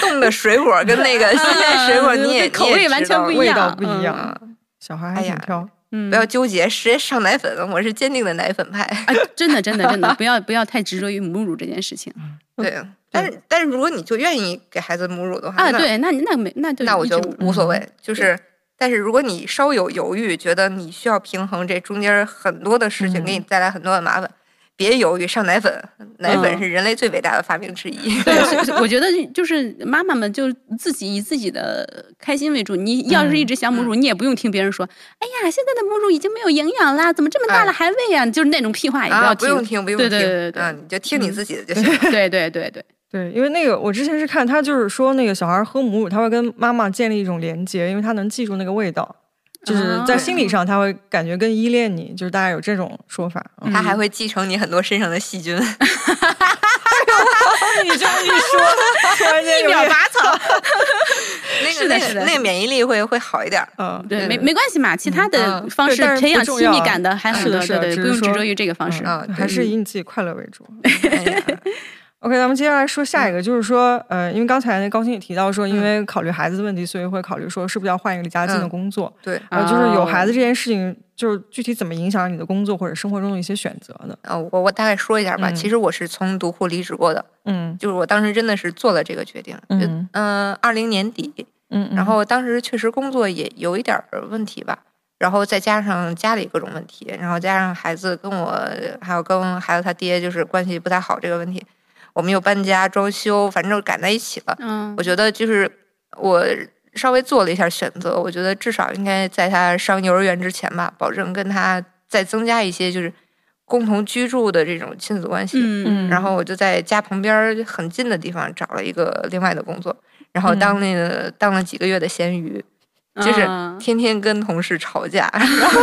Speaker 2: 冻的水果跟那个 新鲜水果
Speaker 4: 啊
Speaker 2: 你也
Speaker 4: 对口味完全不一
Speaker 2: 样。
Speaker 3: 味
Speaker 4: 样，
Speaker 3: 道不一
Speaker 4: 嗯
Speaker 3: 样
Speaker 2: 啊
Speaker 3: 小孩还
Speaker 2: 哎呀
Speaker 3: 挺挑，
Speaker 4: 嗯，
Speaker 2: 不要纠结，直接上奶粉，我是坚定的奶粉派。
Speaker 4: 啊，真的真的真的不要不要太执着于母乳这件事
Speaker 2: 嗯
Speaker 4: 情
Speaker 2: 对，但是但是如果你就愿意给孩子母乳的话，
Speaker 4: 啊。
Speaker 2: 那
Speaker 4: 对，那你那没那就
Speaker 2: 那我
Speaker 4: 一
Speaker 2: 觉
Speaker 4: 直嗯
Speaker 2: 得无所谓，就是。但是如果你稍有犹豫，觉得你需要平衡这中间很多的事情，
Speaker 3: 嗯
Speaker 2: 给你带来很多的麻烦，别犹豫，上奶粉，奶粉
Speaker 4: 嗯
Speaker 2: 是人类最伟大的发明之一。
Speaker 4: 对，是是我觉得就是妈妈们就自己以自己的开心为主。你要
Speaker 2: 嗯
Speaker 4: 是一直想母乳，你也不用听别人说，哎呀，现在的母乳已经没有营养啦，怎么这么大了
Speaker 2: 哎
Speaker 4: 还喂啊？就是那种屁话也
Speaker 2: 啊，
Speaker 4: 要
Speaker 2: 不用听，不用
Speaker 4: 对
Speaker 2: 听，
Speaker 4: 对对对对嗯
Speaker 2: 啊，你就听你自己的 就行了。
Speaker 4: 对对对对，
Speaker 3: 对，因为那个我之前是看他就是说那个小孩喝母乳，他会跟妈妈建立一种连接，因为他能记住那个味道，
Speaker 4: 啊
Speaker 3: 就是在心理上他会感觉更依恋你，就是大家有这种说法。嗯
Speaker 2: 它还会继承你很多身上的细 菌，
Speaker 3: 你这样一说，突然间
Speaker 4: 一
Speaker 3: 有
Speaker 4: 秒
Speaker 3: 点
Speaker 4: 拔草。
Speaker 2: 那
Speaker 4: 是
Speaker 2: 个
Speaker 4: 的
Speaker 2: 那
Speaker 4: 是
Speaker 2: 个
Speaker 4: 的
Speaker 2: 那个免疫力会会好一点儿。
Speaker 3: 嗯，
Speaker 4: 对，
Speaker 2: 对
Speaker 4: 没
Speaker 2: 对
Speaker 4: 没关系嘛，其他的
Speaker 2: 嗯
Speaker 4: 方
Speaker 3: 对
Speaker 4: 式
Speaker 3: 但是
Speaker 4: 培
Speaker 3: 不
Speaker 4: 养
Speaker 3: 重
Speaker 4: 亲密
Speaker 3: 要
Speaker 4: 感的还
Speaker 3: 是
Speaker 4: 很多，
Speaker 3: 的是
Speaker 4: 对
Speaker 3: 的
Speaker 4: 对，
Speaker 3: 只
Speaker 4: 不用
Speaker 3: 是
Speaker 4: 执
Speaker 3: 说嗯
Speaker 4: 着于这个方式。
Speaker 2: 啊对
Speaker 3: 还是以你自己快乐为主。
Speaker 2: 哎呀
Speaker 3: OK，咱们接下来说下一个，就是说，呃，因为刚才那高鑫也提到说，因
Speaker 4: 嗯
Speaker 3: 为考虑孩子问题，所以会考虑说是不是要换一个离家近的
Speaker 2: 嗯
Speaker 3: 工作。
Speaker 2: 对，
Speaker 3: 呃，就是有孩
Speaker 4: 子，
Speaker 3: 子这件事情，就是具体怎么影响你的工作或者生活中的一些选择的。
Speaker 2: 啊，我我大概说一下吧。
Speaker 3: 嗯
Speaker 2: 其实我是从独库离职过的，
Speaker 3: 嗯
Speaker 2: 就是我当时真的是做了这个决定。就呃
Speaker 3: 嗯
Speaker 2: 嗯，二零年底，
Speaker 5: 嗯，嗯
Speaker 2: 然后当时确实工作也有一点儿问题吧，然后再加上家里各种问题，然后加上孩子跟我还有跟孩子他爹就是关系不太好这个问题，我们又搬家装修，反正赶在一起了。
Speaker 4: 嗯
Speaker 2: 我觉得就是我稍微做了一下选择，我觉得至少应该在他上幼儿园之前吧，保证跟他再增加一些就是共同居住的这种亲子关系。
Speaker 4: 嗯
Speaker 5: 嗯，
Speaker 2: 然后我就在家旁边儿很近的地方找了一个另外的工作，然后当那个、当了几个月的咸鱼，嗯就是
Speaker 4: 啊
Speaker 2: 天天跟同事吵架。 然后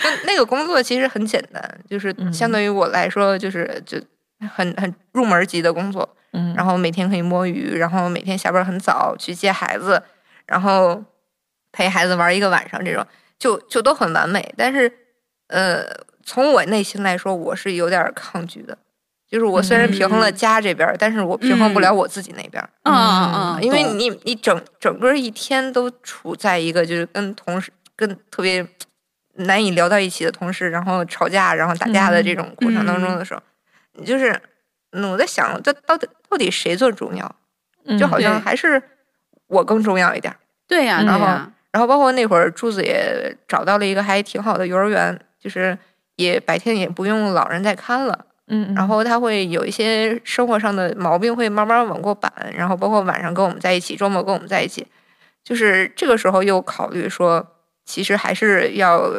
Speaker 2: 那那个工作其实很简单，就是
Speaker 5: 嗯
Speaker 2: 相对于我来说，就是就很很入门级的工作。
Speaker 5: 嗯，
Speaker 2: 然后每天可以摸鱼，然后每天下班很早去接孩子，然后陪孩子玩一个晚上，这种就就都很完美。但是，呃，从我内心来说，我是有点抗拒的。就是我虽然平衡了
Speaker 4: 嗯
Speaker 2: 家这边儿，但是我平衡不了
Speaker 5: 嗯
Speaker 2: 我自己那边儿，
Speaker 4: 啊啊，
Speaker 2: 嗯因为
Speaker 4: 懂
Speaker 2: 你你整整个一天都处在一个就是跟同事跟特别难以聊到一起的同事，然后吵架，然后打架的这种过程当中的时候，你就是嗯，我在想，这到底到底谁最重要？
Speaker 3: 嗯
Speaker 5: 后
Speaker 2: 就好像
Speaker 4: 对
Speaker 2: 还是我更重要一点儿。
Speaker 4: 对呀，
Speaker 2: 然
Speaker 4: 对啊
Speaker 2: 后
Speaker 4: 呀
Speaker 2: 然后包括那会儿柱子也找到了一个还挺好的幼儿园，就是也白天也不用老人再看了，
Speaker 5: 嗯，嗯
Speaker 2: 然后他会有一些生活上的毛病会慢慢往过板，然后包括晚上跟我们在一起，周末跟我们在一起，就是这个时候又考虑说，其实还是要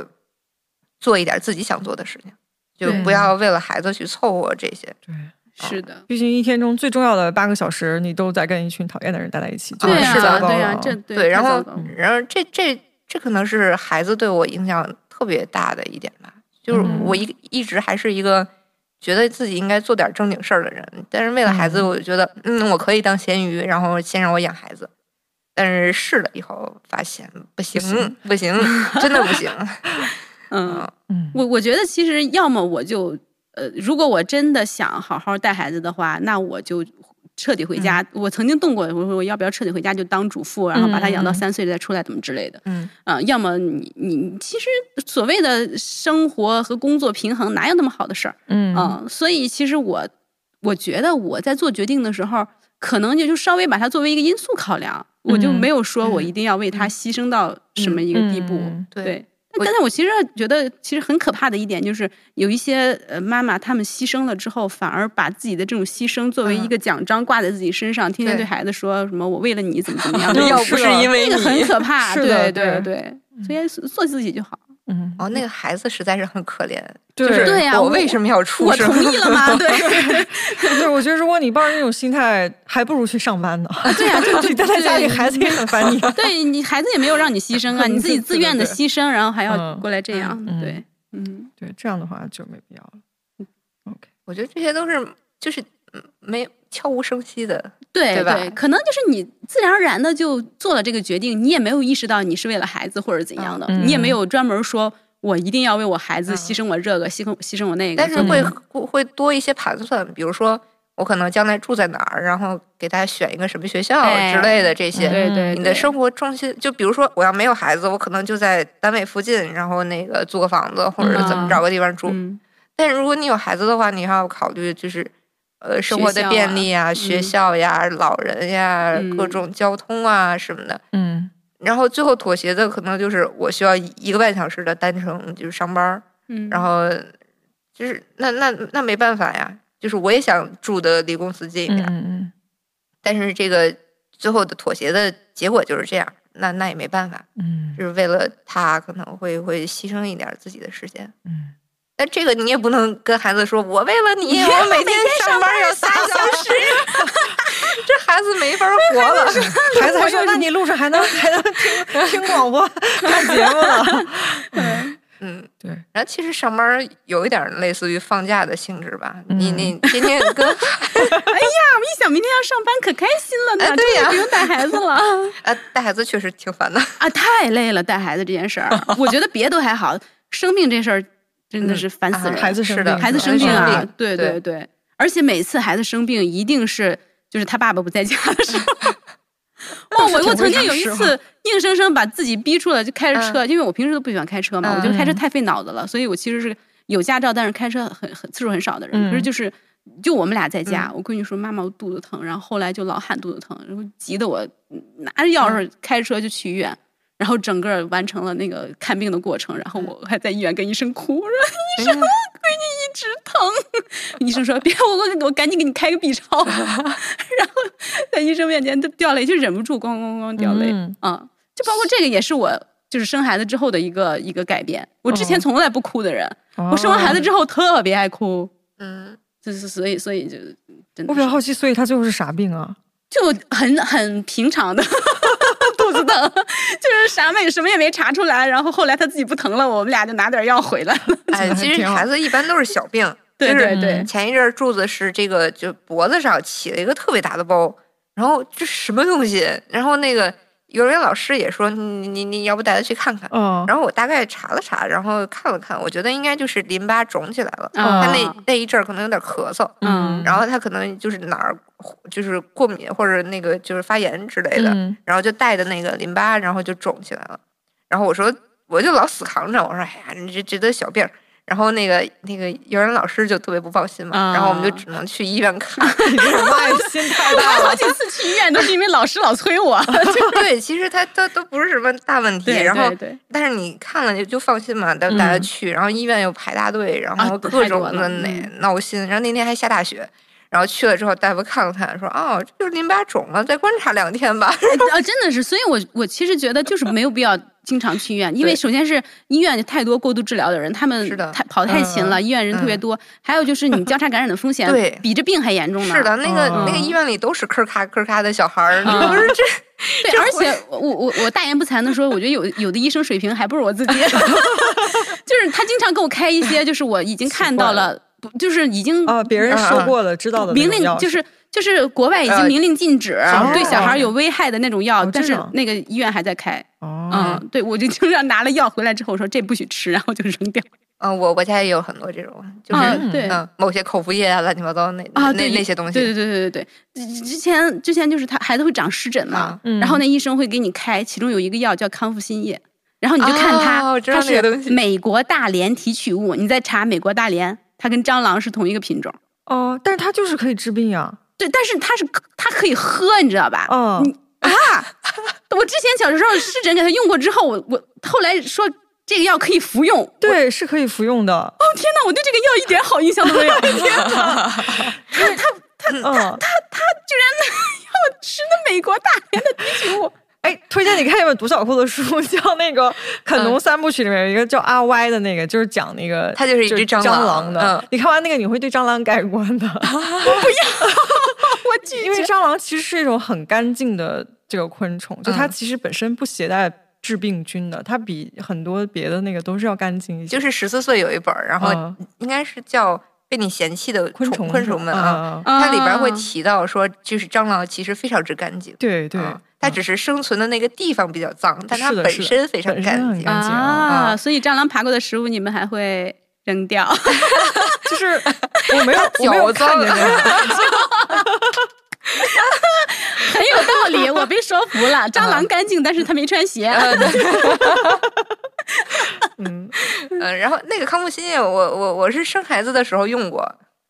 Speaker 2: 做一点自己想做的事情，就
Speaker 4: 对
Speaker 2: 不要为了孩子去凑合这些。
Speaker 3: 对，
Speaker 4: 是的。
Speaker 3: 毕竟一天中最重要的八个小时，你都在跟一群讨厌的人待在一起，就
Speaker 4: 对
Speaker 3: 是
Speaker 4: 呀、
Speaker 3: 糟糕
Speaker 4: 对呀、
Speaker 3: 了
Speaker 4: 这
Speaker 2: 啊
Speaker 4: 对
Speaker 2: 对，然
Speaker 4: 太
Speaker 2: 后
Speaker 4: 糟糕了
Speaker 2: 然后这这这可能是孩子对我影响特别大的一点吧，就是
Speaker 5: 嗯
Speaker 2: 我一一直还是一个觉得自己应该做点正经事儿的人，但是为了孩子，我觉得嗯我可以当咸鱼，然后先让我养孩子。但是试了以后发现不行，不行，真的不 行。
Speaker 4: 嗯，
Speaker 5: 嗯
Speaker 4: 我我觉得其实要么我就呃，如果我真的想好好带孩子的话，那我就彻底
Speaker 5: 嗯
Speaker 4: 回家。我曾经动过，我说我要不要彻底回家就当主妇，然后把他养到
Speaker 5: 嗯嗯
Speaker 4: 三岁再出来，怎么之类的。
Speaker 2: 嗯，
Speaker 4: 啊、要么你你其实所谓的生活和工作平衡，哪有那么好的事儿？
Speaker 5: 嗯
Speaker 4: 嗯、所以其实我我觉得我在做决定的时候，可能也就稍微把它作为一个因素考量，我就
Speaker 5: 嗯
Speaker 4: 没有说我
Speaker 2: 嗯
Speaker 4: 一定要为他牺牲到什么一个地步。
Speaker 5: 嗯
Speaker 2: 对
Speaker 4: 对，
Speaker 2: 我
Speaker 4: 但但是我其实觉得，其实很可怕的一点就是，有一些呃妈妈，她们牺牲了之后，反而把自己的这种牺牲作
Speaker 3: 嗯
Speaker 4: 为一个奖章挂在自己身上，天天
Speaker 2: 对
Speaker 4: 对孩子说什么“我为了你怎么 怎么样”，
Speaker 3: 要
Speaker 4: 那
Speaker 3: 不
Speaker 4: 个
Speaker 3: 是因为
Speaker 4: 那个很可怕。
Speaker 3: 是
Speaker 4: 对
Speaker 3: 的对
Speaker 4: 对对，所以做自己就好。
Speaker 5: 嗯
Speaker 2: 哦，那个孩子实在是很可怜。
Speaker 3: 对
Speaker 2: 就是
Speaker 4: 对呀
Speaker 2: 我
Speaker 4: 我
Speaker 2: 为什么要出
Speaker 4: 我
Speaker 2: 生？
Speaker 4: 同意了吗？ 对
Speaker 3: 对，我觉得如果你抱着那种心态，还不如去上班呢。
Speaker 4: 对呀，就就
Speaker 3: 你待在家里，孩子也很烦你。
Speaker 4: 对你孩子也没有让你牺牲 啊，你自己自愿的
Speaker 3: 对
Speaker 4: 牺牲，然后还要
Speaker 5: 嗯
Speaker 4: 过来这样，
Speaker 5: 嗯
Speaker 4: 对，嗯，
Speaker 3: 对，这样的话就没必要了。
Speaker 2: 我觉得这些都是就是嗯没悄无声息的。
Speaker 4: 对
Speaker 2: 对吧
Speaker 4: 可能就是你自然而然的就做了这个决定，你也没有意识到你是为了孩子或者怎样的，
Speaker 5: 嗯
Speaker 4: 你也没有专门说我一定要为我孩子
Speaker 2: 嗯
Speaker 4: 牺牲我这个，牺牲牺牲我那个，
Speaker 2: 但是
Speaker 4: 就
Speaker 2: 会会会多一些盘算，比如说我可能将来住在哪儿，然后给他选一个什么学校
Speaker 4: 哎
Speaker 2: 之类的这些。
Speaker 4: 对对，
Speaker 2: 你的生
Speaker 4: 活
Speaker 2: 活重心，就比如说我要没有孩子，我可能就在单位附近，然后那个租个房子或者
Speaker 4: 嗯
Speaker 2: 怎么找个地方住。
Speaker 4: 嗯
Speaker 2: 但如果你有孩子的话，你还要考虑就是。呃，生活
Speaker 4: 学校
Speaker 2: 的
Speaker 4: 啊
Speaker 2: 便利啊，学
Speaker 4: 嗯
Speaker 2: 校呀、老人呀、
Speaker 4: 嗯
Speaker 2: 各种交通啊什么的，
Speaker 5: 嗯
Speaker 2: 然后最后妥协的可能就是我需要一个半小时的单程，就是上班儿，
Speaker 4: 嗯，
Speaker 2: 然后就是那那那没办法呀，就是我也想住的离公司近一
Speaker 5: 嗯
Speaker 2: 点儿，
Speaker 5: 嗯
Speaker 2: 但是这个最后的妥协的结果就是这样，那那也没办法，
Speaker 5: 嗯
Speaker 2: 就是为了他可能会会牺牲一点儿自己的时间。
Speaker 5: 嗯，
Speaker 2: 但这个你也不能跟孩子说，我为了你，我每天上班有三小时，这孩子没法活了。
Speaker 3: 孩子还说：“那你路上还能还能听听广播、 看节目呢。
Speaker 2: 嗯，
Speaker 3: 对。
Speaker 2: 然后其实上班儿有一点儿类似于放假的性质吧，你 你天天跟
Speaker 4: 我一想明天要上班，可开心了呢，
Speaker 2: 哎对
Speaker 4: 终于
Speaker 2: 呀
Speaker 4: 不用带孩子了
Speaker 2: 啊带孩子确实挺烦的。
Speaker 4: 啊，太累了，带孩子这件事儿，我觉得别都还好，生病这事儿真的是烦
Speaker 2: 啊
Speaker 4: 死人了，
Speaker 3: 啊孩子
Speaker 2: 是的
Speaker 3: 生病
Speaker 4: 孩子
Speaker 3: 了嗯
Speaker 4: 生病
Speaker 2: 生
Speaker 4: 啊
Speaker 2: 病，
Speaker 4: 对对
Speaker 2: 对
Speaker 4: 对，而且每次孩子生病，一定是就是他爸爸不在家的时候。 哇，我我曾经有一次硬生生把自己逼出来，就开着车，因为我平时都不喜欢开车嘛，我觉得开车太费脑子了，所以我其实是有驾照，但是开车很很次数很少的
Speaker 5: 嗯
Speaker 4: 人，可是就是就我们俩在家，我闺女说妈妈我肚子疼，然后后来就老喊肚子疼，然后急得我嗯拿着钥匙开车就去医院。然后整个完成了那个看病的过程，然后我还在医院跟医生哭，我说
Speaker 2: 哎呀
Speaker 4: 一直 疼。医生说：“别，我我我赶紧给你开个 B 超。”然后在医生面前就掉泪，就忍不住咣咣咣掉泪
Speaker 3: 嗯
Speaker 4: 啊、就包括这个也是我就是生孩子之后的一个一个改变。我之前
Speaker 3: 哦
Speaker 4: 从来不哭的人，我
Speaker 3: 我
Speaker 4: 生完孩子之后特别爱哭，
Speaker 2: 嗯，
Speaker 4: 就是所以所以就真的
Speaker 3: 我比较
Speaker 4: 是
Speaker 3: 好奇，所以他最后是啥病啊？
Speaker 4: 就很很平常的 肚子疼，就是啥没什么也没查出来，然后后来他自己不疼了，我们俩就拿点药回来了。
Speaker 2: 哎，其实
Speaker 3: 嗯挺好
Speaker 2: 孩子一般都是小病，
Speaker 4: 对
Speaker 2: 就是嗯
Speaker 4: 对对，
Speaker 2: 前一阵儿柱子是这个，就脖子上起了一个特别大的包，然后这什么东西？然后那个幼儿园老师也说，你你你要不带他去看看？
Speaker 3: 嗯，
Speaker 2: 然后我大概查了查，然后看了看，我觉得应该就是淋巴肿起来了。
Speaker 3: 哦
Speaker 4: 啊
Speaker 2: 他那那一阵儿可能有点咳嗽，
Speaker 4: 嗯
Speaker 2: 然后他可能就是哪儿就是过敏或者那个就是发炎之类的，
Speaker 3: 嗯
Speaker 2: 然后就带的那个淋巴，然后就肿起来了。然后我说，我就老死扛着，我说，哎呀，你这这都小病儿。然后那个那个幼儿园老师就特别不放心嘛，
Speaker 4: 啊
Speaker 2: 然后我们就只能去医院看。
Speaker 3: 妈呀，心太
Speaker 4: 我
Speaker 3: 大
Speaker 4: 还好
Speaker 3: 了。
Speaker 4: 几次去医院都是因为老师老催我。
Speaker 2: 对，其实他都都不是什么大问题，
Speaker 4: 对，
Speaker 2: 然后
Speaker 4: 对对
Speaker 2: 但是你看了就就放心嘛，带带他
Speaker 3: 嗯
Speaker 2: 去，然后医院又排大队，然
Speaker 4: 啊
Speaker 2: 后
Speaker 4: 太
Speaker 2: 各种
Speaker 4: 多了
Speaker 2: 的那
Speaker 4: 嗯
Speaker 2: 闹心，然后那天还下大雪。然后去了之后，大夫看了看，说：“哦，这就是淋巴肿了，再观察两天吧。
Speaker 4: 啊，真的是，所以我我其实觉得就是没有必要经常去医院，因为
Speaker 2: 对
Speaker 4: 首先是医院有太多过度治疗的人，他们
Speaker 2: 是的嗯
Speaker 4: 太跑太勤了，医院人特别多，还有就是你交叉感染的风险
Speaker 2: 对
Speaker 4: 比这病还严重”呢。
Speaker 2: 是，的，那个、那个
Speaker 4: 嗯
Speaker 2: 医院里都是磕咔磕咔的小孩儿，你
Speaker 4: 嗯
Speaker 2: 不是这
Speaker 4: 对，
Speaker 2: 这
Speaker 4: 而
Speaker 2: 回
Speaker 4: 且我我我大言不惭的说，我觉得有有的医生水平还不如 我自己，就是他经常给我开一些，就是我已经看到了，不就是已经
Speaker 3: 啊，别人说过的、知道的那
Speaker 4: 明
Speaker 3: 种
Speaker 4: 令
Speaker 3: 药，
Speaker 4: 就是就是国外已经
Speaker 2: 呃
Speaker 4: 明令禁止、
Speaker 2: 防
Speaker 4: 对
Speaker 3: 止
Speaker 4: 小孩
Speaker 3: 哦
Speaker 4: 有危害的那种药，
Speaker 3: 哦
Speaker 4: 但
Speaker 3: 这
Speaker 4: 是
Speaker 3: 种
Speaker 4: 那个医院还在开。
Speaker 3: 哦，
Speaker 4: 嗯，对，我就经常拿了药回来之后，我说这不许吃，然 后就扔掉。
Speaker 2: 嗯，我我家也有很多这种，就是、
Speaker 4: 啊
Speaker 2: 嗯
Speaker 4: 对
Speaker 2: 某些口服液啊，乱七八糟那、
Speaker 4: 啊，
Speaker 2: 那
Speaker 4: 对
Speaker 2: 那些东西，
Speaker 4: 对对对对对对，之之前之前就是他孩子会长湿疹嘛
Speaker 2: 啊，
Speaker 3: 嗯
Speaker 4: 然后那医生会给你开，其中有一个药叫康复新液，然后你就看它，
Speaker 2: 啊我知道
Speaker 4: 它
Speaker 2: 那个东
Speaker 4: 是
Speaker 2: 西
Speaker 4: 美国大连提取物，你再查美国大连，它跟蟑螂是同一个品种。
Speaker 3: 哦，但是它就是可以治病啊呀。
Speaker 4: 对，但是它是它可以喝，你知道吧？
Speaker 3: 哦，
Speaker 4: 你我之前小时候湿疹给他用过之后，我我后来说这个药可以服用，哦
Speaker 3: 对，是可以服用的。
Speaker 4: 天哪，我对这个药一点好印象都 没有。
Speaker 3: 嗯，
Speaker 4: 吃的美国大连的
Speaker 3: 哎，推荐你看一本读小库的 书，叫那个《肯农三部曲》，里面有一个叫阿歪的那个，就是讲那个
Speaker 2: 它嗯就是一只
Speaker 3: 蟑
Speaker 2: 蟑螂
Speaker 3: 的
Speaker 2: 嗯。
Speaker 3: 你看完那个，你会对蟑螂改观 的。
Speaker 4: 我拒
Speaker 3: 因为蟑螂其实是一种很干净的这个昆虫，就
Speaker 2: 嗯
Speaker 3: 它其实本身不携带致病菌的，它比很多别的那个都是要干净一些。
Speaker 2: 就是十四岁有一本儿，然后
Speaker 3: 嗯
Speaker 2: 应该是叫《被你嫌弃的
Speaker 3: 昆虫
Speaker 2: 虫昆虫们》啊，
Speaker 3: 啊，嗯嗯
Speaker 2: 它里边儿会
Speaker 4: 啊
Speaker 2: 提到说，就是蟑螂其实非常之干净，
Speaker 3: 对对，
Speaker 2: 啊它只是生存的那个地方比较脏，但它
Speaker 3: 是的
Speaker 2: 本
Speaker 3: 是的
Speaker 2: 身非常
Speaker 3: 本身
Speaker 2: 干
Speaker 3: 很
Speaker 2: 净
Speaker 3: 干。净
Speaker 4: 啊，
Speaker 2: 啊
Speaker 4: 所以蟑螂爬过的食物你们还会扔 掉？哎
Speaker 3: 就是 我没有我没有
Speaker 2: 脚
Speaker 3: 看
Speaker 2: 脏啊
Speaker 3: 见过。
Speaker 4: 很有道理，我被说服 了。蟑螂干净，但是它没穿鞋。
Speaker 3: 啊嗯，
Speaker 2: 嗯，然后那个康复新液，我我我是生孩子的时候用过，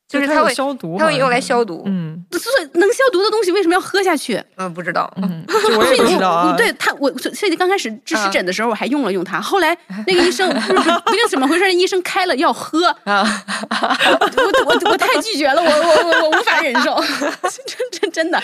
Speaker 2: 就是
Speaker 3: 它
Speaker 2: 它
Speaker 3: 有
Speaker 2: 会
Speaker 3: 消毒，
Speaker 2: 它会用来。消毒。
Speaker 3: 嗯
Speaker 4: 所以能消毒的东西为什么要喝下去？
Speaker 2: 嗯，不知道。
Speaker 3: 嗯，就我也
Speaker 4: 所以
Speaker 3: 不
Speaker 4: 你
Speaker 3: 知道啊。
Speaker 4: 对它，我所所以刚开始治湿疹的时候，我还用了用它。后来那个医生不知不定怎么回事，医生开了要 喝，
Speaker 2: 啊，
Speaker 4: 我我我太拒绝了，我我我我无法忍受， 真真真的，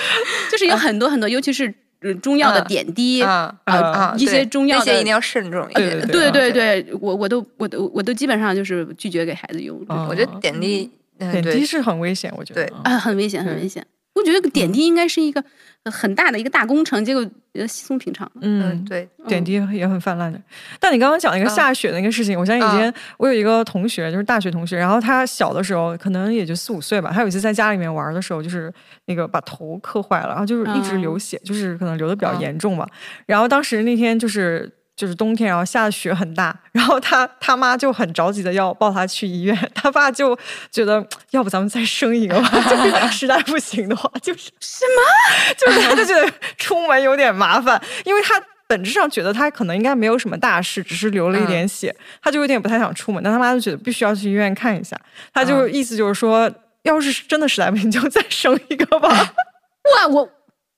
Speaker 4: 就是
Speaker 3: 啊
Speaker 4: 有很多很多，尤其是呃中药的
Speaker 2: 嗯
Speaker 4: 点滴
Speaker 2: 啊啊，
Speaker 4: 呃一些
Speaker 2: 对
Speaker 4: 中药
Speaker 2: 那些
Speaker 4: 的
Speaker 2: 一定要慎重一
Speaker 3: 对
Speaker 2: 点。
Speaker 3: 对
Speaker 4: 对
Speaker 3: 啊
Speaker 4: 对对，我我都我都我都基本上就是拒绝给孩子用这种，
Speaker 3: 啊
Speaker 2: 我觉得点滴，嗯，
Speaker 3: 点
Speaker 2: 对
Speaker 3: 滴是很危险，我觉得。
Speaker 2: 对
Speaker 4: 啊，很危险，很
Speaker 3: 对
Speaker 4: 危险。我觉得点滴应该是一个呃很大的一个大工程，结果呃稀松平常了。
Speaker 2: 嗯，
Speaker 3: 嗯，
Speaker 2: 对，
Speaker 3: 点滴也很泛滥的。但你刚刚讲一个
Speaker 2: 嗯
Speaker 3: 下雪那个事情，我相信以前我有一个同学，就是大学同学，然后他小的时候可能也就四五岁吧，他有一次在家里面玩的时候，就是那个把头磕坏了，然后就是一直
Speaker 4: 嗯
Speaker 3: 流血，就是可能流的比较
Speaker 2: 嗯
Speaker 3: 严重吧。然后当时那天就是。就是冬天，然后下雪很大，然后他他妈就很着急的要抱他去医院，他爸就觉得要不咱们再生一个吧， 就是实在不行的话，就是 就是他就觉得出门有点麻烦，因为他本质上觉得他可能应该没有什么大事，只是流了一
Speaker 4: 嗯
Speaker 3: 点
Speaker 4: 嗯
Speaker 3: 血，他就有点不太想出门。但他妈就觉得必须要去医院看一下，他就意思就是说。要是真的实在不行，就再生一个吧。
Speaker 4: 哇，我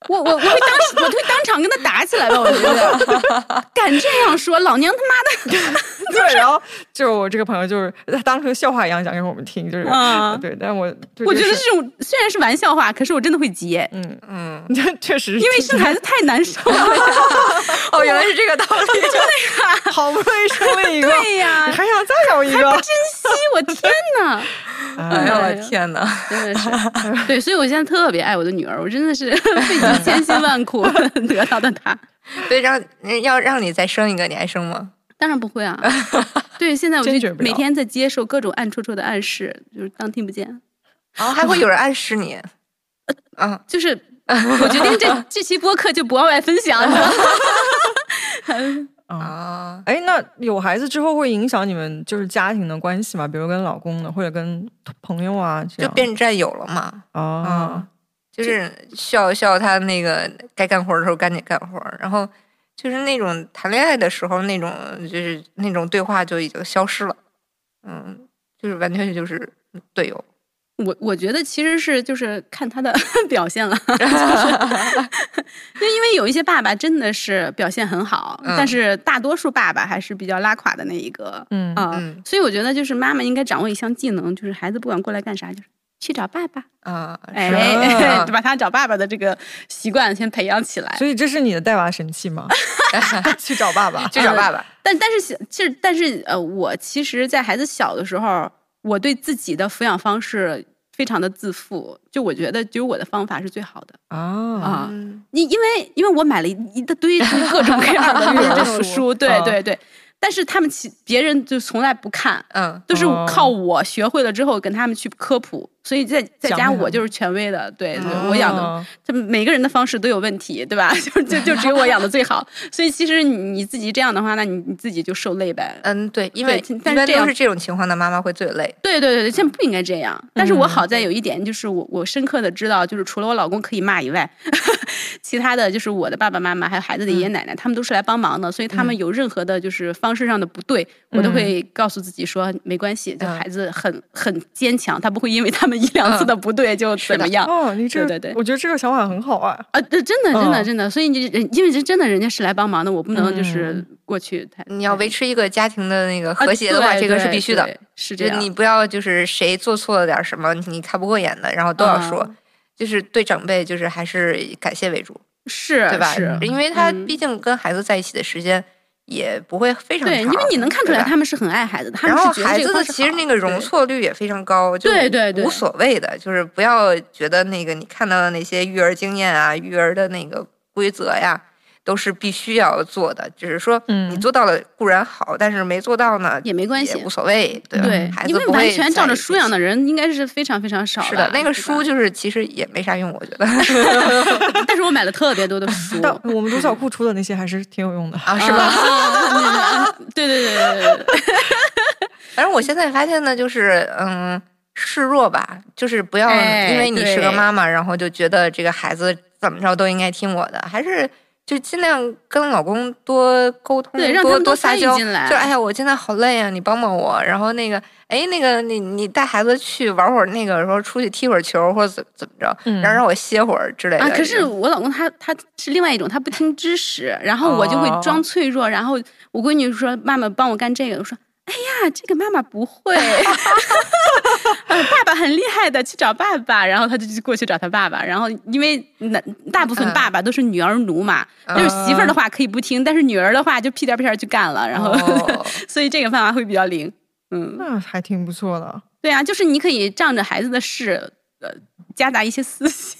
Speaker 4: 我我我会当我会当场跟他打起来吧，我觉得敢这样说，老娘他妈的！
Speaker 3: 对，然后就是我这个朋友，就是他当成笑话一样讲给我们听，就是、
Speaker 4: 啊
Speaker 3: 对，但是我对
Speaker 4: 我
Speaker 3: 这
Speaker 4: 觉得
Speaker 3: 事
Speaker 4: 这种虽然是玩笑话，可是我真的会急，
Speaker 3: 嗯，
Speaker 2: 嗯，
Speaker 3: 这确实是
Speaker 4: 因为生孩子太难受了。
Speaker 2: 哦，原来是这个道理。
Speaker 3: 好不容易生了一个，
Speaker 4: 对呀
Speaker 3: 你还想再有一个？
Speaker 4: 珍惜，我天哪！
Speaker 2: 哎呀，
Speaker 3: 哎呀
Speaker 2: 我的天哪！
Speaker 4: 真的是，对，所以我现在特别爱我的女儿，我真的是 费尽千辛万苦 得到的她。
Speaker 2: 对，让要让你再生一个，你还生吗？
Speaker 4: 当然不会啊，对，现在我
Speaker 3: 坚决
Speaker 4: 就
Speaker 3: 不要
Speaker 4: 每天在接受各种暗戳戳的暗示，就是当听不见。
Speaker 2: 然后哦还会有人暗示你。 嗯，
Speaker 4: 就是我决定这这期播客就不往外分享了。
Speaker 3: 啊！
Speaker 2: 啊，
Speaker 3: 哎，那有孩子之后会影响你们就是家庭的关系吗？比如跟老公的，或者跟朋友啊，这
Speaker 2: 就
Speaker 3: 样
Speaker 2: 变占有了嘛。
Speaker 3: 啊
Speaker 2: 嗯，就是笑笑他那个该干活的时候赶紧干活，然后就是那种谈恋爱的时候那种就是那种对话就已经消失了，嗯，就是完全就是队友，
Speaker 4: 我我觉得其实是就是看他的 表 现了，就是就因为有一些爸爸真的是表现很好，
Speaker 2: 嗯
Speaker 4: 但是大多数爸爸还是比较拉垮的那一个。
Speaker 3: 嗯
Speaker 4: 啊、
Speaker 2: 嗯
Speaker 4: 所以我觉得就是妈妈应该掌握一项技能，就是孩子不管过来干啥，就是去找爸爸，
Speaker 2: 啊，
Speaker 4: 哎，
Speaker 2: 是吧
Speaker 4: 对
Speaker 2: 嗯
Speaker 4: 把他找爸爸的这个习惯先培养起来。
Speaker 3: 啊所以这是你的带娃神器吗？ 去找爸啊爸，
Speaker 2: 去找爸爸，
Speaker 4: 但但是小其实但是呃，我其实，在孩子小的时候，我对自己的抚养方式非常的自负，就我觉得只有我的方法是最好的
Speaker 3: 啊，
Speaker 4: 啊。
Speaker 2: 嗯
Speaker 4: 你因为因为我买了一一大堆各种各样的
Speaker 3: 育儿
Speaker 4: 这种
Speaker 3: 书
Speaker 4: 书，对
Speaker 3: 啊
Speaker 4: 对对，但是他们其别人就从来不看。
Speaker 2: 嗯
Speaker 4: 都是
Speaker 3: 哦
Speaker 4: 靠我学会了之后跟他们去科普，所以在在
Speaker 3: 讲给他
Speaker 4: 家我
Speaker 3: 们
Speaker 4: 就是权威的，对，对
Speaker 2: 哦
Speaker 4: 我养的
Speaker 3: 啊
Speaker 4: 就每个人的方式都有问题，对吧？ 就就就只有我养的最好，所以其实你你自己这样的话，那你你自己就受累呗。
Speaker 2: 嗯，对，因为
Speaker 4: 对
Speaker 2: 一
Speaker 4: 但
Speaker 2: 般
Speaker 4: 是这样
Speaker 2: 都是这种情况的妈妈会最累，
Speaker 4: 对对对对，现在不应该这样。但是我
Speaker 3: 嗯
Speaker 4: 好在有一点，就是我我深刻的知道，就是除了我老公可以骂以外， 其他的就是我的爸爸妈妈还有孩子的爷
Speaker 2: 嗯
Speaker 4: 爷奶奶，他们都是来帮忙的，所以他们有任何的就是方式上的不对，我都会告诉自己说没关系，就
Speaker 2: 嗯
Speaker 4: 孩子很很坚强，他不会因为他们一两次的不对就怎么样。
Speaker 3: 哦，你这个
Speaker 4: 啊对对对
Speaker 3: 我觉得这个想法很好啊。
Speaker 4: 啊，这真的，真的，
Speaker 3: 嗯
Speaker 4: 真的，所以你人，因为这真的，人家是来帮忙的，我不能就是过去太。
Speaker 2: 嗯你要维持一个家庭的那个和
Speaker 4: 啊
Speaker 2: 谐的话，
Speaker 4: 对
Speaker 2: 这个是
Speaker 4: 对
Speaker 2: 必须的，
Speaker 4: 对是这
Speaker 2: 就
Speaker 4: 样。
Speaker 2: 你不要就是谁做错了点什么，你看不过眼的，然后都要
Speaker 4: 嗯
Speaker 2: 说，就是对长辈就是还是以感谢为主，
Speaker 4: 是，
Speaker 2: 对吧？
Speaker 4: 是
Speaker 2: 因为他
Speaker 4: 嗯
Speaker 2: 毕竟跟孩子在一起的时间也不会非常长，
Speaker 4: 对，因为你能看出来
Speaker 2: 对吧
Speaker 4: 他们是很爱孩子的，他
Speaker 2: 然
Speaker 4: 们
Speaker 2: 后
Speaker 4: 是觉得
Speaker 2: 孩
Speaker 4: 这
Speaker 2: 子
Speaker 4: 个
Speaker 2: 的
Speaker 4: 方式
Speaker 2: 其实
Speaker 4: 好
Speaker 2: 那个容
Speaker 4: 对
Speaker 2: 错率也非常高，就
Speaker 4: 对对对
Speaker 2: 无所谓的，就是不要觉得那个你看到的那些育儿经验啊、育儿的那个规则呀，都是必须要做的。只是说
Speaker 3: 嗯
Speaker 2: 你做到了固然好，但是没做到呢
Speaker 4: 也没关系
Speaker 2: 也，无所谓，对吧？
Speaker 4: 对
Speaker 2: 孩，
Speaker 4: 因
Speaker 2: 子
Speaker 4: 为
Speaker 2: 不
Speaker 4: 完
Speaker 2: 会
Speaker 4: 全
Speaker 2: 在
Speaker 4: 照着
Speaker 2: 意
Speaker 4: 书
Speaker 2: 这
Speaker 4: 养
Speaker 2: 些
Speaker 4: 的人应该是非常非常少
Speaker 2: 是的，那个
Speaker 4: 对吧
Speaker 2: 书就是其实也没啥用，我觉得
Speaker 4: 但是我买了特别多 的书
Speaker 3: 但我们读小库出的那些还是挺有用的。
Speaker 2: 啊，是吧？
Speaker 4: 吧？对对对对对对对，
Speaker 2: 反正我现在发现呢，就是嗯，示弱吧，就是不要
Speaker 4: 哎
Speaker 2: 因为你是个
Speaker 4: 对
Speaker 2: 妈妈，然后就觉得这个孩子怎么着都应该听我的，还是就尽量跟老公多沟通，
Speaker 4: 对让他
Speaker 2: 多
Speaker 4: 们
Speaker 2: 多
Speaker 4: 多
Speaker 2: 撒
Speaker 4: 参与
Speaker 2: 娇，
Speaker 4: 进来
Speaker 2: 就哎呀，我现在好累啊，你帮帮我。然后那个，哎，那个你你带孩子去玩会儿，那个说出去踢会儿球或者怎怎么着，
Speaker 3: 嗯
Speaker 2: 然后让我歇会儿之类的。
Speaker 4: 啊，可是我老公他他是另外一种，他不听知识，然后我就
Speaker 2: 哦
Speaker 4: 会装脆弱，然后我闺女说妈妈帮我干这个，我说。哎呀，这个妈妈不会，呃爸爸很厉害的，去找爸爸。然后他就去过去找他爸爸。然后因为男大部分
Speaker 2: 嗯
Speaker 4: 爸爸都是女儿奴嘛，就是媳妇儿的话可以不听，但是女儿的话就屁颠儿屁颠儿去干了。然后，
Speaker 2: 哦
Speaker 4: 所以这个方法会比较灵。嗯，
Speaker 3: 那还挺不错的。
Speaker 4: 对啊，就是你可以仗着孩子的事，呃，夹杂一些
Speaker 2: 哦
Speaker 4: 私 心。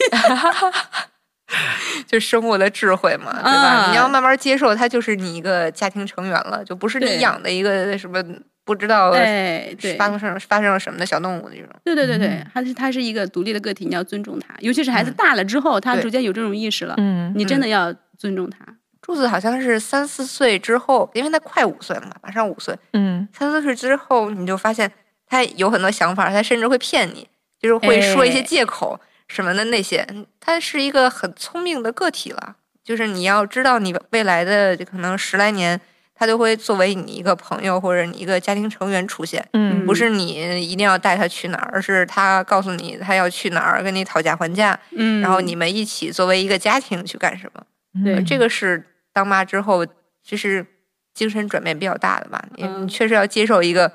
Speaker 2: 就生活的智慧嘛，对吧？
Speaker 4: 啊
Speaker 2: 你要慢慢接受，他就是你一个家庭成员了，就不是你
Speaker 4: 对
Speaker 2: 养的一个什么不知道
Speaker 4: 哎，对，
Speaker 2: 发生什么发生了什么的小动物那种。
Speaker 4: 对对对对
Speaker 3: 嗯，
Speaker 4: 他是他是一个独立的个体，你要尊重他，尤其是孩子大了之后，他
Speaker 2: 对
Speaker 4: 逐渐有这种意识了，
Speaker 3: 嗯，
Speaker 4: 你真的要尊重他。
Speaker 2: 柱子好像是三四岁之后，因为他快五岁了嘛，马上五岁，
Speaker 3: 嗯，
Speaker 2: 三四岁之后你就发现他有很多想法，他甚至会骗你，就是会说一些
Speaker 4: 哎
Speaker 2: 借口什么的那些。他是一个很聪明的个体了，就是你要知道你未来的就可能十来年他就会作为你一个朋友或者你一个家庭成员出现，
Speaker 3: 嗯
Speaker 2: 不是你一定要带他去哪儿，而是他告诉你他要去哪儿，跟你讨价还价，
Speaker 4: 嗯，嗯
Speaker 2: 然后你们一起作为一个家庭去干什么。
Speaker 3: 嗯
Speaker 4: 对
Speaker 2: 这个是当妈之后就是精神转变比较大的吧，你
Speaker 4: 嗯
Speaker 2: 你确实要接受一个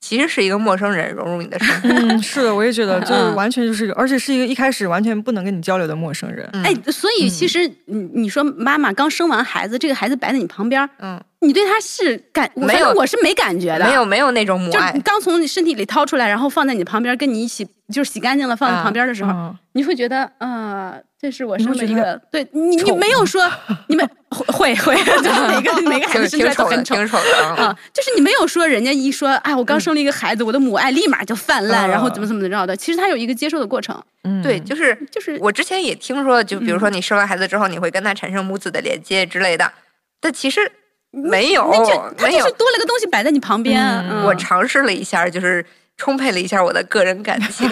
Speaker 2: 其实是一个陌生人融入你的生活。
Speaker 3: 嗯，是的，我也觉得，就是
Speaker 4: 嗯
Speaker 3: 完全就是一个，而且是一个一开始完全不能跟你交流的陌生人。
Speaker 2: 嗯
Speaker 4: 哎，所以其实你你说妈妈刚生完孩子，这个孩子摆在你旁边儿，
Speaker 2: 嗯，
Speaker 4: 你对他是感我
Speaker 2: 没有
Speaker 4: 反正我是没感觉的，
Speaker 2: 没有没有那种母
Speaker 4: 就是
Speaker 2: 爱
Speaker 4: 你，刚从你身体里掏出来，然后放在你旁边，跟你一起就是洗干净了放在
Speaker 2: 啊
Speaker 4: 旁边的时候，
Speaker 3: 嗯
Speaker 4: 你会觉得啊、呃这是我
Speaker 3: 你
Speaker 4: 生
Speaker 3: 会
Speaker 4: 了
Speaker 3: 觉
Speaker 4: 一
Speaker 3: 得
Speaker 4: 个，对你你
Speaker 3: 丑
Speaker 4: 没 有说你们会会， 就是每个每个孩
Speaker 2: 就
Speaker 4: 子
Speaker 2: 是
Speaker 4: 生
Speaker 2: 挺
Speaker 4: 出来都
Speaker 2: 丑的，
Speaker 4: 很丑
Speaker 2: 挺。丑的。嗯
Speaker 4: 啊，就是你没有说人家一说，哎，我刚生了一个孩子，我的母爱立马就泛滥，
Speaker 2: 啊
Speaker 3: 嗯
Speaker 4: 然后怎么怎么着的。其实他有一个接受的过程，
Speaker 3: 嗯
Speaker 2: 对，就是
Speaker 4: 就是嗯
Speaker 2: 我之前也听说，就比如说你生完孩子之后，你会跟他产生母子的连接之类的，但其实没有
Speaker 4: 那就，
Speaker 2: 哦
Speaker 4: 他
Speaker 2: 没
Speaker 4: 就是
Speaker 2: 有。
Speaker 4: 多了个东西摆在你旁边。嗯
Speaker 2: 我尝试了一下，就是充沛了一下我的个人感 情，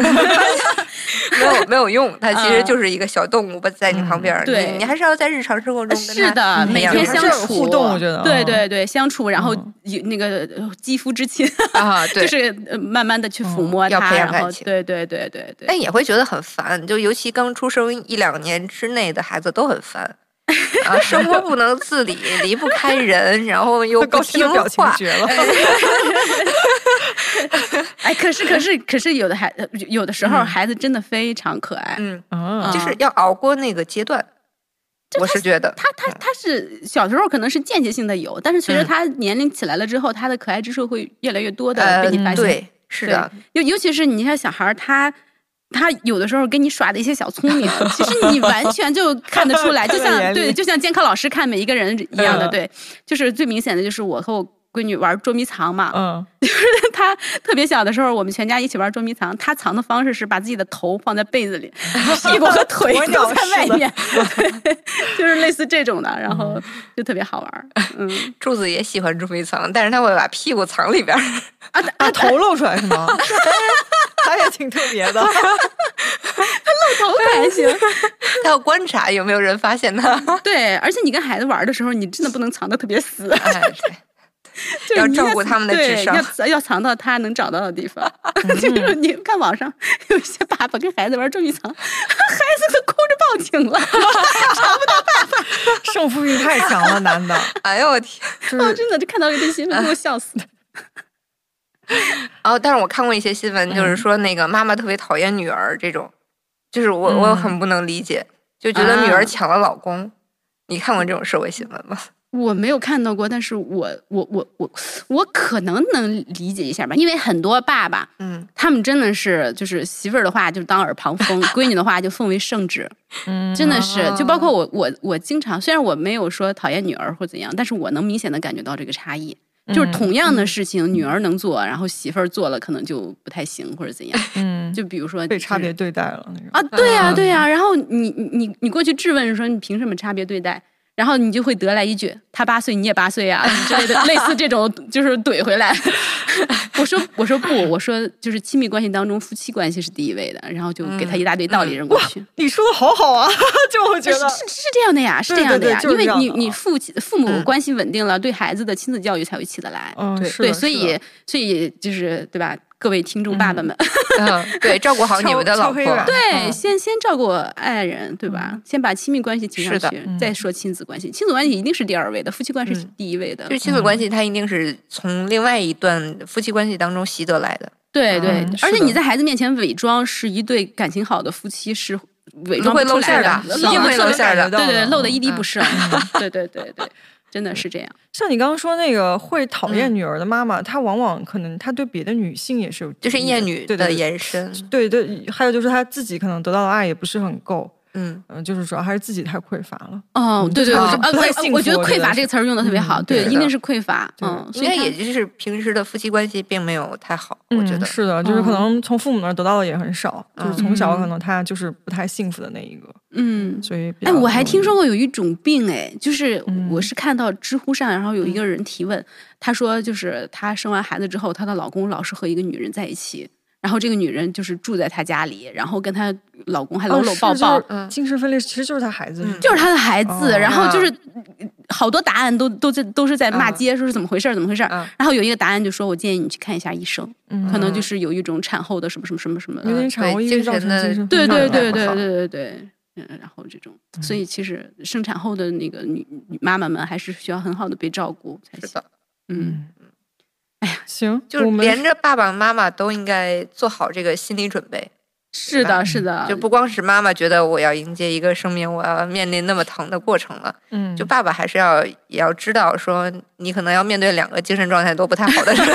Speaker 2: 没有没有用，它其实就是一个小动物吧，在你旁边儿，
Speaker 4: 嗯对
Speaker 2: 你你还是要在日常生活中跟它
Speaker 4: 啊是的，
Speaker 2: 培
Speaker 4: 每
Speaker 2: 养
Speaker 4: 天
Speaker 2: 它
Speaker 3: 还是
Speaker 4: 相
Speaker 3: 要有
Speaker 4: 处
Speaker 3: 互动我觉得
Speaker 4: 对
Speaker 3: 嗯
Speaker 4: 对对，相处，然后
Speaker 3: 嗯
Speaker 4: 有那个呃肌肤之亲，
Speaker 2: 啊，对
Speaker 4: 就，是呃慢慢的去抚摸
Speaker 2: 嗯要
Speaker 4: 它，
Speaker 2: 培养
Speaker 4: 然后
Speaker 2: 感情
Speaker 4: 对对对对对。
Speaker 2: 但哎也会觉得很烦，就尤其刚出生一两年之内的孩子都很烦。啊，生活不能自理，离不开人，然后又
Speaker 3: 他
Speaker 2: 不
Speaker 3: 高兴
Speaker 2: 听
Speaker 3: 的表情
Speaker 2: 话，
Speaker 3: 绝了。嗯
Speaker 4: 哎，可是可是可是，有的孩呃有的时候孩子真的非常可爱，
Speaker 2: 嗯，
Speaker 3: 嗯
Speaker 2: 就是要熬过那个阶段。我是觉得，
Speaker 4: 他他他是小时候可能是间歇性的有，但是随着
Speaker 2: 嗯
Speaker 4: 他年龄起来了之后，他的可爱之处会越来越多的
Speaker 2: 呃，
Speaker 4: 被你发现。
Speaker 2: 对，是
Speaker 4: 对
Speaker 2: 的，，
Speaker 4: 尤尤其是你像小孩儿，他他有的时候跟你耍的一些小聪明，其实 你完全就看得出来，
Speaker 3: 看
Speaker 4: 就
Speaker 3: 在眼
Speaker 4: 像
Speaker 3: 里
Speaker 4: 对，就像监考老师看每一个人一样的，
Speaker 3: 嗯
Speaker 4: 对，就是最明显的就是我和我。闺女玩捉迷藏嘛，
Speaker 3: 嗯，
Speaker 4: 她特别小的时候，我们全家一起玩捉迷藏。她藏的方式是把自己的头放在被 子里，屁股和腿
Speaker 3: 鸵鸟
Speaker 4: 都在
Speaker 3: 式
Speaker 4: 外
Speaker 3: 的
Speaker 4: 面，对，就是类似这种的，然后
Speaker 2: 嗯
Speaker 4: 就特别好玩 儿。嗯，
Speaker 2: 柱子也喜欢捉迷藏，但是他会把屁股藏里边儿。
Speaker 3: 把头露出来是吗？啊 他也挺特别的，
Speaker 4: 头还行。
Speaker 2: 他要观察有没有人发现他。
Speaker 4: 对，而且你跟孩子玩的时候，你真的不能藏的特别死，
Speaker 2: 哎，对，
Speaker 4: 就是
Speaker 2: 要
Speaker 4: 你
Speaker 2: 照顾他们的
Speaker 4: 对
Speaker 2: 智商
Speaker 4: 要要藏到他能找到的地方。 就是你看网上有一些爸爸跟孩子玩捉迷藏， 孩子都哭着报警 了，
Speaker 3: 胜负欲太强了，男的。
Speaker 2: 哎呦我天！
Speaker 3: 就是
Speaker 4: 真的就看到这新
Speaker 2: 啊
Speaker 4: 闻给我笑死了。
Speaker 2: 哦，但是我看过一些新闻，就是说那个妈妈特别讨厌女儿这种，就是我我
Speaker 3: 嗯
Speaker 2: 很不能理解，就觉得女
Speaker 4: 啊
Speaker 2: 儿抢了老公。你看过这种社会新闻吗？
Speaker 4: 我没有看到过，但是我我我我我可能能理解一下吧，因为很多爸爸
Speaker 2: 嗯，
Speaker 4: 他们真的是就是媳妇儿的话就当耳旁风， 闺女的话就奉为圣旨。
Speaker 3: 嗯
Speaker 4: 真的是，就包
Speaker 2: 啊
Speaker 4: 括我，我我经常虽然我没有说讨厌女儿或怎样，但是我能明显的感觉到这个差异，就是
Speaker 3: 嗯
Speaker 4: 同样的事情，女儿能做，然后媳妇儿做了可能就不太行或者怎样。
Speaker 3: 嗯，
Speaker 4: 就比如说
Speaker 3: 被差
Speaker 4: 就是
Speaker 3: 别对待了 那种。
Speaker 4: 啊，对呀、对呀、然后你你你你过去质问说你凭什么差别对待？然后你就会得来一句“他八岁你也八 岁呀、之类的，类似这种就是怼回来。 我说我说不，我说就是亲密关系当中夫妻关系是第一位的，然后就给他一大堆道理扔过去。
Speaker 3: 你说的好好啊， 就我嗯觉
Speaker 4: 是
Speaker 3: 得，
Speaker 4: 是是这样的呀，是这
Speaker 3: 对
Speaker 4: 样的
Speaker 3: 对
Speaker 4: 呀，
Speaker 3: 就是这样
Speaker 4: 因为
Speaker 3: 的
Speaker 4: 你你
Speaker 3: 啊
Speaker 4: 父亲父母
Speaker 2: 嗯
Speaker 4: 关系稳定了，对孩子的亲子教育才会起得来。
Speaker 3: 嗯，
Speaker 2: 对
Speaker 3: 是
Speaker 4: 对，
Speaker 3: 的
Speaker 4: 所
Speaker 3: 是
Speaker 4: 以
Speaker 3: 的
Speaker 4: 所以就是对吧？各位听众爸爸们，
Speaker 2: 嗯对，照顾好你们的
Speaker 3: 敲
Speaker 2: 老
Speaker 3: 敲黑
Speaker 2: 婆。
Speaker 3: 板
Speaker 4: 对，
Speaker 3: 嗯
Speaker 4: 先先照顾爱人，对吧？先把亲密关系提
Speaker 2: 嗯
Speaker 4: 上
Speaker 2: 是的
Speaker 4: 去，
Speaker 3: 嗯
Speaker 4: 再说亲子关系。亲子关系一定是第二位的，夫妻关系是
Speaker 2: 嗯
Speaker 4: 第一位的。
Speaker 2: 就是亲子关系，它一定是从另外一段夫妻关系当中习得来的，
Speaker 4: 对对
Speaker 3: 嗯，
Speaker 4: 而
Speaker 3: 是
Speaker 4: 且
Speaker 3: 的
Speaker 4: 你在孩子面前伪装是一对感情好的夫妻是伪装
Speaker 2: 会
Speaker 4: 不出
Speaker 2: 露
Speaker 4: 来
Speaker 2: 馅儿的
Speaker 4: 露
Speaker 2: 一定
Speaker 4: 得
Speaker 2: 会
Speaker 4: 特
Speaker 2: 露
Speaker 4: 别
Speaker 2: 馅儿的
Speaker 4: 对对对，露的
Speaker 3: 一。
Speaker 4: 一滴
Speaker 2: 嗯
Speaker 4: 不剩。对对对对，真的是这样。
Speaker 3: 像你刚刚说那个会讨
Speaker 2: 嗯
Speaker 3: 厌女儿的妈妈，她往往可能她对别的女性也是有
Speaker 2: 就是
Speaker 3: 敌意
Speaker 2: 厌女
Speaker 3: 对对
Speaker 2: 的
Speaker 3: 对
Speaker 2: 延伸。
Speaker 3: 对对，还有就是她自己可能得到的爱也不是很够，
Speaker 2: 嗯，
Speaker 3: 嗯，就是主要还是自己太匮乏了。
Speaker 4: 哦，
Speaker 3: 嗯
Speaker 4: 对对，
Speaker 2: 就
Speaker 4: 我
Speaker 2: 是
Speaker 4: 觉
Speaker 3: 不
Speaker 4: 呃，
Speaker 3: 太
Speaker 4: 我
Speaker 3: 幸
Speaker 4: 我
Speaker 3: 福
Speaker 4: 觉得
Speaker 3: 我觉
Speaker 4: 匮
Speaker 3: 得
Speaker 4: 乏
Speaker 3: 是
Speaker 4: 这个词儿用的特别好，
Speaker 3: 嗯
Speaker 4: 对，
Speaker 2: 是
Speaker 4: 一定
Speaker 2: 的
Speaker 4: 是匮乏，
Speaker 3: 对
Speaker 4: 嗯，
Speaker 2: 应
Speaker 4: 所以
Speaker 2: 该
Speaker 4: 他
Speaker 2: 也就是平时的夫妻关系并没有太好，我觉
Speaker 3: 嗯
Speaker 2: 得。
Speaker 3: 是的，就是
Speaker 4: 嗯
Speaker 3: 可能从父母那儿得到的也很少，就是从小
Speaker 4: 嗯
Speaker 3: 可能她就是不太幸福的那一个，
Speaker 4: 嗯。
Speaker 3: 所以比
Speaker 4: 哎，
Speaker 3: 较
Speaker 4: 我还听
Speaker 3: 容易
Speaker 4: 说过有一种病，哎，就是我
Speaker 3: 嗯
Speaker 4: 是看到知乎上，然后有一个人提问，她说就是她生完孩子之后，她的老公老是和一个女人在一起，然后这个女人就是住在她家里，然后跟她老公还
Speaker 3: 哦
Speaker 4: 搂搂
Speaker 3: 是
Speaker 4: 抱
Speaker 3: 就
Speaker 4: 抱
Speaker 3: 是，精神分裂其实就是她孩子，
Speaker 2: 嗯
Speaker 4: 就是她的孩子，
Speaker 3: 哦
Speaker 4: 然后就是好多答案都都在都是在骂
Speaker 2: 嗯
Speaker 4: 街，说是怎么回事儿，怎么回事儿。
Speaker 2: 嗯
Speaker 4: 然后有一个答案就说，我建议你去看一下医生，
Speaker 2: 嗯
Speaker 4: 可能就是有一种产后的什么什么什么什么的。
Speaker 3: 有点产后抑郁
Speaker 2: 对
Speaker 3: 造成
Speaker 2: 精神的
Speaker 3: 精神
Speaker 4: 对
Speaker 3: 分
Speaker 4: 对
Speaker 3: 裂
Speaker 4: 对
Speaker 2: 不
Speaker 4: 对
Speaker 2: 好
Speaker 4: 对对对，嗯，然后这种，所以其实生产后的那个女女妈妈们还是需要很好的被照顾才
Speaker 2: 是
Speaker 4: 行。
Speaker 2: 的，
Speaker 4: 嗯，
Speaker 3: 行，
Speaker 2: 就是
Speaker 3: 我们
Speaker 2: 连着爸爸妈妈都应该做好这个心理准备，
Speaker 4: 是的，是的，
Speaker 2: 就不光是妈妈觉得我要迎接一个生命，我要面临那么疼的过程了，
Speaker 3: 嗯，
Speaker 2: 就爸爸还是要也要知道说，你可能要面对两个精神状态都不太好的时候，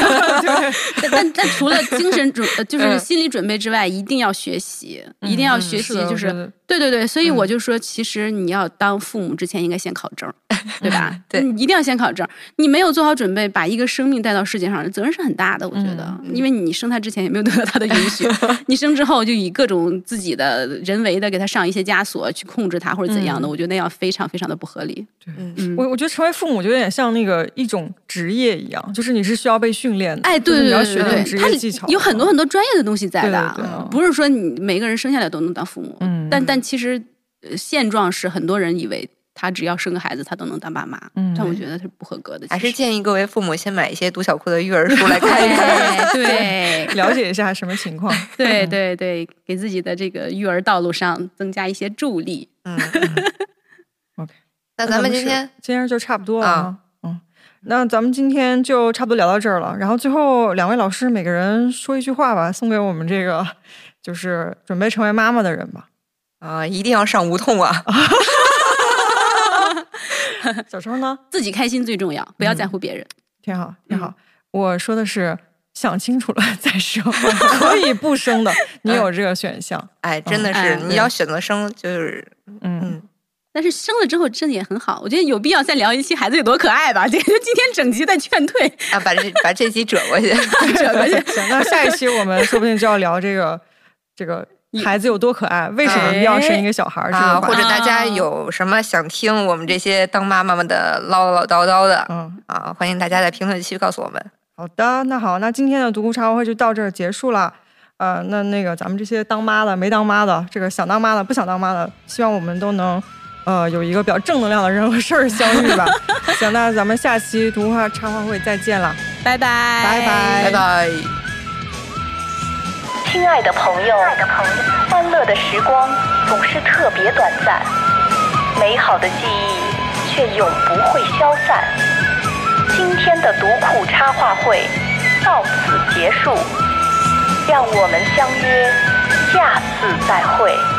Speaker 4: 但但但除了精神准，呃就是
Speaker 2: 嗯
Speaker 4: 心理准备之外，一定要学习，
Speaker 3: 嗯
Speaker 4: 一定要
Speaker 3: 嗯
Speaker 4: 学习，
Speaker 3: 的
Speaker 4: 就
Speaker 3: 我
Speaker 4: 是
Speaker 3: 觉得
Speaker 4: 对对对，所以
Speaker 2: 嗯
Speaker 4: 我就说，其实你要当父母之前，应该先考证儿，对吧？
Speaker 2: 对
Speaker 4: 你一定要先考证儿。你没有做好准备，把一个生命带到世界上，责任是很大的。我觉得，
Speaker 2: 嗯
Speaker 4: 因为你生他之前也没有得到他的允 许，你生之后就以各种自己的人为的给他上一些枷锁去控制他或者怎样的，我觉得那样非常非常的不合理。
Speaker 2: 嗯，
Speaker 4: 嗯，
Speaker 3: 我我觉得成为父母就有点像那个一种职业一样，就是你是需要被训练的，
Speaker 4: 哎，对
Speaker 3: 就是
Speaker 4: 对
Speaker 3: 你要
Speaker 4: 对
Speaker 3: 学那
Speaker 4: 对
Speaker 3: 种
Speaker 4: 对，
Speaker 3: 职
Speaker 4: 它
Speaker 3: 业技巧，啊
Speaker 4: 有很多很多专业的东西在的，啊
Speaker 3: 对对对
Speaker 4: 不是说你每个人生下来都能当父母。
Speaker 3: 嗯
Speaker 4: 但但其实、呃现状是，很多人以为他只要生个孩子，他都能当爸妈。
Speaker 3: 嗯
Speaker 4: 但我觉得他是不合格的。
Speaker 2: 还
Speaker 4: 其
Speaker 2: 是
Speaker 4: 实
Speaker 2: 建议各位父母先买一些读小库的育儿书来看 一看。
Speaker 4: 哎 对
Speaker 3: 了解一下什么 情况。
Speaker 4: 对对对，给自己的这个育儿道路上增加一些助力。
Speaker 2: 嗯
Speaker 3: OK
Speaker 2: 那咱们今天
Speaker 3: 是今天就差不多了
Speaker 2: 啊
Speaker 3: 啊。嗯，那咱们今天就差不多聊到这儿了。然后最后两位老师每个人说一句话吧，送给我们这个就是准备成为妈妈的人吧。
Speaker 2: 啊、一定要上无痛啊！
Speaker 3: 小超呢？
Speaker 4: 自己开心最重要，不要
Speaker 3: 嗯
Speaker 4: 在乎别人。
Speaker 3: 挺好，
Speaker 2: 嗯
Speaker 3: 挺好。我说的是想清楚了 再 说，可以不生的，你
Speaker 2: 嗯
Speaker 3: 有这个选项。
Speaker 2: 哎，真的是，
Speaker 4: 哎
Speaker 2: 你要选择生，就是
Speaker 3: 嗯，
Speaker 4: 但是生了之后真的也很好，我觉得有必要再聊一期孩子有多可爱吧。这 个今天整集在劝退，
Speaker 2: 啊，把这把这集折过去。
Speaker 3: 行，那下一期我们说不定就要聊这个这个孩子有多可爱，为什么一定要生一个小孩儿？这
Speaker 2: 啊，
Speaker 3: 个
Speaker 2: 或
Speaker 3: 话
Speaker 2: 者
Speaker 3: 题
Speaker 2: 大家有什么想听我们这些当妈妈们的唠唠叨叨的
Speaker 3: 嗯，
Speaker 2: 啊，欢迎大家在评论区告诉我们。
Speaker 3: 好的，那好，那今天的独孤茶话会就到这儿结束了。呃，那那个咱们这些当妈的、没当妈的，这个想当妈的、不想当妈的，希望我们都能，呃，有一个比较正能量的人和事儿相遇 吧。行，那咱们下期独孤茶话会再见了。
Speaker 4: 拜拜拜
Speaker 3: 拜
Speaker 2: 拜拜。
Speaker 1: 亲爱的朋友，欢乐的时光总是特别短暂，美好的记忆却永不会消散。今天的读库插画会到此结束，让我们相约下次再会。